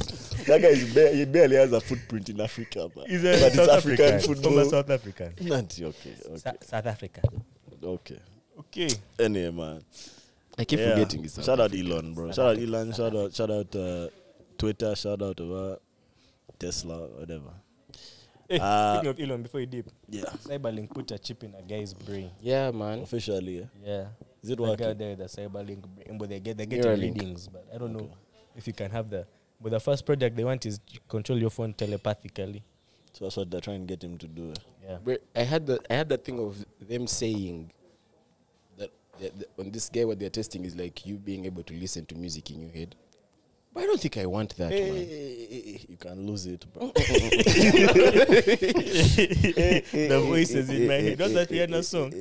That guy is bare, he barely has a footprint in Africa, man.
He's
but
a
it's
South
African
African, former
football.
South African,
Nanti, okay, okay,
Sa- South Africa.
okay.
Okay,
Anyway, man.
I keep
Yeah.
forgetting his
Shout out Elon, bro. Shout out Elon. Shout out, shout out uh, Twitter. Shout out uh, Tesla, whatever.
hey,
Uh,
Eh, speaking of Elon, before you dip,
Yeah,
Cyberlink put a chip in a guy's brain.
Yeah, man.
officially. eh? Yeah.
Yeah,
Is it
the guy
working?
there, the Cyberlink brain, but they get they get
Neuralink.
readings, but I don't know if you can have the. But the first project they want is to control your phone telepathically.
So that's what they're trying to get him to do. eh?
Yeah.
Where I had the I had that thing of them saying that, that, that on this guy what they're testing is like you being able to listen to music in your head. But I don't think I want that, man.
You can lose it, bro.
the voices in my head. What's that Rihanna song?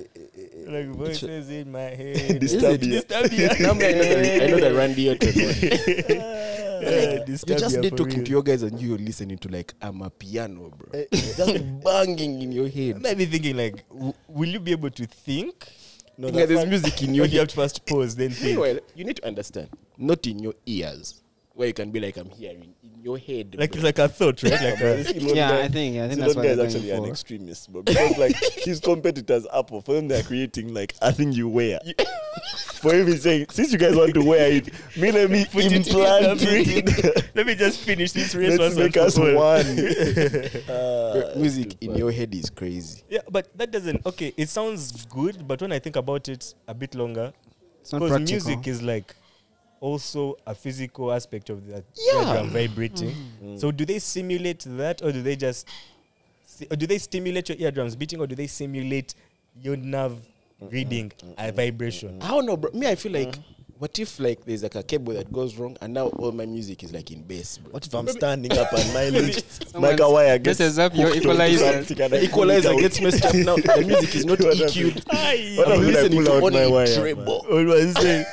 Like voices in my head.
Disturb you.
Disturb you.
Now me, I know the- I know the Randy Orton one.
Yeah,
You
disturb
just
you
need
for
talking to
real. Eh,
your guys and you're listening to like I'm a piano, bro. Just banging in your head.
Maybe thinking like, w- will you be able to think?
No,
Yeah,
the
there's
fact-
music in
You
your
have
head.
to first pause, then think.
Meanwhile, you need to understand, not in your ears, where you can be like I'm hearing, in your head.
Like
bro.
it's like a thought, right? Like a,
This Elon
Yeah,
guy-
I think- I think
this
that's
Elon
what
guy
they're
is
going
actually an
for.
extremist, bro. Because like his competitors, Apple, for them they're creating like a thing you wear. for him, he's saying, since you guys want to wear it, me let me
it in
implant
the
it.
let me just finish this race
Let's
once and
make us
for all.
one.
Bro,
Uh,
music in your head is crazy.
Yeah, but that doesn't. Okay, it sounds good, but when I think about it a bit longer,
It's not
because
practical.
music is like also a physical aspect of that
Yeah.
that you are vibrating. So do they simulate that, or do they just, si- or do they stimulate your eardrums beating, or do they simulate your nerve reading a vibration?
I don't know, bro. Me, I feel like, what if like there's like a cable that goes wrong, and now all my music is like in bass, bro.
What if I'm standing up and my lead, my
Someone's-
wire
this
gets
is up your
hooked onto
equalizer.
something and I
The equalizer
pull it out?
gets messed up now. The music is not
What happened?
EQ'd.
Aye.
What
I'm
happened when I pull
listening to
out my
only E
wire?
treble.
man?
Or you are saying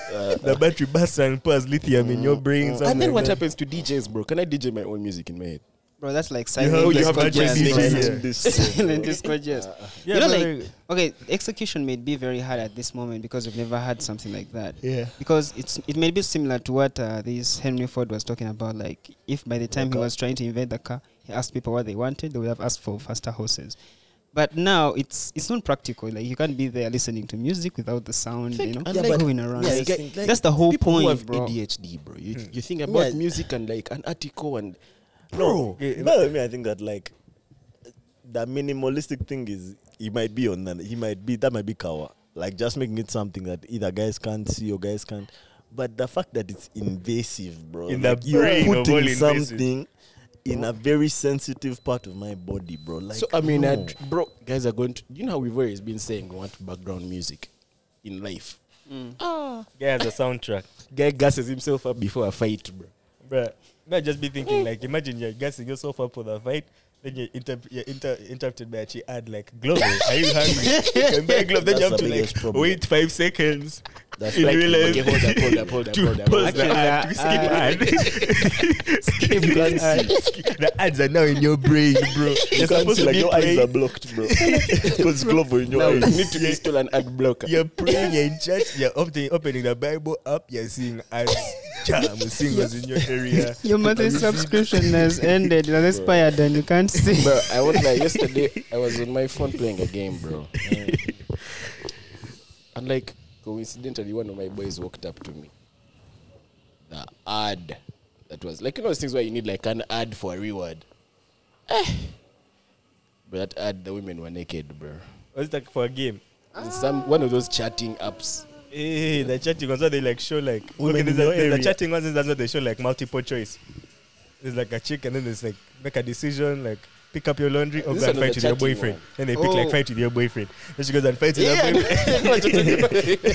the battery bursts and pours lithium in your brain. something
And then
like
what
that.
happens to DJs, bro? Can I DJ my own music in my head?
Bro, that's like
You
silent
have, you have
disco
battery
jazz.
Silent
DJ. Yeah.
disco.
Silent disco jazz.
Yeah,
you know,
but
like okay, execution may be very hard at this moment because we've never had something like that.
Yeah.
Because it's it may be similar to what uh, this Henry Ford was talking about. Like if by the time he was trying to invent the car, he asked people what they wanted, they would have asked for faster horses. But now it's it's not practical. Like you can't be there listening to music without the sound, you know,
and like-
going around.
yeah,
Like,
like- like
that's the whole
People who have
point, bro.
ADHD, bro. You, you think about
Hmm. Yeah.
music and like an article and
No,
Yeah,
but I mean, I think that like the minimalistic thing is he might be on that. He might be that might be kawa. Like just making it something that either guys can't see or guys can't. But the fact that it's invasive, bro.
In the
like you're
brain of all
putting
invasive.
something in a very sensitive part of my body, bro. Like
so I mean,
no.
I d- bro, guys are going to. You know how we've always been saying we want background music in life.
Ah.
yeah, the soundtrack.
Guy gasses himself up before a fight, bro.
Bruh, may I just be thinking like, imagine you're gassing yourself up for the fight, then you're, inter- you're inter- interrupted by a chi- ad like, glove, are you hungry? you can buy a glove, then you
That's
have
the
to like,
biggest problem.
wait five seconds
That's
in
like,
real life
okay, hold up, hold up, hold up,
to
hold up.
pause
Actually,
the ad, to skip
uh,
ad. skip
You
the
can't
ad. The ads are now in your brain, bro.
you
You're
can't
supposed
see,
to
like
be
your eyes
praying.
are blocked, bro. Because glove in your
Now you
eyes.
need to install an ad blocker.
You're praying, you're in church, you're opening, opening the Bible up, you're seeing ads. Jam, singers in your area.
Your monthly subscription has ended, it has expired, and you can't see.
bro, I was like yesterday. I was on my phone playing a game, bro. and like coincidentally, one of my boys walked up to me. The ad that was like you know those things where you need like an ad for a reward. Eh. But that ad, the women were naked, bro.
What's that for a game?
It's Some one of those chatting apps.
Hey, Eh, the chatting ones, what they like show like
Women
okay,
in
there's
your
a, there's
area.
a chatting ones, that's what they show like multiple choice. There's like a chick, and then there's like make a decision, like pick up your laundry or
This
go and
one was
fight
a
with
chatting
your boyfriend.
one.
Then they pick
Oh.
like fight with your boyfriend. Then she goes and fights with her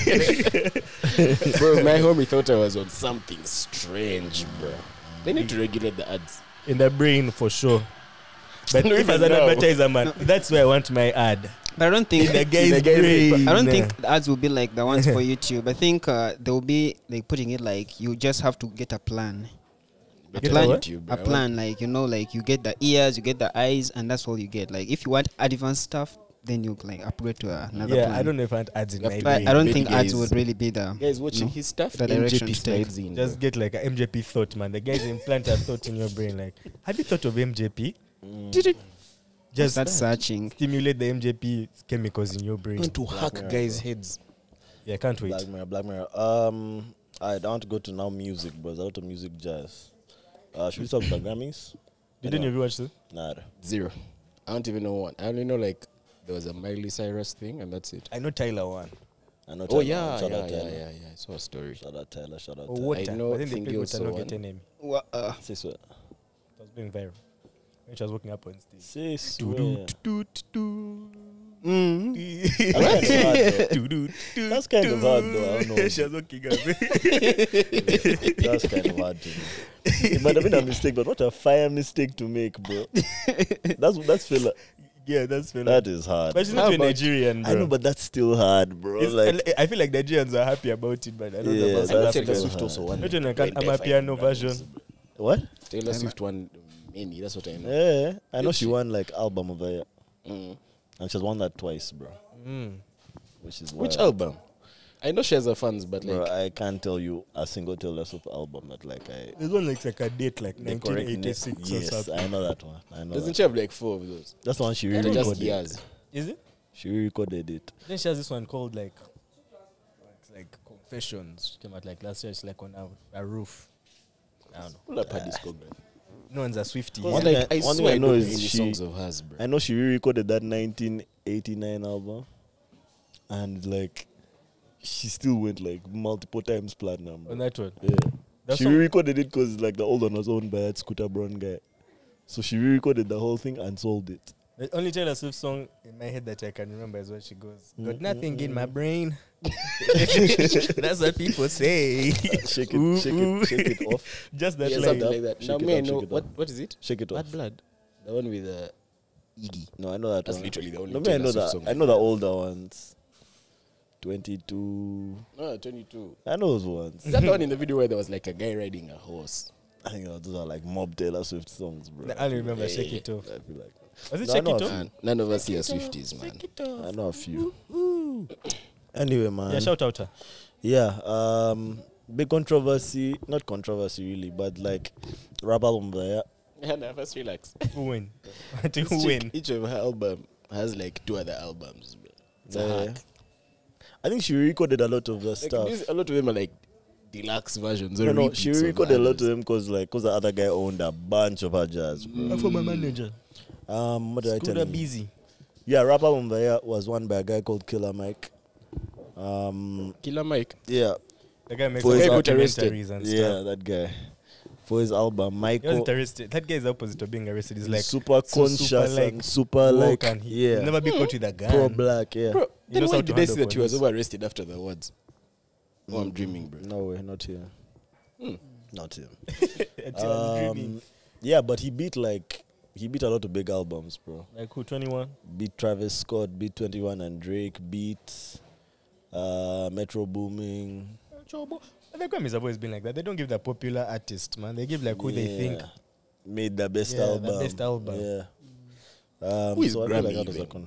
boyfriend.
bro, my homie thought I was on something strange, bro. They need to regulate the ads.
In the brain for sure. But
No,
if
even
as an
now.
advertiser man, that's where I want my ad.
But I don't think
The guy's
the guy's
brain.
I don't think the ads will be like the ones for YouTube. I think uh, they will be like putting it like you just have to get a plan. A
Get
plan,
on YouTube, bro.
a plan, like you know, like you get the ears, you get the eyes, and that's all you get. Like if you want advanced stuff, then you like upgrade to uh, another
Yeah,
plan.
I don't know if I want ads in
You have
my
to
But
brain.
I don't
Maybe
think ads
guys-
would really be the.
Guys watching
no.
his stuff.
The direction
MJP
to take.
slides in.
Just get like a MJP thought, man. The guys implant a thought in your brain. Like, have you thought of MJP? Just
Start searching.
stimulate the MJP chemicals in your brain.
to hack guys' heads.
Yeah, I can't wait.
Black Mirror, Black Mirror. Um, I don't want to go to now music, bro. There's a lot of music jazz. Uh, should we talk about Grammys?
Didn't you watch it?
Nah.
Zero. I don't even know one. I only know like there was a Miley Cyrus thing and that's it.
I know Tyler won.
I know
oh
Tyler.
yeah,
Shout
yeah,
out
yeah,
Tyler.
yeah, Oh, yeah, I saw a story.
Shout out Tyler. Shout out
Or
Tyler.
water.
know
but then they
Thing
played
also
water, not
won.
get an Emmy.
Wha- uh,
Say swear.
It was going viral. When she was walking up on stage.
Say swear.
That's
mm.
That's kind of hard, That's kind of hard, though. I don't know.
She was walking up.
though. That's kind of hard to me. It might have been a mistake, but what a fire mistake to make, bro. That's that's feel,
yeah, that's fair.
that is hard.
but she's
How
not a
about-
Nigerian, bro.
I know, but that's still hard, bro.
It's-
like
I- I feel like Nigerians are happy about it, but I don't
Yeah,
know about
that's
South
fair.
Taylor
Africa.
Swift also won.
Imagine I can't-
When
I'm a
they
piano
find
version.
Grammys.
what?
Taylor Swift won many. That's what I know. Mm.
Yeah, I know she won like album of the year, and she's won that twice, bro.
Mm.
Which is
Which
wild.
album? I know she has her fans, but like
Bro, I can't tell you a single Taylor Swift album that like I.
This one looks like a date, like
the correct name-
1986 or
Yes,
something.
I know that one. I know.
doesn't
That.
she have like four of those?
That's the one she
They're just
re-recorded.
years.
Is it?
She re-recorded it.
Then she has this one called like, it's like Confessions. Came out like last year. It's like on a, a roof. I don't know.
Pull up her discography.
No one's a Swifty.
Well,
One
Yeah.
like I
One thing
swear I
I
know
know
is
is
any
she-
songs of hers, bro.
I know she re-recorded that 1989 album, and like, she still went like multiple times platinum. bro.
on that one.
Yeah.
That
she
song-
re-recorded it because like the old one was owned by that Scooter Brown guy. So she re-recorded the whole thing and sold it.
The only Taylor Swift song in my head that I can remember is when she goes,
Mm,
"Got
mm,
nothing in
mm.
my brain." That's what people say.
Shake it,
Ooh,
shake
ooh.
it, shake it off,
Just that
yeah,
Shake
line.
it
something
up,
like that.
shake
Now,
it
may I
up, shake
know
it
what,
up.
what is it?
shake it off.
Bad Blood. The one with uh, Iggy.
No, I know that
That's
one.
literally the only
No, me, I
Taylor
know
Swift
that.
song.
I know the older ones. Twenty-two.
No, 22.
I know those ones.
Is that the one in the video where there was like a guy riding a horse?
I think those are like mob Taylor Swift songs, bro.
I only remember
Yeah,
"Shake
yeah,
It Off."
I feel like
Was it
No, I
"Shake
know of
It Off"?
Man, none of us here are Swifties, man.
I know a few. Anyway, man.
Yeah, shout out her.
Yeah, um, big controversy. Not controversy really, but like Rabal Mbaya.
Yeah, no, first relax.
Who win? Do
Each
who
chick-
win?
Each of her album has like two other albums. bro. It's a
Yeah.
hack.
I think she recorded a lot of the
Like,
stuff.
these- a lot of them are like deluxe versions. Or
No, no, she
repeats of
recorded a lot of
others.
them because like, cause the other guy owned a bunch of her jazz. Bro.
for my manager.
Um, what did I
Scooter
tell you?
busy.
Yeah, Rapper Mbaya was one by a guy called Killer Mike. Um,
Killer Mike.
yeah,
The guy makes
For his
got arrested.
documentaries and
yeah,
stuff.
that guy. For his album,
He was
Michael,
arrested. That guy is the opposite of being arrested. He's like
super
so
conscious
super, like,
and super like,
woke and he
yeah,
he'll never be caught with a gun.
pro black, yeah.
Bro,
He
then
knows
why
how to
did they say
handle
that he was
police.
over arrested after the awards? Oh, I'm dreaming, bro. Hmm.
No way, not here. Not him.
And he was dreaming.
Um, yeah, but he beat like he beat a lot of big albums, bro.
Like who? Twenty one.
Beat Travis Scott, beat Twenty One and Drake, beat uh, Metro Booming.
The Grammys have always been like that. They don't give the popular artist, man. They give like who they think.
Yeah. made the best
Yeah, the
album.
best album.
Yeah. Um,
Who is
so I feel
Grammy
like that was a
even?
con-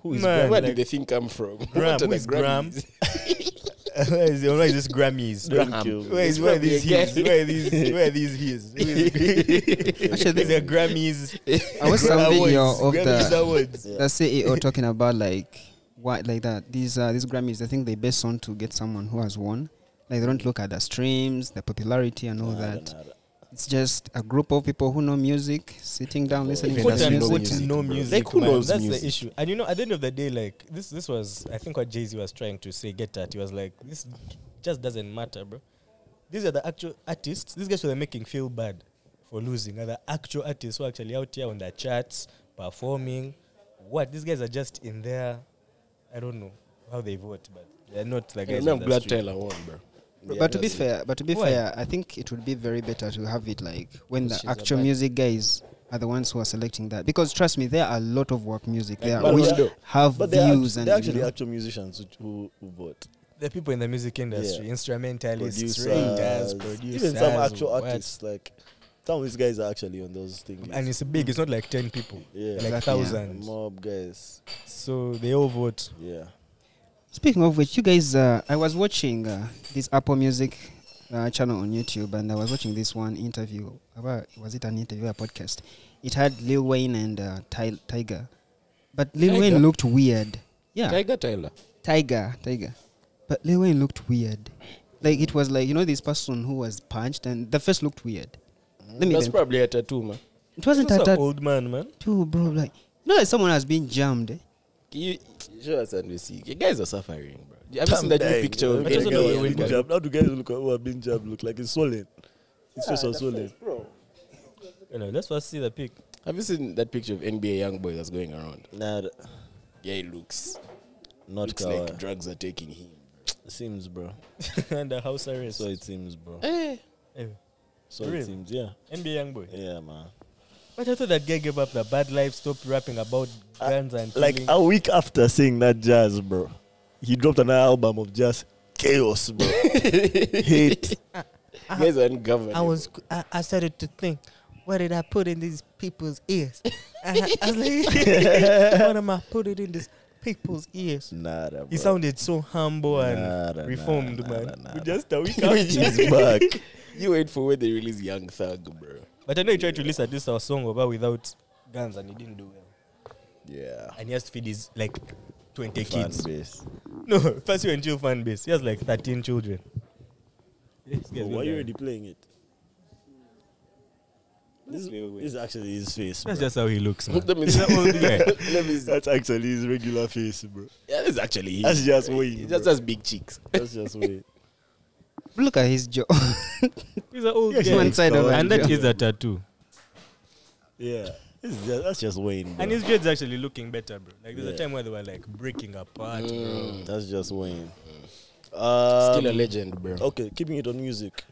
Who is
Where
man?
did
Like,
the thing come from?
Graham,
What are
who
the
is Graham?
Grammys?
where is where is this Grammys?
Don't kill me.
Where
It's
is where are
probably
these
a
his?
guy.
Where are these where are these his? Who is-
Actually,
These are Grammys.
I was something
Awards.
here of
Grammys
the
awards.
Yeah.
the CEO talking about like what like that. These uh, these Grammys, I think they base on to get someone who has won. Like they don't look at the streams, the popularity, and all
Nah,
that.
nah, nah.
It's just a group of people who know music, sitting down, listening
Even
to
as
the
no
you know
music.
music,
no
bro.
music,
Like, who
man,
knows
that's
music?
the issue. And you know, at the end of the day, like this, this was I think what Jay Z was trying to say. Get at, he was like, this just doesn't matter, bro. These are the actual artists. These guys who they're making feel bad for losing are the actual artists who are actually out here on the charts performing. What these guys are just in there. I don't know how they vote, but they're not the
Yeah,
guys.
no,
on
I'm
the
glad
street.
Taylor won, bro.
Yeah,
but to be
that's it.
fair, but to be
Why?
fair, I think it would be very better to have it like when the
She's a
actual
bad-
music guys are the ones who are selecting that. Because trust me, there are a lot of work music there
but
which
yeah.
have
But they're, act-
views and
they're
you
actually
know.
actual musicians who, who, who bought.
The people in the music industry,
Yeah.
instrumentalists,
producers,
writers, producers,
even some actual
what-
artists. Like some of these guys are actually on those things.
And it's big. It's not like ten people,
yeah,
like
Exactly, yeah.
thousands.
mob guys.
So they all vote.
Yeah,
Speaking of which, you guys, uh, I was watching uh, this Apple Music uh, channel on YouTube, and I was watching this one interview. About, was it an interview or a podcast? It had Lil Wayne and uh, Ty- Tiger, but Lil
Tiger?
Wayne looked weird. Yeah,
Tiger Taylor.
Tiger, Tiger. But Lil Wayne looked weird. Like it was like you know this person who was punched, and the face looked weird. Let me.
That's
Even,
probably a tattoo, man.
it wasn't a
That's an
tattoo,
old man, man.
bro. Like you know, like someone has been jammed. eh?
You show us and we see. You guys are suffering, bro. Have you seen that new
Dang,
picture
yeah,
of
I don't
Taylor
know
Swift?
what being jabbed- How do guys look who are being jabbed look like? It's swollen. His face was swollen.
You know, let's first see the pic.
Have you seen that picture of NBA young boy that's going around?
Nah, th-
Yeah, he looks.
not
looks
Kawhi.
like drugs are taking him.
Seems, bro.
Under house arrest.
So it seems, bro.
Eh,
So
Really?
it seems, yeah,
NBA young boy.
yeah, man.
But I thought that guy gave up the bad life, stopped rapping about guns and
Like
killing.
a week after seeing that jazz, bro, he dropped another album of just chaos, bro. Hate.
You guys are ungoverned.
I was I, I started to think, what did I put in these people's ears? I, I was like, what am I putting in these people's ears?
Nada, bro.
he sounded so humble
Nah,
and
nah,
reformed,
nah,
man.
nah, nah,
We
nah.
Just a week
He's
after.
back.
You wait for when they release Young Thug, bro.
But I know he tried to listen to this our song about without guns and he didn't do well.
Yeah.
And he has to feed his like 20
Fan
kids.
base.
No, first you and chill fan base. He has like 13 children. This
Why
guy's
are
been
you
there.
already playing it? This, this is actually his face.
That's
bro.
just how he looks, man.
Let me see. Let me see.
That's actually his regular face, bro.
Yeah, this is actually him.
That's just Wayne,
He
bro.
just has big cheeks.
That's just Wayne.
Look at his jaw.
He's an old
Yeah,
guy.
One side of
Yeah.
it.
And that is a tattoo.
Yeah, This is just, that's just Wayne. Bro.
And his dreads actually looking better, bro. Like there's a
Yeah. Mm,
time where they were like breaking apart, bro.
that's just Wayne. Um,
Still a legend, bro.
Okay, keeping it on music.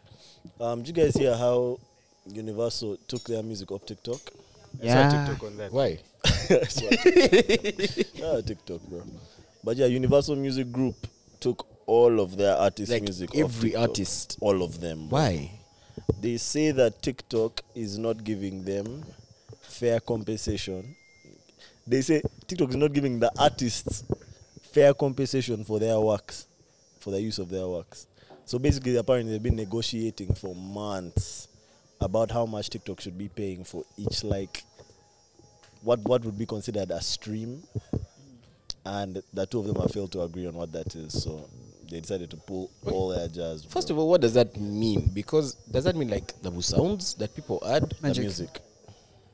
Um, did you guys hear how Universal took their music off TikTok?
I saw
yeah.
TikTok on that.
Why?
I swear to God. ah, TikTok, bro. But yeah, Universal Music Group took all of their artists'
Like
music. off
every
TikTok.
artist.
all of them. bro.
Why?
They say that TikTok is not giving them fair compensation. They say TikTok is not giving the artists fair compensation for their works, for the use of their works. So basically, apparently, they've been negotiating for months about how much TikTok should be paying for each, like, what, what would be considered a stream. And the two of them have failed to agree on what that is. So they decided to pull all their jazz. bro.
First of all, what does that mean? Because does that mean like the sounds that people add?
the
Magic.
music.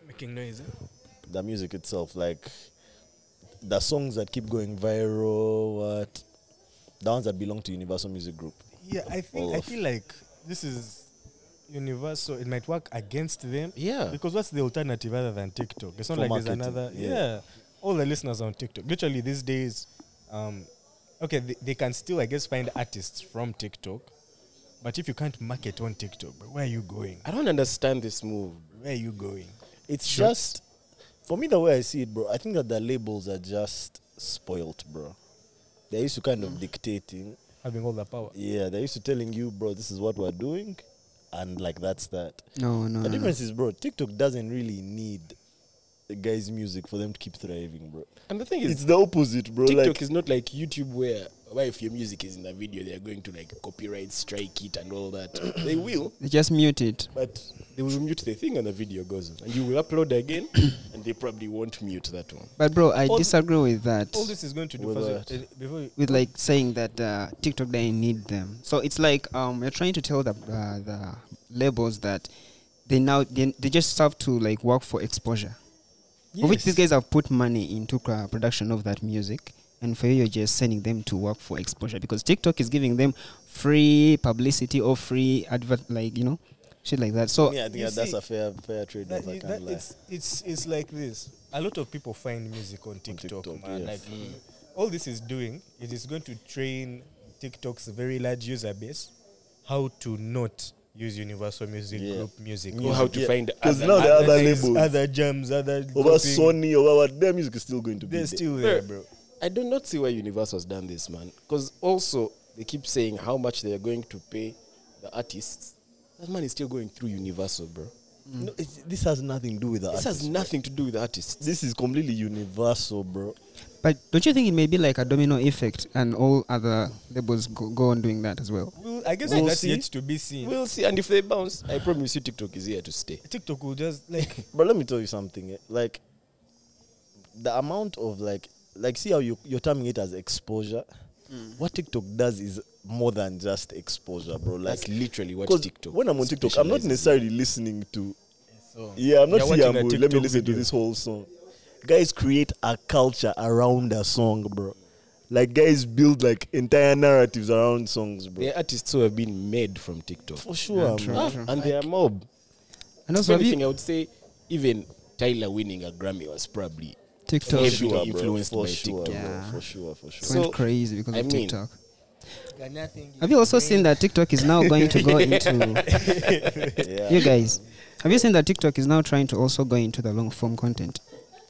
Making noise. eh?
the music itself, like the songs that keep going viral, what the ones that belong to Universal Music Group.
Yeah, I think
All
I
of-
feel like this is universal. It might work against them.
Yeah.
Because what's the alternative other than TikTok? It's not
For
like
marketing,
there's another.
yeah.
Yeah. All the listeners are on TikTok. Literally these days, um, okay, they, they can still I guess find artists from TikTok, but if you can't market on TikTok, bro, where are you going?
I don't understand this move.
Where are you going?
It's
Sure.
just for me the way I see it, bro. I think that the labels are just spoilt, bro. They're used to kind
Mm.
of dictating.
Having all the power.
Yeah, they're used to telling you, bro, this is what we're doing, and like that's that.
No, no.
Mm.
The
no, no.
difference is, bro, TikTok doesn't really need the guys' music for them to keep thriving, bro.
And the thing is,
It's the opposite, bro.
TikTok
like,
is not like YouTube where, where if your music is in the video, they're going to like copyright strike it and all that. they will,
They Just mute it.
but they will mute the thing and the video goes on. And you will upload again, and they probably won't mute that one.
But bro, I
All-
disagree with that.
All this is going to do
With
first,
that.
uh, before you,
with like saying that uh, TikTok they need them. So it's like um, you're trying to tell the uh, the labels that they now they, they just have to like work for exposure. For Which these guys have put money into cra- production of that music, and for you you're just sending them to work for exposure because TikTok is giving them free publicity or free advert, like you know, shit like that. So
yeah, I think
You
that- that's
see,
a fair, fair trade off.
That,
I
you-
can't
that,
lie.
it's, it's, it's like this. A lot of people find music on TikTok,
TikTok,
man.
yes.
Like, all this is doing is it's going to train TikTok's very large user base how to not use Universal Music
Yeah.
Group music.
Or how to
Yeah.
find
'Cause now
other
the other
things,
labels.
Other gems, other.
over
copying,
Sony, over what their music is still going to be.
They're
there.
still
Bro,
there, bro.
I do not see why Universal has done this, man. Because also they keep saying how much they are going to pay the artists. That money is still going through Universal, bro.
No, it's, this Mm. has nothing to do with the
This
artist.
has nothing to do with the artists.
this is completely universal, bro.
but don't you think it may be like a domino effect, and all other labels go, go on doing that as well?
Well, I guess
We'll
that's
see.
yet to be seen.
We'll see. And if they bounce, I promise you, TikTok is here to stay.
TikTok will just like
But let me tell you something. eh, Like the amount of like, like, see how you you're terming it as exposure. What TikTok does is more than just exposure, bro. Like,
That's literally what
'cause
TikTok.
When I'm on TikTok, I'm not
specializes in.
necessarily listening to. Yeah, I'm not
You're
saying
watching a
I'm good. Let me
TikTok
listen to
video.
this whole song. Guys create a culture around a song, bro. Like guys build like entire narratives around songs, bro.
There are artists who have been made from TikTok,
For sure,
true.
man.
Ah, and they are mob.
And
That's
also,
one
have you
thing I would say. Even Tyler winning a Grammy was probably.
TikTok?
For
Heavily
sure, bro.
influenced
for
by
sure,
TikTok.
Yeah.
bro. For sure, for sure.
So-
went crazy because
I
of
mean-
TikTok. Have you also seen that TikTok is now going to go into
yeah.
you guys? Have you seen that TikTok is now trying to also go into the long form content,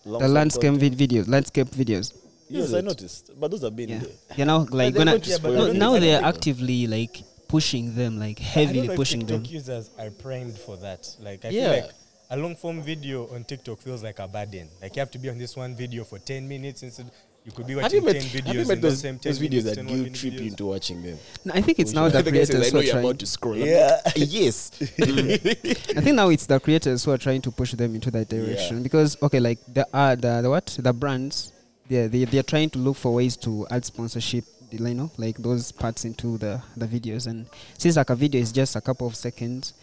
Long
the
form
landscape
content.
vid- videos, landscape videos?
Yes, I noticed. But those have been
Yeah,
there.
they're now like
they're
gonna.
going to Yeah,
but spoil I
no,
don't
now
think- I
they
don't
are
think-
actively like pushing them, like
I don't know
heavily
if
pushing
TikTok
them.
users are primed for that. Like I
Yeah.
feel like a long form video on TikTok feels like a burden. Like you have to be on this one video for ten minutes instead you could be
Have you
watching
met,
ten
have
videos.
you
in
met
the
those,
same 10
those videos
minutes,
that
10
guilt
minute
trip
videos.
you into watching them?
No, I think it's now
The
the
guy says, I
creators who
know
are
you're
trying.
about to scroll. I'm
Yeah.
like, yes.
I think now it's the creators who are trying to push them into that direction because okay, like the uh, the, the what the brands, they they they're trying to look for ways to add sponsorship, you know, like those parts into the the videos. And since like a video is just a couple of seconds,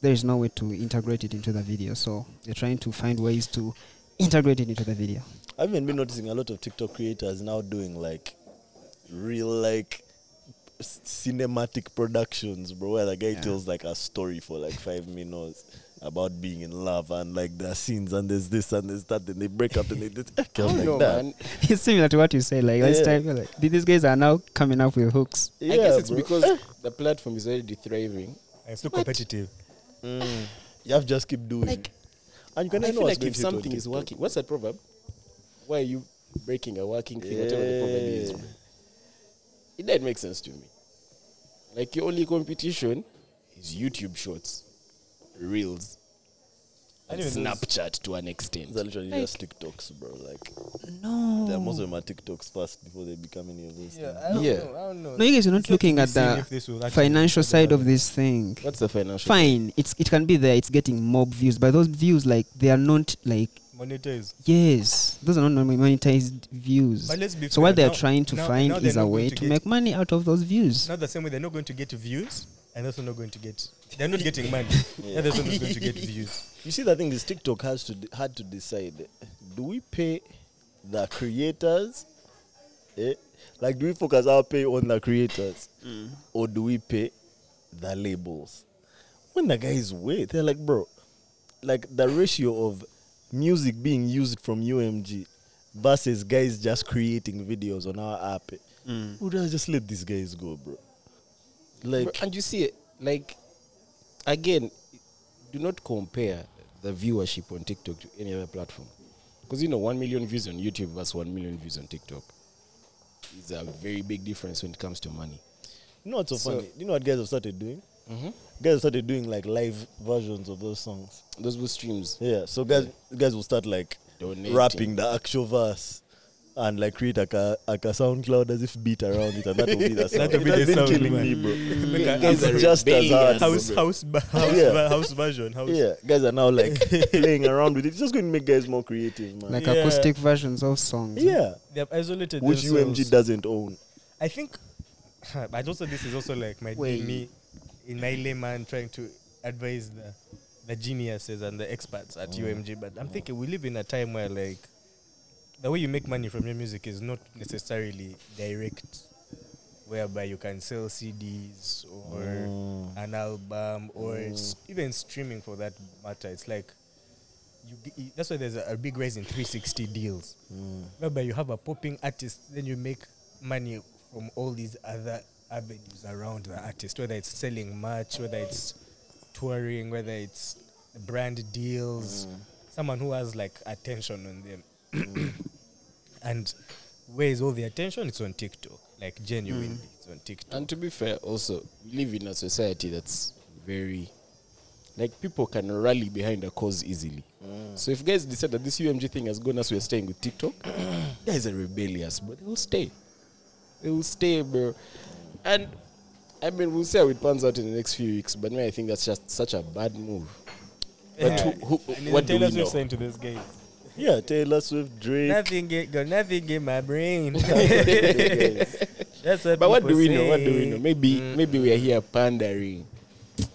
there is no way to integrate it into the video. So they're trying to find ways to integrate it into the video.
I've even been noticing a lot of TikTok creators now doing like real like s- cinematic productions, bro, where the guy
Yeah.
tells like a story for like five minutes about being in love and like there are scenes and there's this and there's that and they break up and they did I
Oh
was like that.
it's similar to what you say. Like last
Yeah.
time, you're like these guys are now coming up with hooks.
Yeah,
I guess it's
bro.
because the platform is already thriving.
It's too competitive.
Mm. you have to just keep doing.
Like,
and you can
I
never
feel
know
like
what's
if
going to hit
something
on
is
TikTok.
working, what's that proverb? Why are you breaking a working thing? Whatever the proverb is,
Yeah.
man. it didn't make sense to me. Like your only competition is YouTube Shorts, Reels, and
Anyways,
Snapchat to an extent.
They're literally just TikToks, bro. Like
No,
they're most of them are TikToks first before they become any of those
Yeah,
things.
I don't
Yeah.
know. I don't know.
no, you guys are not
It's yet to
looking
be
at
seen if
the
this will actually
financial
be
side of
done.
this thing.
What's the financial?
Fine, it's it can be there. It's getting mob views, but those views like they are not like
monetize.
yes, those are not normally monetized views.
But let's be
So
fair,
what they're
now-
trying to
now-
find
now they're
is a
not going
way
to
to,
get-
make money out of those views.
Not the same way they're not going to get views and also not going to get they're not getting money. yeah. They're also not going to get views.
You see, the thing is, TikTok has to de- had to decide: do we pay the creators? Eh? Like, do we focus our pay on the creators, or do we pay the labels? When the guys wait, they're like, bro, like the ratio of music being used from UMG versus guys just creating videos on our app. eh, Would I just let these guys go, bro? Like,
and you see, like, again, do not compare the viewership on TikTok to any other platform. Because, you know, 1 million views on YouTube versus 1 million views on TikTok is a very big difference when it comes to money.
You know what's so Mm-hmm.
So-
funny? You know what guys have started doing? Guys have started doing like live versions of those songs.
Those were streams.
Yeah, so guys guys will start like
Donating.
rapping the actual verse and like create like a, like a SoundCloud as if beat around it, and that will be the sound.
That will be
It
the
has been
sound,
killing
man.
me, bro.
Make a
It's
Guys are
just as hard.
rebellious.
house house ba- house,
Yeah.
ba- house version. House
Yeah, guys are now like playing around with it. It's just going to make guys more creative, man.
like
Yeah.
acoustic versions of songs.
yeah,
They have isolated
which
themselves.
UMG doesn't own.
I think but also this is also like my
Wait.
me in my layman trying to advise the the geniuses and the experts at UMG. But I'm thinking we live in a time where like the way you make money from your music is not necessarily direct whereby you can sell CDs or
Mm.
an album or s- even streaming for that matter. It's like you, g- that's why there's a, a big rise in 360 deals.
mm.
Whereby you have a popping artist, then you make money from all these other avenues around the artist, whether it's selling merch, whether it's touring, whether it's brand deals,
Mm.
someone who has like attention on them. and where is all the attention? It's on TikTok. Like genuinely, it's on TikTok.
Mm. And to be fair, also, we live in a society that's very. Like, people can rally behind a cause easily.
Mm.
So, if guys decide that this UMG thing has gone us, we're staying with TikTok, guys are rebellious, but they'll stay. They'll stay, bro. And, I mean, we'll see how it pans out in the next few weeks, but man, I think that's just such a bad move. But who, who,
And
what do
Taylor
we
Swift
know?
saying to this game?
Yeah, Taylor Swift, Drake.
Nothing get, got nothing in my brain. That's what
But what do
people
we know? What do we
say. Mm.
know? Maybe, maybe we are here pandering.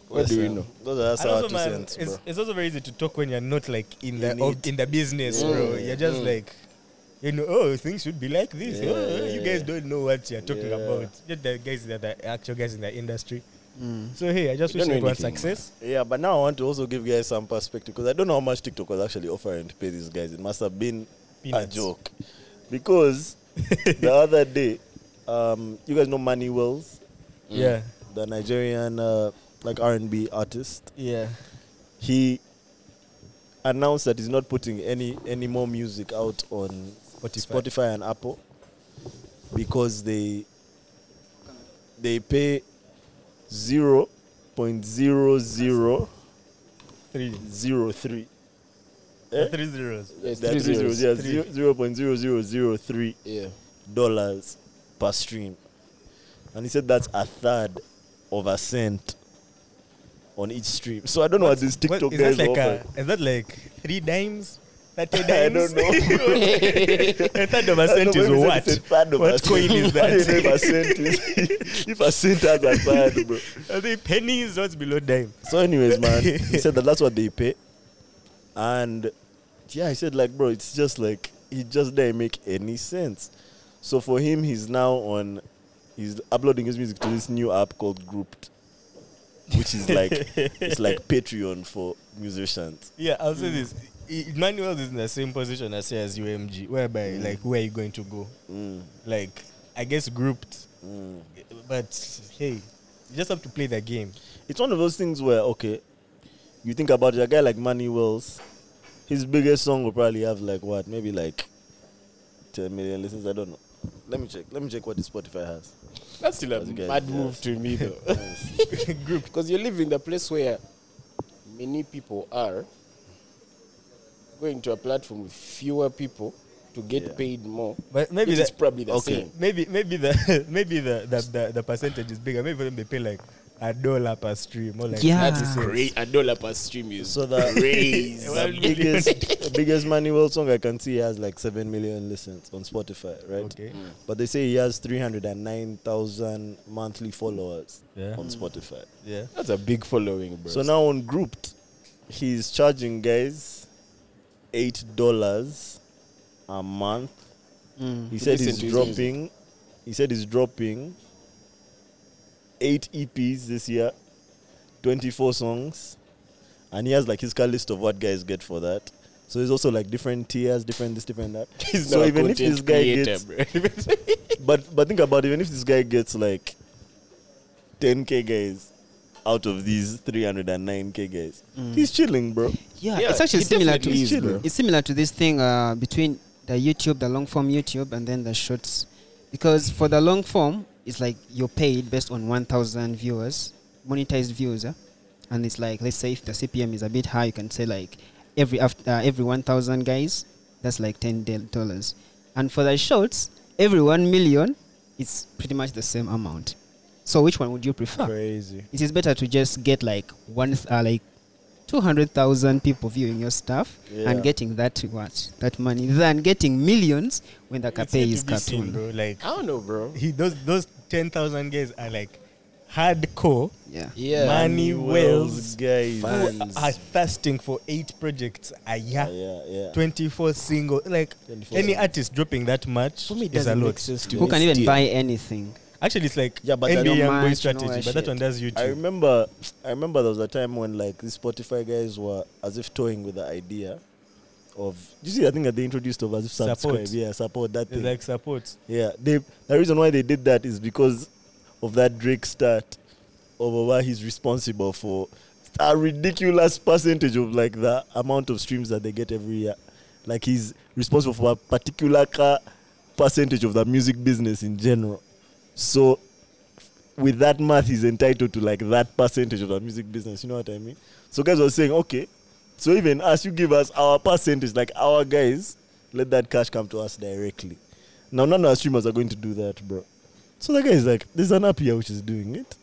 What
Yes,
do we
sir.
know?
Those are that's
And
our
also,
two
man,
cents,
it's,
bro.
it's also very easy to talk when you're not like in the
In
of,
it.
in the business,
Mm,
bro. You're just like, you know, oh, things should be like this.
Yeah,
Oh,
yeah,
you guys
yeah.
don't know what you're talking
Yeah.
about. Just the guys that are actual guys in the industry.
Mm.
So hey, I just
We
wish
don't know
everyone
anything,
success.
Yeah, but now I want to also give guys some perspective because I don't know how much TikTok was actually offering to pay these guys. It must have been a
Peanuts.
joke. Because the other day, um, you guys know Manny Wells,
Mm.
Yeah,
the Nigerian uh, like R&B artist.
yeah.
He announced that he's not putting any any more music out on
Spotify.
Spotify and Apple because they they pay 0.00
Three,
zero three. Eh?
three zeros.
Yes,
There are
three
three
zeros.
zeros. Yeah, zero- zero point zero zero zero three
Yeah.
dollars per stream, and he said that's a third of a cent on each stream. So I don't know what these
What-
TikTok
is
guys
that like
offer.
a, Is that like three dimes? 30
I
dimes?
don't know.
a third of a cent is what? What coin is that?
if a cent is? if a cent has a pad, bro.
Are they pennies? What's below dime?
So, anyways, man, he said that that's what they pay, and yeah, he said like, bro, it's just like it just didn't make any sense. So for him, he's now on, he's uploading his music to this new app called Grouped, which is like it's like Patreon for musicians.
Yeah, I'll say this. I- Emmanuel is in the same position as say as UMG, whereby like where are you going to go?
Mm,
Like I guess grouped,
mm.
but hey, you just have to play the game.
It's one of those things where okay, you think about it, a guy like Manny Wells, his biggest song will probably have like what, maybe like ten million listens. I don't know. Let me check. Let me check what the Spotify has.
That's still a
That's good,
bad
yes.
move to me though.
grouped.
Because you live in the place where many people are going to a platform with fewer people to get
Yeah.
paid more.
But
Maybe
maybe
which is
the,
probably the
okay.
same.
maybe maybe the maybe the the, the the percentage is bigger. Maybe for them they pay like a dollar per stream or like
Yeah.
That is
Ah.
great. A dollar per stream is
So the
crazy.
Well,
the biggest the biggest Manny Wells song I can see has like seven million listens on Spotify, right?
Okay.
But they say he has three hundred and nine thousand monthly followers
Yeah.
on Spotify.
Yeah.
That's a big following, bro.
So now on grouped, he's charging guys eight dollars a month. He said
listen
he's
to his
dropping. He said he's dropping eight EPs this year, twenty-four songs, and he has like his car list of what guys get for that. So there's also like different tiers, different this, different that.
He's
so
now a
even if this
content
guy
creator,
gets,
bro.
but but think about it, even if this guy gets like 10k guys out of these 309k guys,
Mm.
he's chilling, bro.
Yeah,
Yeah,
it's actually
it
similar to
definitely is,
bro.
it's similar to this thing uh, between the YouTube, the long form YouTube, and then the shorts, because for the long form, it's like you're paid based on 1,000 viewers, monetized views, eh? and it's like let's say if the CPM is a bit high, you can say like every after uh, every 1,000 guys, that's like 10 del- dollars, and for the shorts, every 1 million, it's pretty much the same amount. So which one would you prefer?
Crazy.
it is better to just get like one th- uh, like 200,000 people viewing your stuff
Yeah.
and getting that to what that money than getting millions when the
It's
cafe
yet
is
to be seen,
cartoon
bro. Like
I don't know, bro.
he those those ten thousand guys are like hardcore.
yeah
Yeah.
Manny Wells
guys.
who are fasting for eight projects a year.
Yeah, yeah, yeah.
24 single like
24
any
single.
artist dropping that much
For me, it
is a
doesn't
lot
make sense to
who
me.
can even
Still.
buy anything
actually it's like
Yeah, but I
NBA
don't
young boy
mind,
strategy
you know,
but
that
that
shit.
one does YouTube
I remember, I remember there was a time when like these Spotify guys were as if toying with the idea of. You see, I think that they introduced of as if
Support.
subscribe, yeah, support that
it's
thing.
like support
Yeah, they. The reason why they did that is because of that Drake stat, over why he's responsible for a ridiculous percentage of like the amount of streams that they get every year. Like he's responsible for a particular ca- percentage of the music business in general. So, with that math, he's entitled to like that percentage of the music business. You know what I mean? So guys were saying, okay, so even as you give us our percentage, like our guys, let that cash come to us directly. Now none of our streamers are going to do that, bro. So the guy is like, there's an app here which is doing it.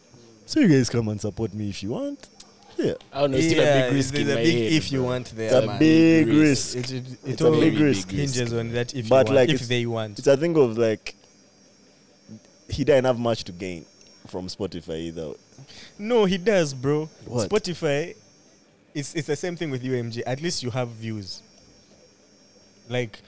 So you guys come and support me if you want. Yeah.
I don't know. It's still a big risk in
there's a
my
big
head,
if you
bro.
want there
It's a
man.
big
big
risk.
it, it, it
It's a
all
big risk.
hinges on that if
But
you
like
want, if
it's-
they want
It's a thing of like he didn't have much to gain from Spotify either.
no he does bro
What?
Spotify it's, it's the same thing with UMG at least you have views like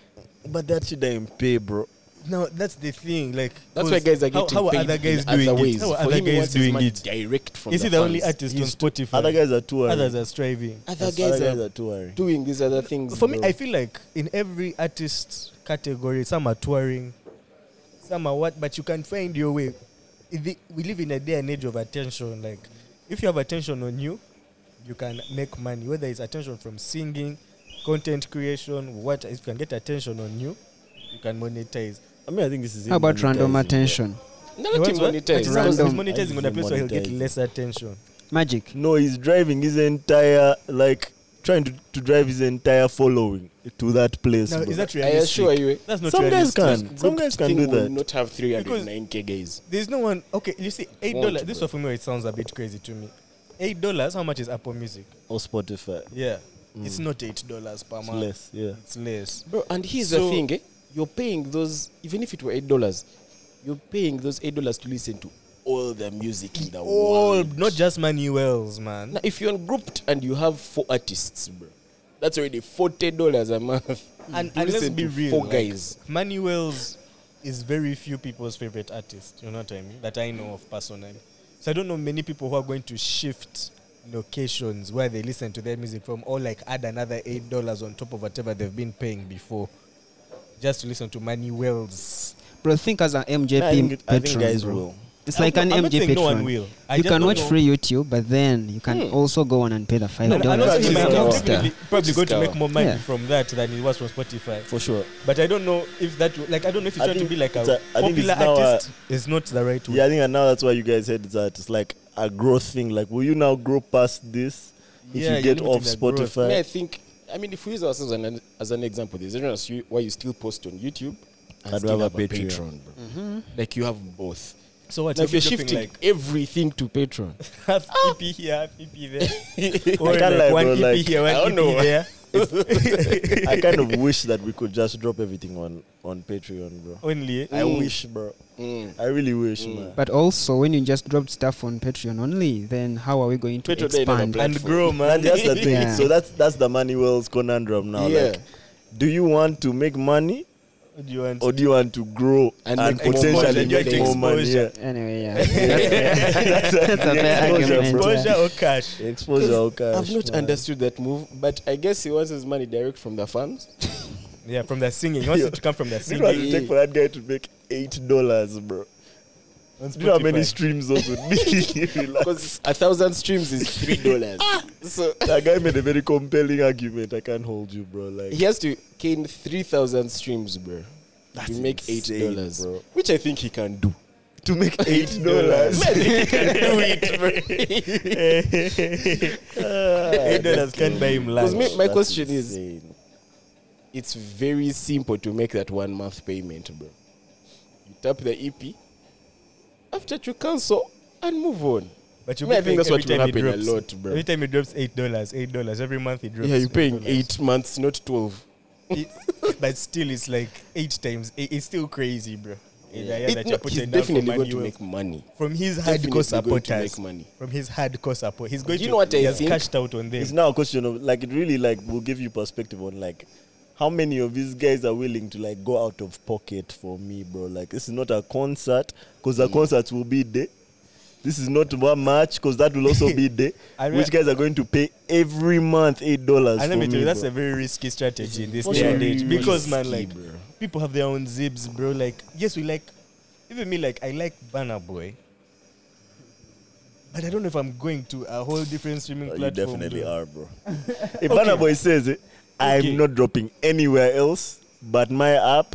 But that shit didn't pay, bro.
no that's the thing like
That's
'cause
why guys are
how,
getting
how are
paid
other guys
in other
doing
ways.
it how are
For
other
him, he
guys
wants his
doing
money
it
direct from
is he
the
the only
fans.
artist on
He's-
Spotify
Other um, guys are touring.
others are striving
Other
Yes,
guys
other
are
touring.
doing these other things.
For me,
bro.
I feel like in every artist category, some are touring, some are what, but you can find your way. I thi- We live in a day and age of attention. Like, if you have attention on you, you can make money. Whether it's attention from singing, content creation, what, if you can get attention on you, you can monetize.
I mean, I think this is.
how
him
about random
monetizing,
attention
No,
You
let him
want what? But
monetize.
he's-
Random.
He's monetizing on the place where he'll get
Monetizing.
less attention.
magic
bro. No, he's driving his entire like trying to, to drive his entire following to that place.
Now,
bro.
is that
I assure
realistic?
you,
That's not
Some guys
realistic.
can. Some
group
guys can
thing
do
will
that.
Not have 309k guys.
There's no one. Okay, you see, eight
Won't,
dollars. This
bro.
one for me, it sounds a bit crazy to me. Eight dollars. How much is Apple Music?
Or Spotify.
Yeah, It's not eight dollars per month.
less, yeah.
It's less.
Bro, and here's the
So-
thing, eh? You're paying those even if it were eight dollars, you're paying those eight dollars to listen to all the music in the
All
world.
not just Manuel's man.
Now, if you're grouped and you have four artists, bro, that's already forty dollars a month.
And,
To
and let's
listen
be
to
real.
four
like,
guys.
Manuel's is very few people's favorite artist. You know what I mean? That I know of personally. So I don't know many people who are going to shift locations where they listen to their music from, or like add another eight dollars on top of whatever they've been paying before, just to listen to Manuel's.
Bro, think as an MJP
I think, I think
patron,
guys
bro.
will.
It's
I'm
like
not-
an
I'm not
MJ
saying
patron.
no one will. I
you
just
can
don't
watch
know.
free YouTube, but then you can
Hmm.
also go on and pay the five
I know
dollars.
he
Which
might
is
have
our-
definitely probably
is
going to
our-
make more money
Yeah.
from that than he was from Spotify.
For sure.
But I don't know if that will- like I don't know if it's
I
trying to
think
be like a,
it's a- I think it's
popular
now a-
artist is not the right way.
Yeah, I think now that's why you guys said that it's like a growth thing. Like, will you now grow past this if
Yeah,
you
you're
get off
limiting their growth.
Spotify?
I think I mean if we use ourselves as an, as an example, there's a reason as you- why you still post on YouTube and
I'd
still
rather
have a
Patreon.
Patreon, bro.
Mm.
Like you have both.
So what
Now, if
every
you're
dropping,
shifting
like
everything to Patreon,
half EP here, half EP there,
I
or
can't lie,
like one
bro,
EP
like,
here, one
I don't
EP
know.
there.
I kind of wish that we could just drop everything on on Patreon, bro.
Only
I wish, bro.
Mm.
I really wish, man.
But also, when you just dropped stuff on Patreon only, then how are we going to
Patreon, they never
expand?
plan.
and grow man.
And that's the thing.
Yeah.
So that's that's the money world's conundrum now.
Yeah.
Like, do you want to make money
What do you want?
or do you want to grow and,
And make more money
potentially
and
make
get
more money?
exposure.
Yeah.
Anyway, yeah, that's, fair. that's a fair
Exposure,
argument.
bro.
yeah.
Exposure or cash?
Exposure, oh, okay.
I've not understood that move, but I guess he wants his money direct from the farms.
Yeah, from the singing. He wants
Yo.
it to come from the
You know what
singing.
it take for that guy to make eight dollars, bro.
on
Do you know how many
Spotify.
streams those would be? Relax.
Because a thousand streams is three dollars.
Ah!
so
that guy made a very compelling argument. I can't hold you, bro. Like
he has to gain three thousand streams, bro.
That's
to make
insane,
eight dollars,
bro.
which I think he can do.
to make eight dollars.
I think he can do it, bro.
Eight dollars can't buy him
Because
lunch.
me, my question is, it's very simple to make that one month payment, bro. You tap the EP, after that you cancel and move on.
But you
Me, I think that's
every
what will
time he
happen a
drops.
lot, bro.
Every time he drops eight dollars, eight dollars every month he drops.
Yeah, you're paying
$8.
eight months, not twelve.
It- but still, it's like eight times. i- it's still crazy, bro. Yeah, yeah,
It-
that
no,
you're putting
he's
down for
definitely
money
going to
well.
make money.
from his
Definitely
hardcore
going to
supporters.
make money.
From his hardcore support, he's going
Do you
to.
know what I
he has
think?
cashed out on
It's
them.
now a question of like it really like will give you perspective on like how many of these guys are willing to like go out of pocket for me, bro. Like this is not a concert because the concerts will be there. This is not one match because that will also be there.
I mean-
Which guys are going to pay every month eight dollars?
And let
for
me tell you, that's
bro.
a very risky strategy in this
For
day and
sure.
age. Because man,
Risky,
like
bro.
people have their own zips, bro. Like yes, we like. Even me, like I like Banner Boy. But I don't know if I'm going to a whole different streaming
Oh, you
platform.
definitely
bro.
are, bro. if Burna Boy says it, I'm
Okay.
not dropping anywhere else but my app,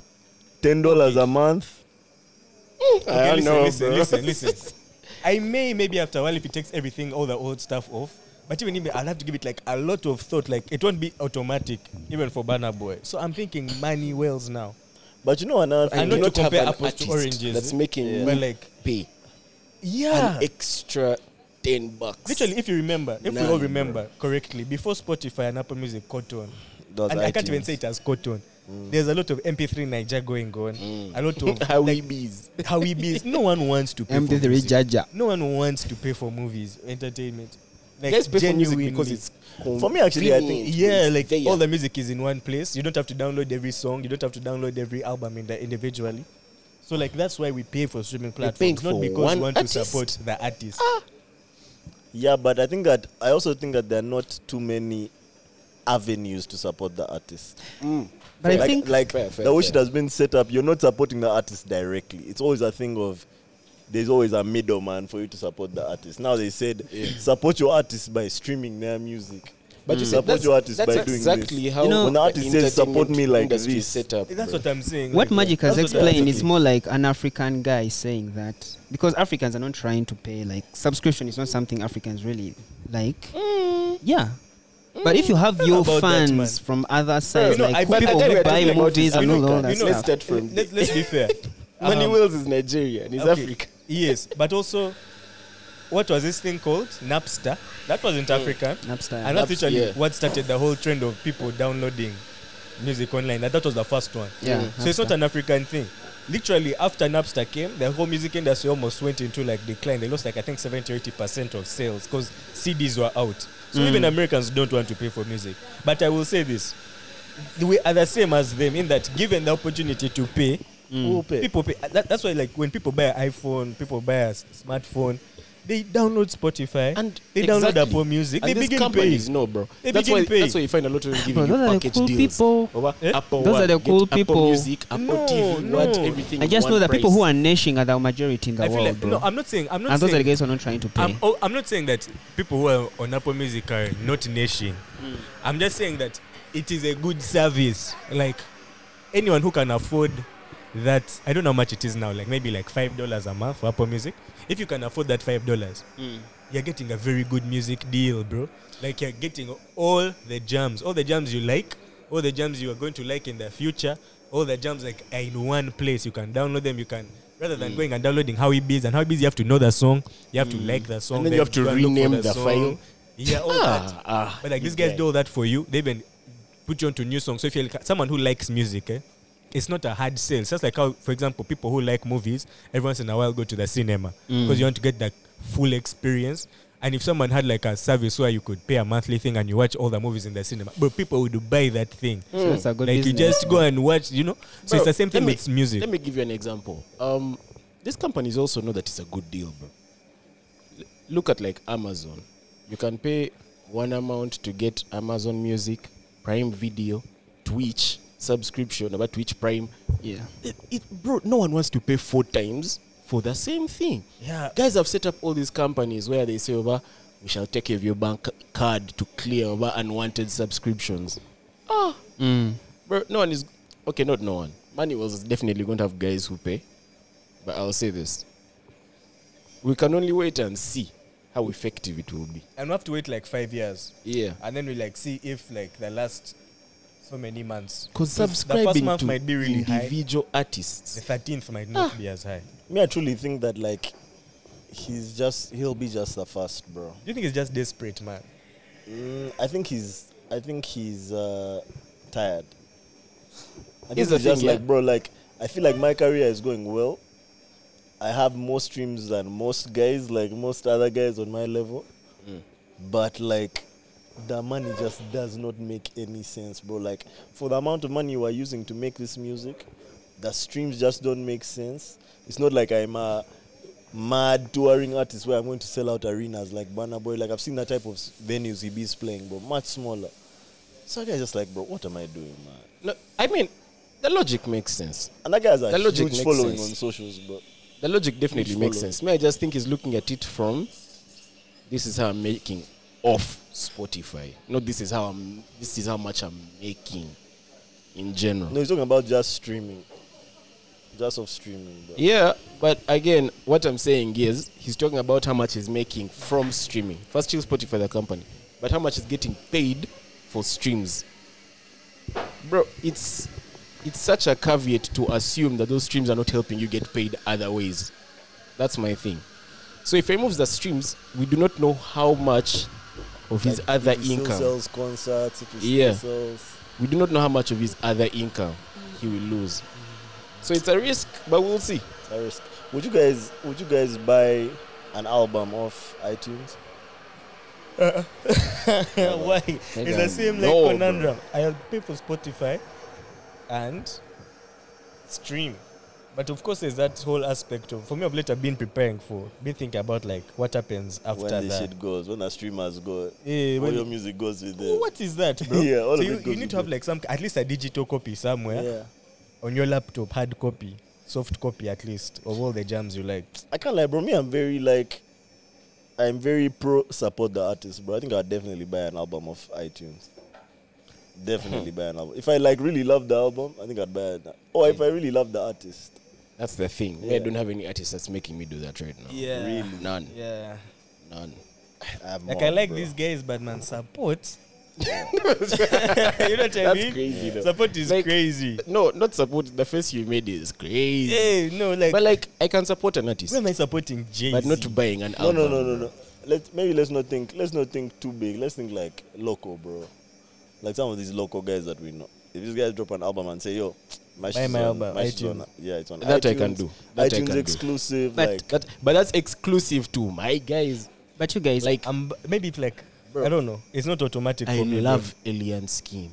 ten dollars a month.
I
listen,
know,
listen,
bro.
listen, listen. I may maybe after a while if it takes everything, all the old stuff off. But even if I'll have to give it like a lot of thought. Like it won't be automatic, even for Banner Boy. So I'm thinking money wells now.
But you know another
I
thing.
know
do
to compare
an
apples to
artist
oranges,
That's
eh?
making
Yeah.
me
But like,
pay
yeah.
an extra ten bucks.
Literally, if you remember, if we
None,
all
bro.
remember correctly, before Spotify and Apple Music caught on,
Those
and I can't even
iTunes.
say it as caught on,
Mm.
there's a lot of MP3 Niger going on, a lot of
how we bees.
how we be. No one wants to pay for
MP3
music.
Jaja.
No one wants to pay for movies, entertainment. Like
Guys pay for music
genuinely.
because it's
For me, actually, I think-
convenient,
yeah,
it's
like
there.
all the music is in one place. You don't have to download every song. You don't have to download every album in the individually. So like that's why we pay for streaming
We're paying
platforms, not
for
because
one
we want to
artist. Ah.
support the artist.
Yeah, but I think that I also think that there are not too many avenues to support the artist.
Mm.
Mm.
But I
like,
think
like
Fair, fair,
the way it
fair.
has been set up, you're not supporting the artist directly. It's always a thing of there's always a middleman for you to support the artist. Now they said support your artist by streaming their music. Mm.
But you said
support
that's,
your artist
that's
by doing
exactly
this.
how
You know-
When the artist says, "Support me
entertainment
like
industry
this."
is set up.
That's
bro.
what I'm saying.
What
like,
Magic has
That's what I
explained
think.
is more like an African guy saying that because Africans are not trying to pay. Like subscription is not something Africans really like. Yeah. But if you have
Mm.
your
about that, man.
fans from other sides,
know, I-
like
but I
people
tell you,
who
I
buy
think about
movies
this,
and
you
all,
know,
all that
you know,
Let's
stuff,
start from
Let's, let's be fair.
Money
Um,
Wells is Nigeria and he's
okay,
Africa.
Yes, but also what was this thing called? Napster. That wasn't African.
Napster.
And
Napster,
that's literally
Oh. yeah.
what started the whole trend of people downloading music online. And that was the first one.
Yeah,
So it's not
Napster.
an African thing. Literally, after Napster came, the whole music industry almost went into like decline. They lost like I think 70 or 80% of sales because CDs were out. So
Mm.
even Americans don't want to pay for music. But I will say this we are the same as them in that given the opportunity to pay,
Who pay?
Mm. people pay. Uh, That, that's why, like, when people buy an iPhone, people buy a s- smartphone, they download Spotify,
And
they download
exactly.
Apple Music,
And
they
these
begin
companies
paying.
know, bro.
They
that's
begin
why
paying.
that's why you find a lot of them
Bro,
giving
those
you
are the
package
cool
deals.
people.
Over
Eh?
Apple
Those
One,
are the
get
cool
Apple
people.
Music, Apple
No,
TV,
no.
what everything.
I just know that people who are nashing are the majority in the
I feel
world,
like,
bro.
no, I'm not saying, I'm not
and those are the
saying,
guys who are not trying to pay.
I'm, oh, I'm not saying that people who are on Apple Music are not nation. I'm just saying that it is a good service. Like anyone who can afford that, I don't know how much it is now. Like maybe like five dollars a month for Apple Music. If you can afford that five dollars, you're getting a very good music deal, bro. Like you're getting all the jams, all the jams you like, all the jams you are going to like in the future, all the jams like are in one place. You can download them. You can rather than going and downloading how it is and how it is, you have to know the song, you have to like the song,
then you have to
go and look for
rename the file.
Yeah, all
Ah,
that. Ah, But like these guys do all that for you. They even put you onto new songs. So if you're like, someone who likes music, eh, it's not a hard sale. It's just like how, for example, people who like movies, every once in a while go to the cinema because you want to get that full experience. And if someone had like a service where you could pay a monthly thing and you watch all the movies in the cinema, but people would buy that thing.
So that's a good
Like you
business.
just go and watch, you know. So it's the same thing
let me,
with music.
Let me give you an example. Um, these companies also know that it's a good deal, bro. L- Look at like Amazon. You can pay one amount to get Amazon Music, Prime Video, Twitch subscription, about Twitch Prime.
yeah.
It, it, bro, no one wants to pay four times for the same thing.
Yeah.
Guys have set up all these companies where they say, over, we shall take care of your bank card to clear over unwanted subscriptions.
Mm.
Bro, no one is okay. Not no one. Money was definitely going to have guys who pay, but I'll say this: we can only wait and see how effective it will be.
And we have to wait like five years.
Yeah,
and then we like see if like the last so many months
because
the first
subscribing
month
to
might be really high
individual
the
artists.
13th might not be as high do
Me, I truly think that like he's just he'll be just the first, bro.
you think it's just desperate man
Mm, I think he's I think he's uh, tired. I think
Here's the
he's just
thing, yeah.
like bro, like I feel like my career is going well. I have more streams than most guys, like most other guys on my level. But like the money just does not make any sense, bro. Like for the amount of money you are using to make this music, the streams just don't make sense. It's not like I'm a mad touring artist where I'm going to sell out arenas like Banner Boy. Like I've seen that type of s- venues he is playing, but much smaller. So I guy's just like, bro, what am I doing, man?
No, I mean, the logic makes sense.
And that guy has a
The logic
huge
makes
following
sense.
on socials, bro.
The logic definitely
Which
makes
follows.
sense. Me, I just think he's looking at it from this is how I'm making off Spotify. Not this is how I'm. This is how much I'm making in general.
No, he's talking about just streaming, just of streaming, bro.
Yeah, but again, what I'm saying is he's talking about how much he's making from streaming. First, he'll Spotify the company, but how much is getting paid for streams? Bro, it's it's such a caveat to assume that those streams are not helping you get paid other ways. That's my thing. So if he moves the streams, we do not know how much of his
Like,
other
if he still
income.
sells concerts. If he still
Yeah.
sells.
We do not know how much of his other income he will lose. So it's a risk, but we'll see.
I risk. Would you guys would you guys buy an album off iTunes? Uh-uh.
why it's the same like
No, bro.
conundrum i'll pay for spotify and stream but of course there's that whole aspect of for me i've later been preparing for been thinking about like what happens after
when this
that
shit goes, when the streamers go,
Eh,
all
when-
your music goes with them.
what is that bro
Yeah, all
so
of
you,
it
you
goes
need
with
to have
it.
like some at least a digital copy somewhere
Yeah.
on your laptop hard copy soft copy at least of all the jams you like
I can't lie, bro. Me, I'm very like, I'm very pro support the artist, bro. I think I'll definitely buy an album off iTunes. Definitely buy an album. If I like really love the album, I think I'd buy it. Or if I really love the artist,
That's the thing. I don't have any artist that's making me do that right now.
Yeah. Really?
None.
yeah
None.
I have
like
more,
i like
bro.
these guys but man support you know what I
That's
mean?
crazy though.
Support is
Like-
crazy.
No, not support. The face you made is crazy.
Hey, no, like,
But like, I can support an artist,
why am I supporting Jay?
but not buying an
No,
album.
no, no, no, no. Let maybe let's not think. Let's not think too big. Let's think like local, bro. Like some of these local guys that we know. If these guys drop an album and say, "Yo, my, shit's
my
on-
album,
my shit's on-
iTunes.
yeah, it's on
That I
iTunes,
can do. That I
iTunes
can do.
exclusive,
But-
like
That, but that's exclusive to my guys.
But you guys,
Like,
Um, maybe if like,
Bro.
I don't know. It's not automatic
I
for me. bro.
love Alien Skin.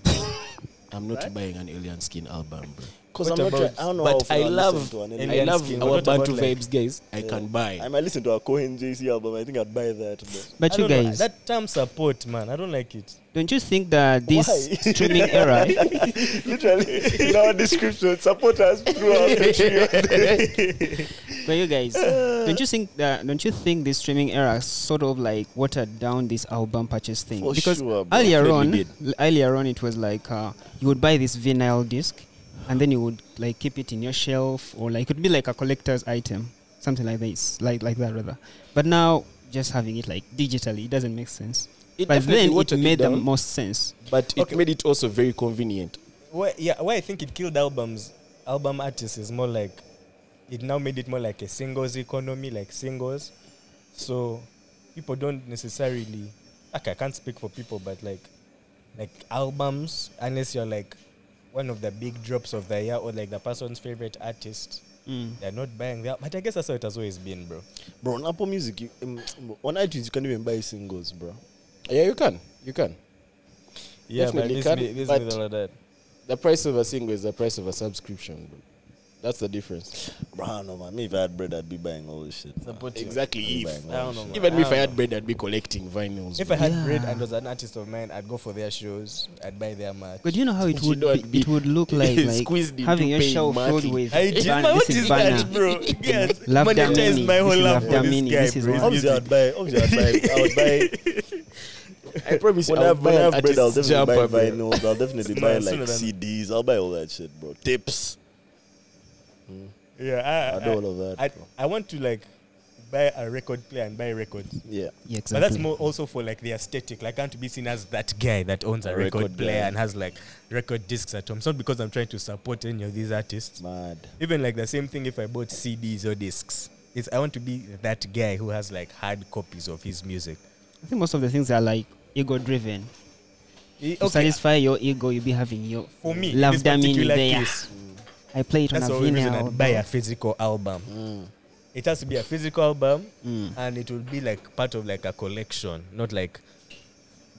I'm not buying an Alien Skin album, bro.
because
What
I'm not. Try,
about-
I don't know
But
how
I
often
love,
listen to an
Alien
I love
Skin.
our
What about
Bantu
like-
vibes, guys. I
Yeah.
can buy.
I might listen to a Cohen JC album. I think I'd buy that. Bro.
I
but you
don't know,
guys,
that term support, man, I don't like it.
don't you think that this
Why?
streaming era?
Literally in our description, support us through our Patreon.
But you guys, don't you think that? Don't you think this streaming era sort of like watered down this album purchase thing?
For
because
sure, bro.
earlier on,
Definitely
l- earlier on, it was like uh, you would buy this vinyl disc, and then you would like keep it in your shelf, or like it would be like a collector's item, something like this, like like that rather. But now, just having it like digitally, it doesn't make sense.
It
but
definitely
then it
watered it
made the
down.
most sense.
but it
Okay.
made it also very convenient.
Why, yeah, why I think it killed albums, album artists is more like, it now made it more like a singles economy, like singles. So people don't necessarily, like I can't speak for people, but like, like albums, unless you're like one of the big drops of the year or like the person's favorite artist,
Mm.
they're not buying that. But I guess that's how it has always been, bro.
bro, on Apple Music, you, um, on iTunes, you can't even buy singles, bro.
Yeah, you can. You can.
Yeah,
Definitely
but
can,
this, me- this
but-
with all of that.
The price of a single is the price of a subscription. Bro. That's the difference.
Bro, no man. Me if I had bread, I'd be buying all this shit. man.
Support you.
Exactly.
I'd be
If,
buying
I
all this
don't know,
shit.
even
man.
if I
don't
had bread, I'd be collecting vinyls.
If
bro.
I had
Yeah.
bread and was an artist of mine, I'd go for their shows. I'd buy their merch.
But you know how it
You
would
know,
be, it would look like, like
Squeezed into
having your
paying
shelf
monthly.
filled with
I did. man,
ban- this
what
is
is
banner.
that, bro? Yes,
Love
monetize my
Damini. This
whole
is
love
Love
for this
Damini.
guy,
This is
bro.
Love
His
Obviously, I'd buy.
music.
Obviously, I'd buy. I would buy.
I promise
When
I'll
I've
buy
when
an
I've bread, I'll
artist's
definitely buy
jumper, bro.
vinyls. I'll definitely
Sooner-
buy like
sooner than-
CDs. I'll buy all that shit, bro. Tips. I
Yeah, I,
do
I,
all of
I,
that, bro.
I want to like buy a record player and buy records.
Yeah.
Yeah,
But that's
exactly.
more also for like the aesthetic. Like, I can't be seen as that guy that owns a,
A
record,
record
player
player.
and has like record discs at home. It's not because I'm trying to support any of these artists.
Mad.
Even like the same thing if I bought CDs or discs. It's I want to be that guy who has like hard copies of his music.
I think most of the things are like ego driven.
Eh,
To satisfy your ego, you'll be having your
for me, in
love
this
Damini
particular
there.
case,
I play it on
that's
a
the only reason I'd
vinyl.
buy a physical album.
Mm.
It has to be a physical album,
Mm.
and it will be like part of like a collection, not like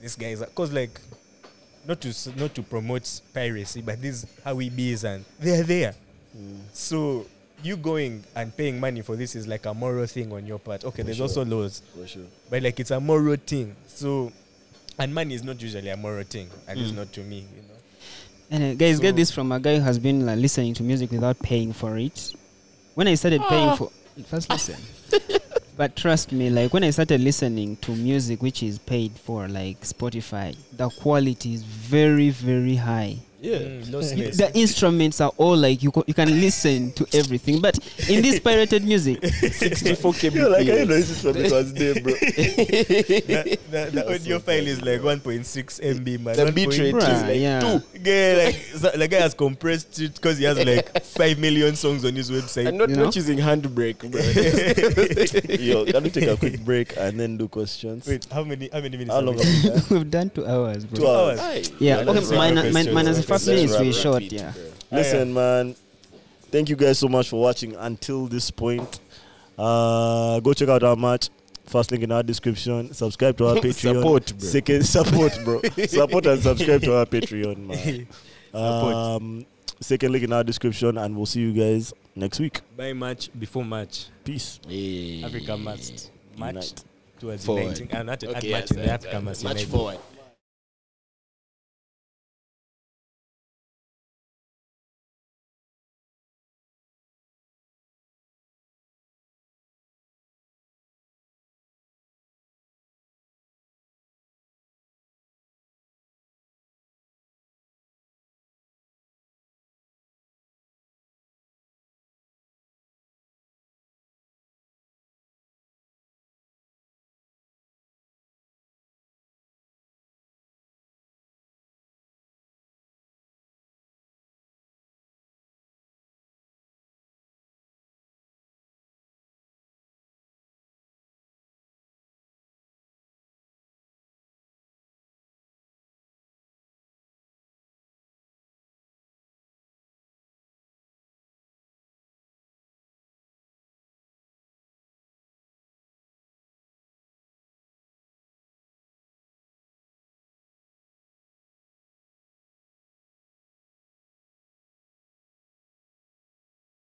this guy is because like not to s- not to promote piracy, but this is how we be is and they're there. Mm. So you going and paying money for this is like a moral thing on your part. Okay,
For
there's
sure.
also laws,
For sure.
but like it's a moral thing. So and money is not usually a moral thing, and
Mm.
it's not to me, you know.
And uh, guys, get
So-
this from a guy who has been like, listening to music without paying for it. When I started
Ah.
paying for first listen, but trust me, like when I started listening to music which is paid for, like Spotify, the quality is very, very high.
Yeah.
Mm, lossless.
the instruments are all like you, co- you can listen to everything, but in this pirated music,
64 kbps.
Yeah, like I know this is from because day, bro.
the, the, the audio file is like 1.6 MB, man.
The
1
bit rate is
Bruh,
like
yeah.
two.
Guy, like, so- the guy has compressed it because he has like 5 million songs on his website.
I'm not,
You know?
not using handbrake,
Yo, can we take a quick break and then do questions?
Wait, how many, how many minutes?
How
are
long
we?
have we done?
we've done two hours, bro.
Two hours.
bro.
Yeah,
let's
okay,
wrap
minus,
up
min-
questions,
minus the
okay.
Let's
first minutes
wrap
we
up
short,
it,
yeah.
Listen, man. Thank you guys so much for watching until this point. Uh, go check out our match. First link in our description. Subscribe to our Patreon.
Support, bro.
Second, support, bro. support and subscribe to our Patreon, man.
Support.
Um, second link in our description, and we'll see you guys next week.
By March, before March,
Peace.
Yeah.
Africa must march
Unite.
towards
Forward.
uniting. And not,
Okay,
not march
yes,
in the
yes,
Africa
yes.
must
March
unite.
forward.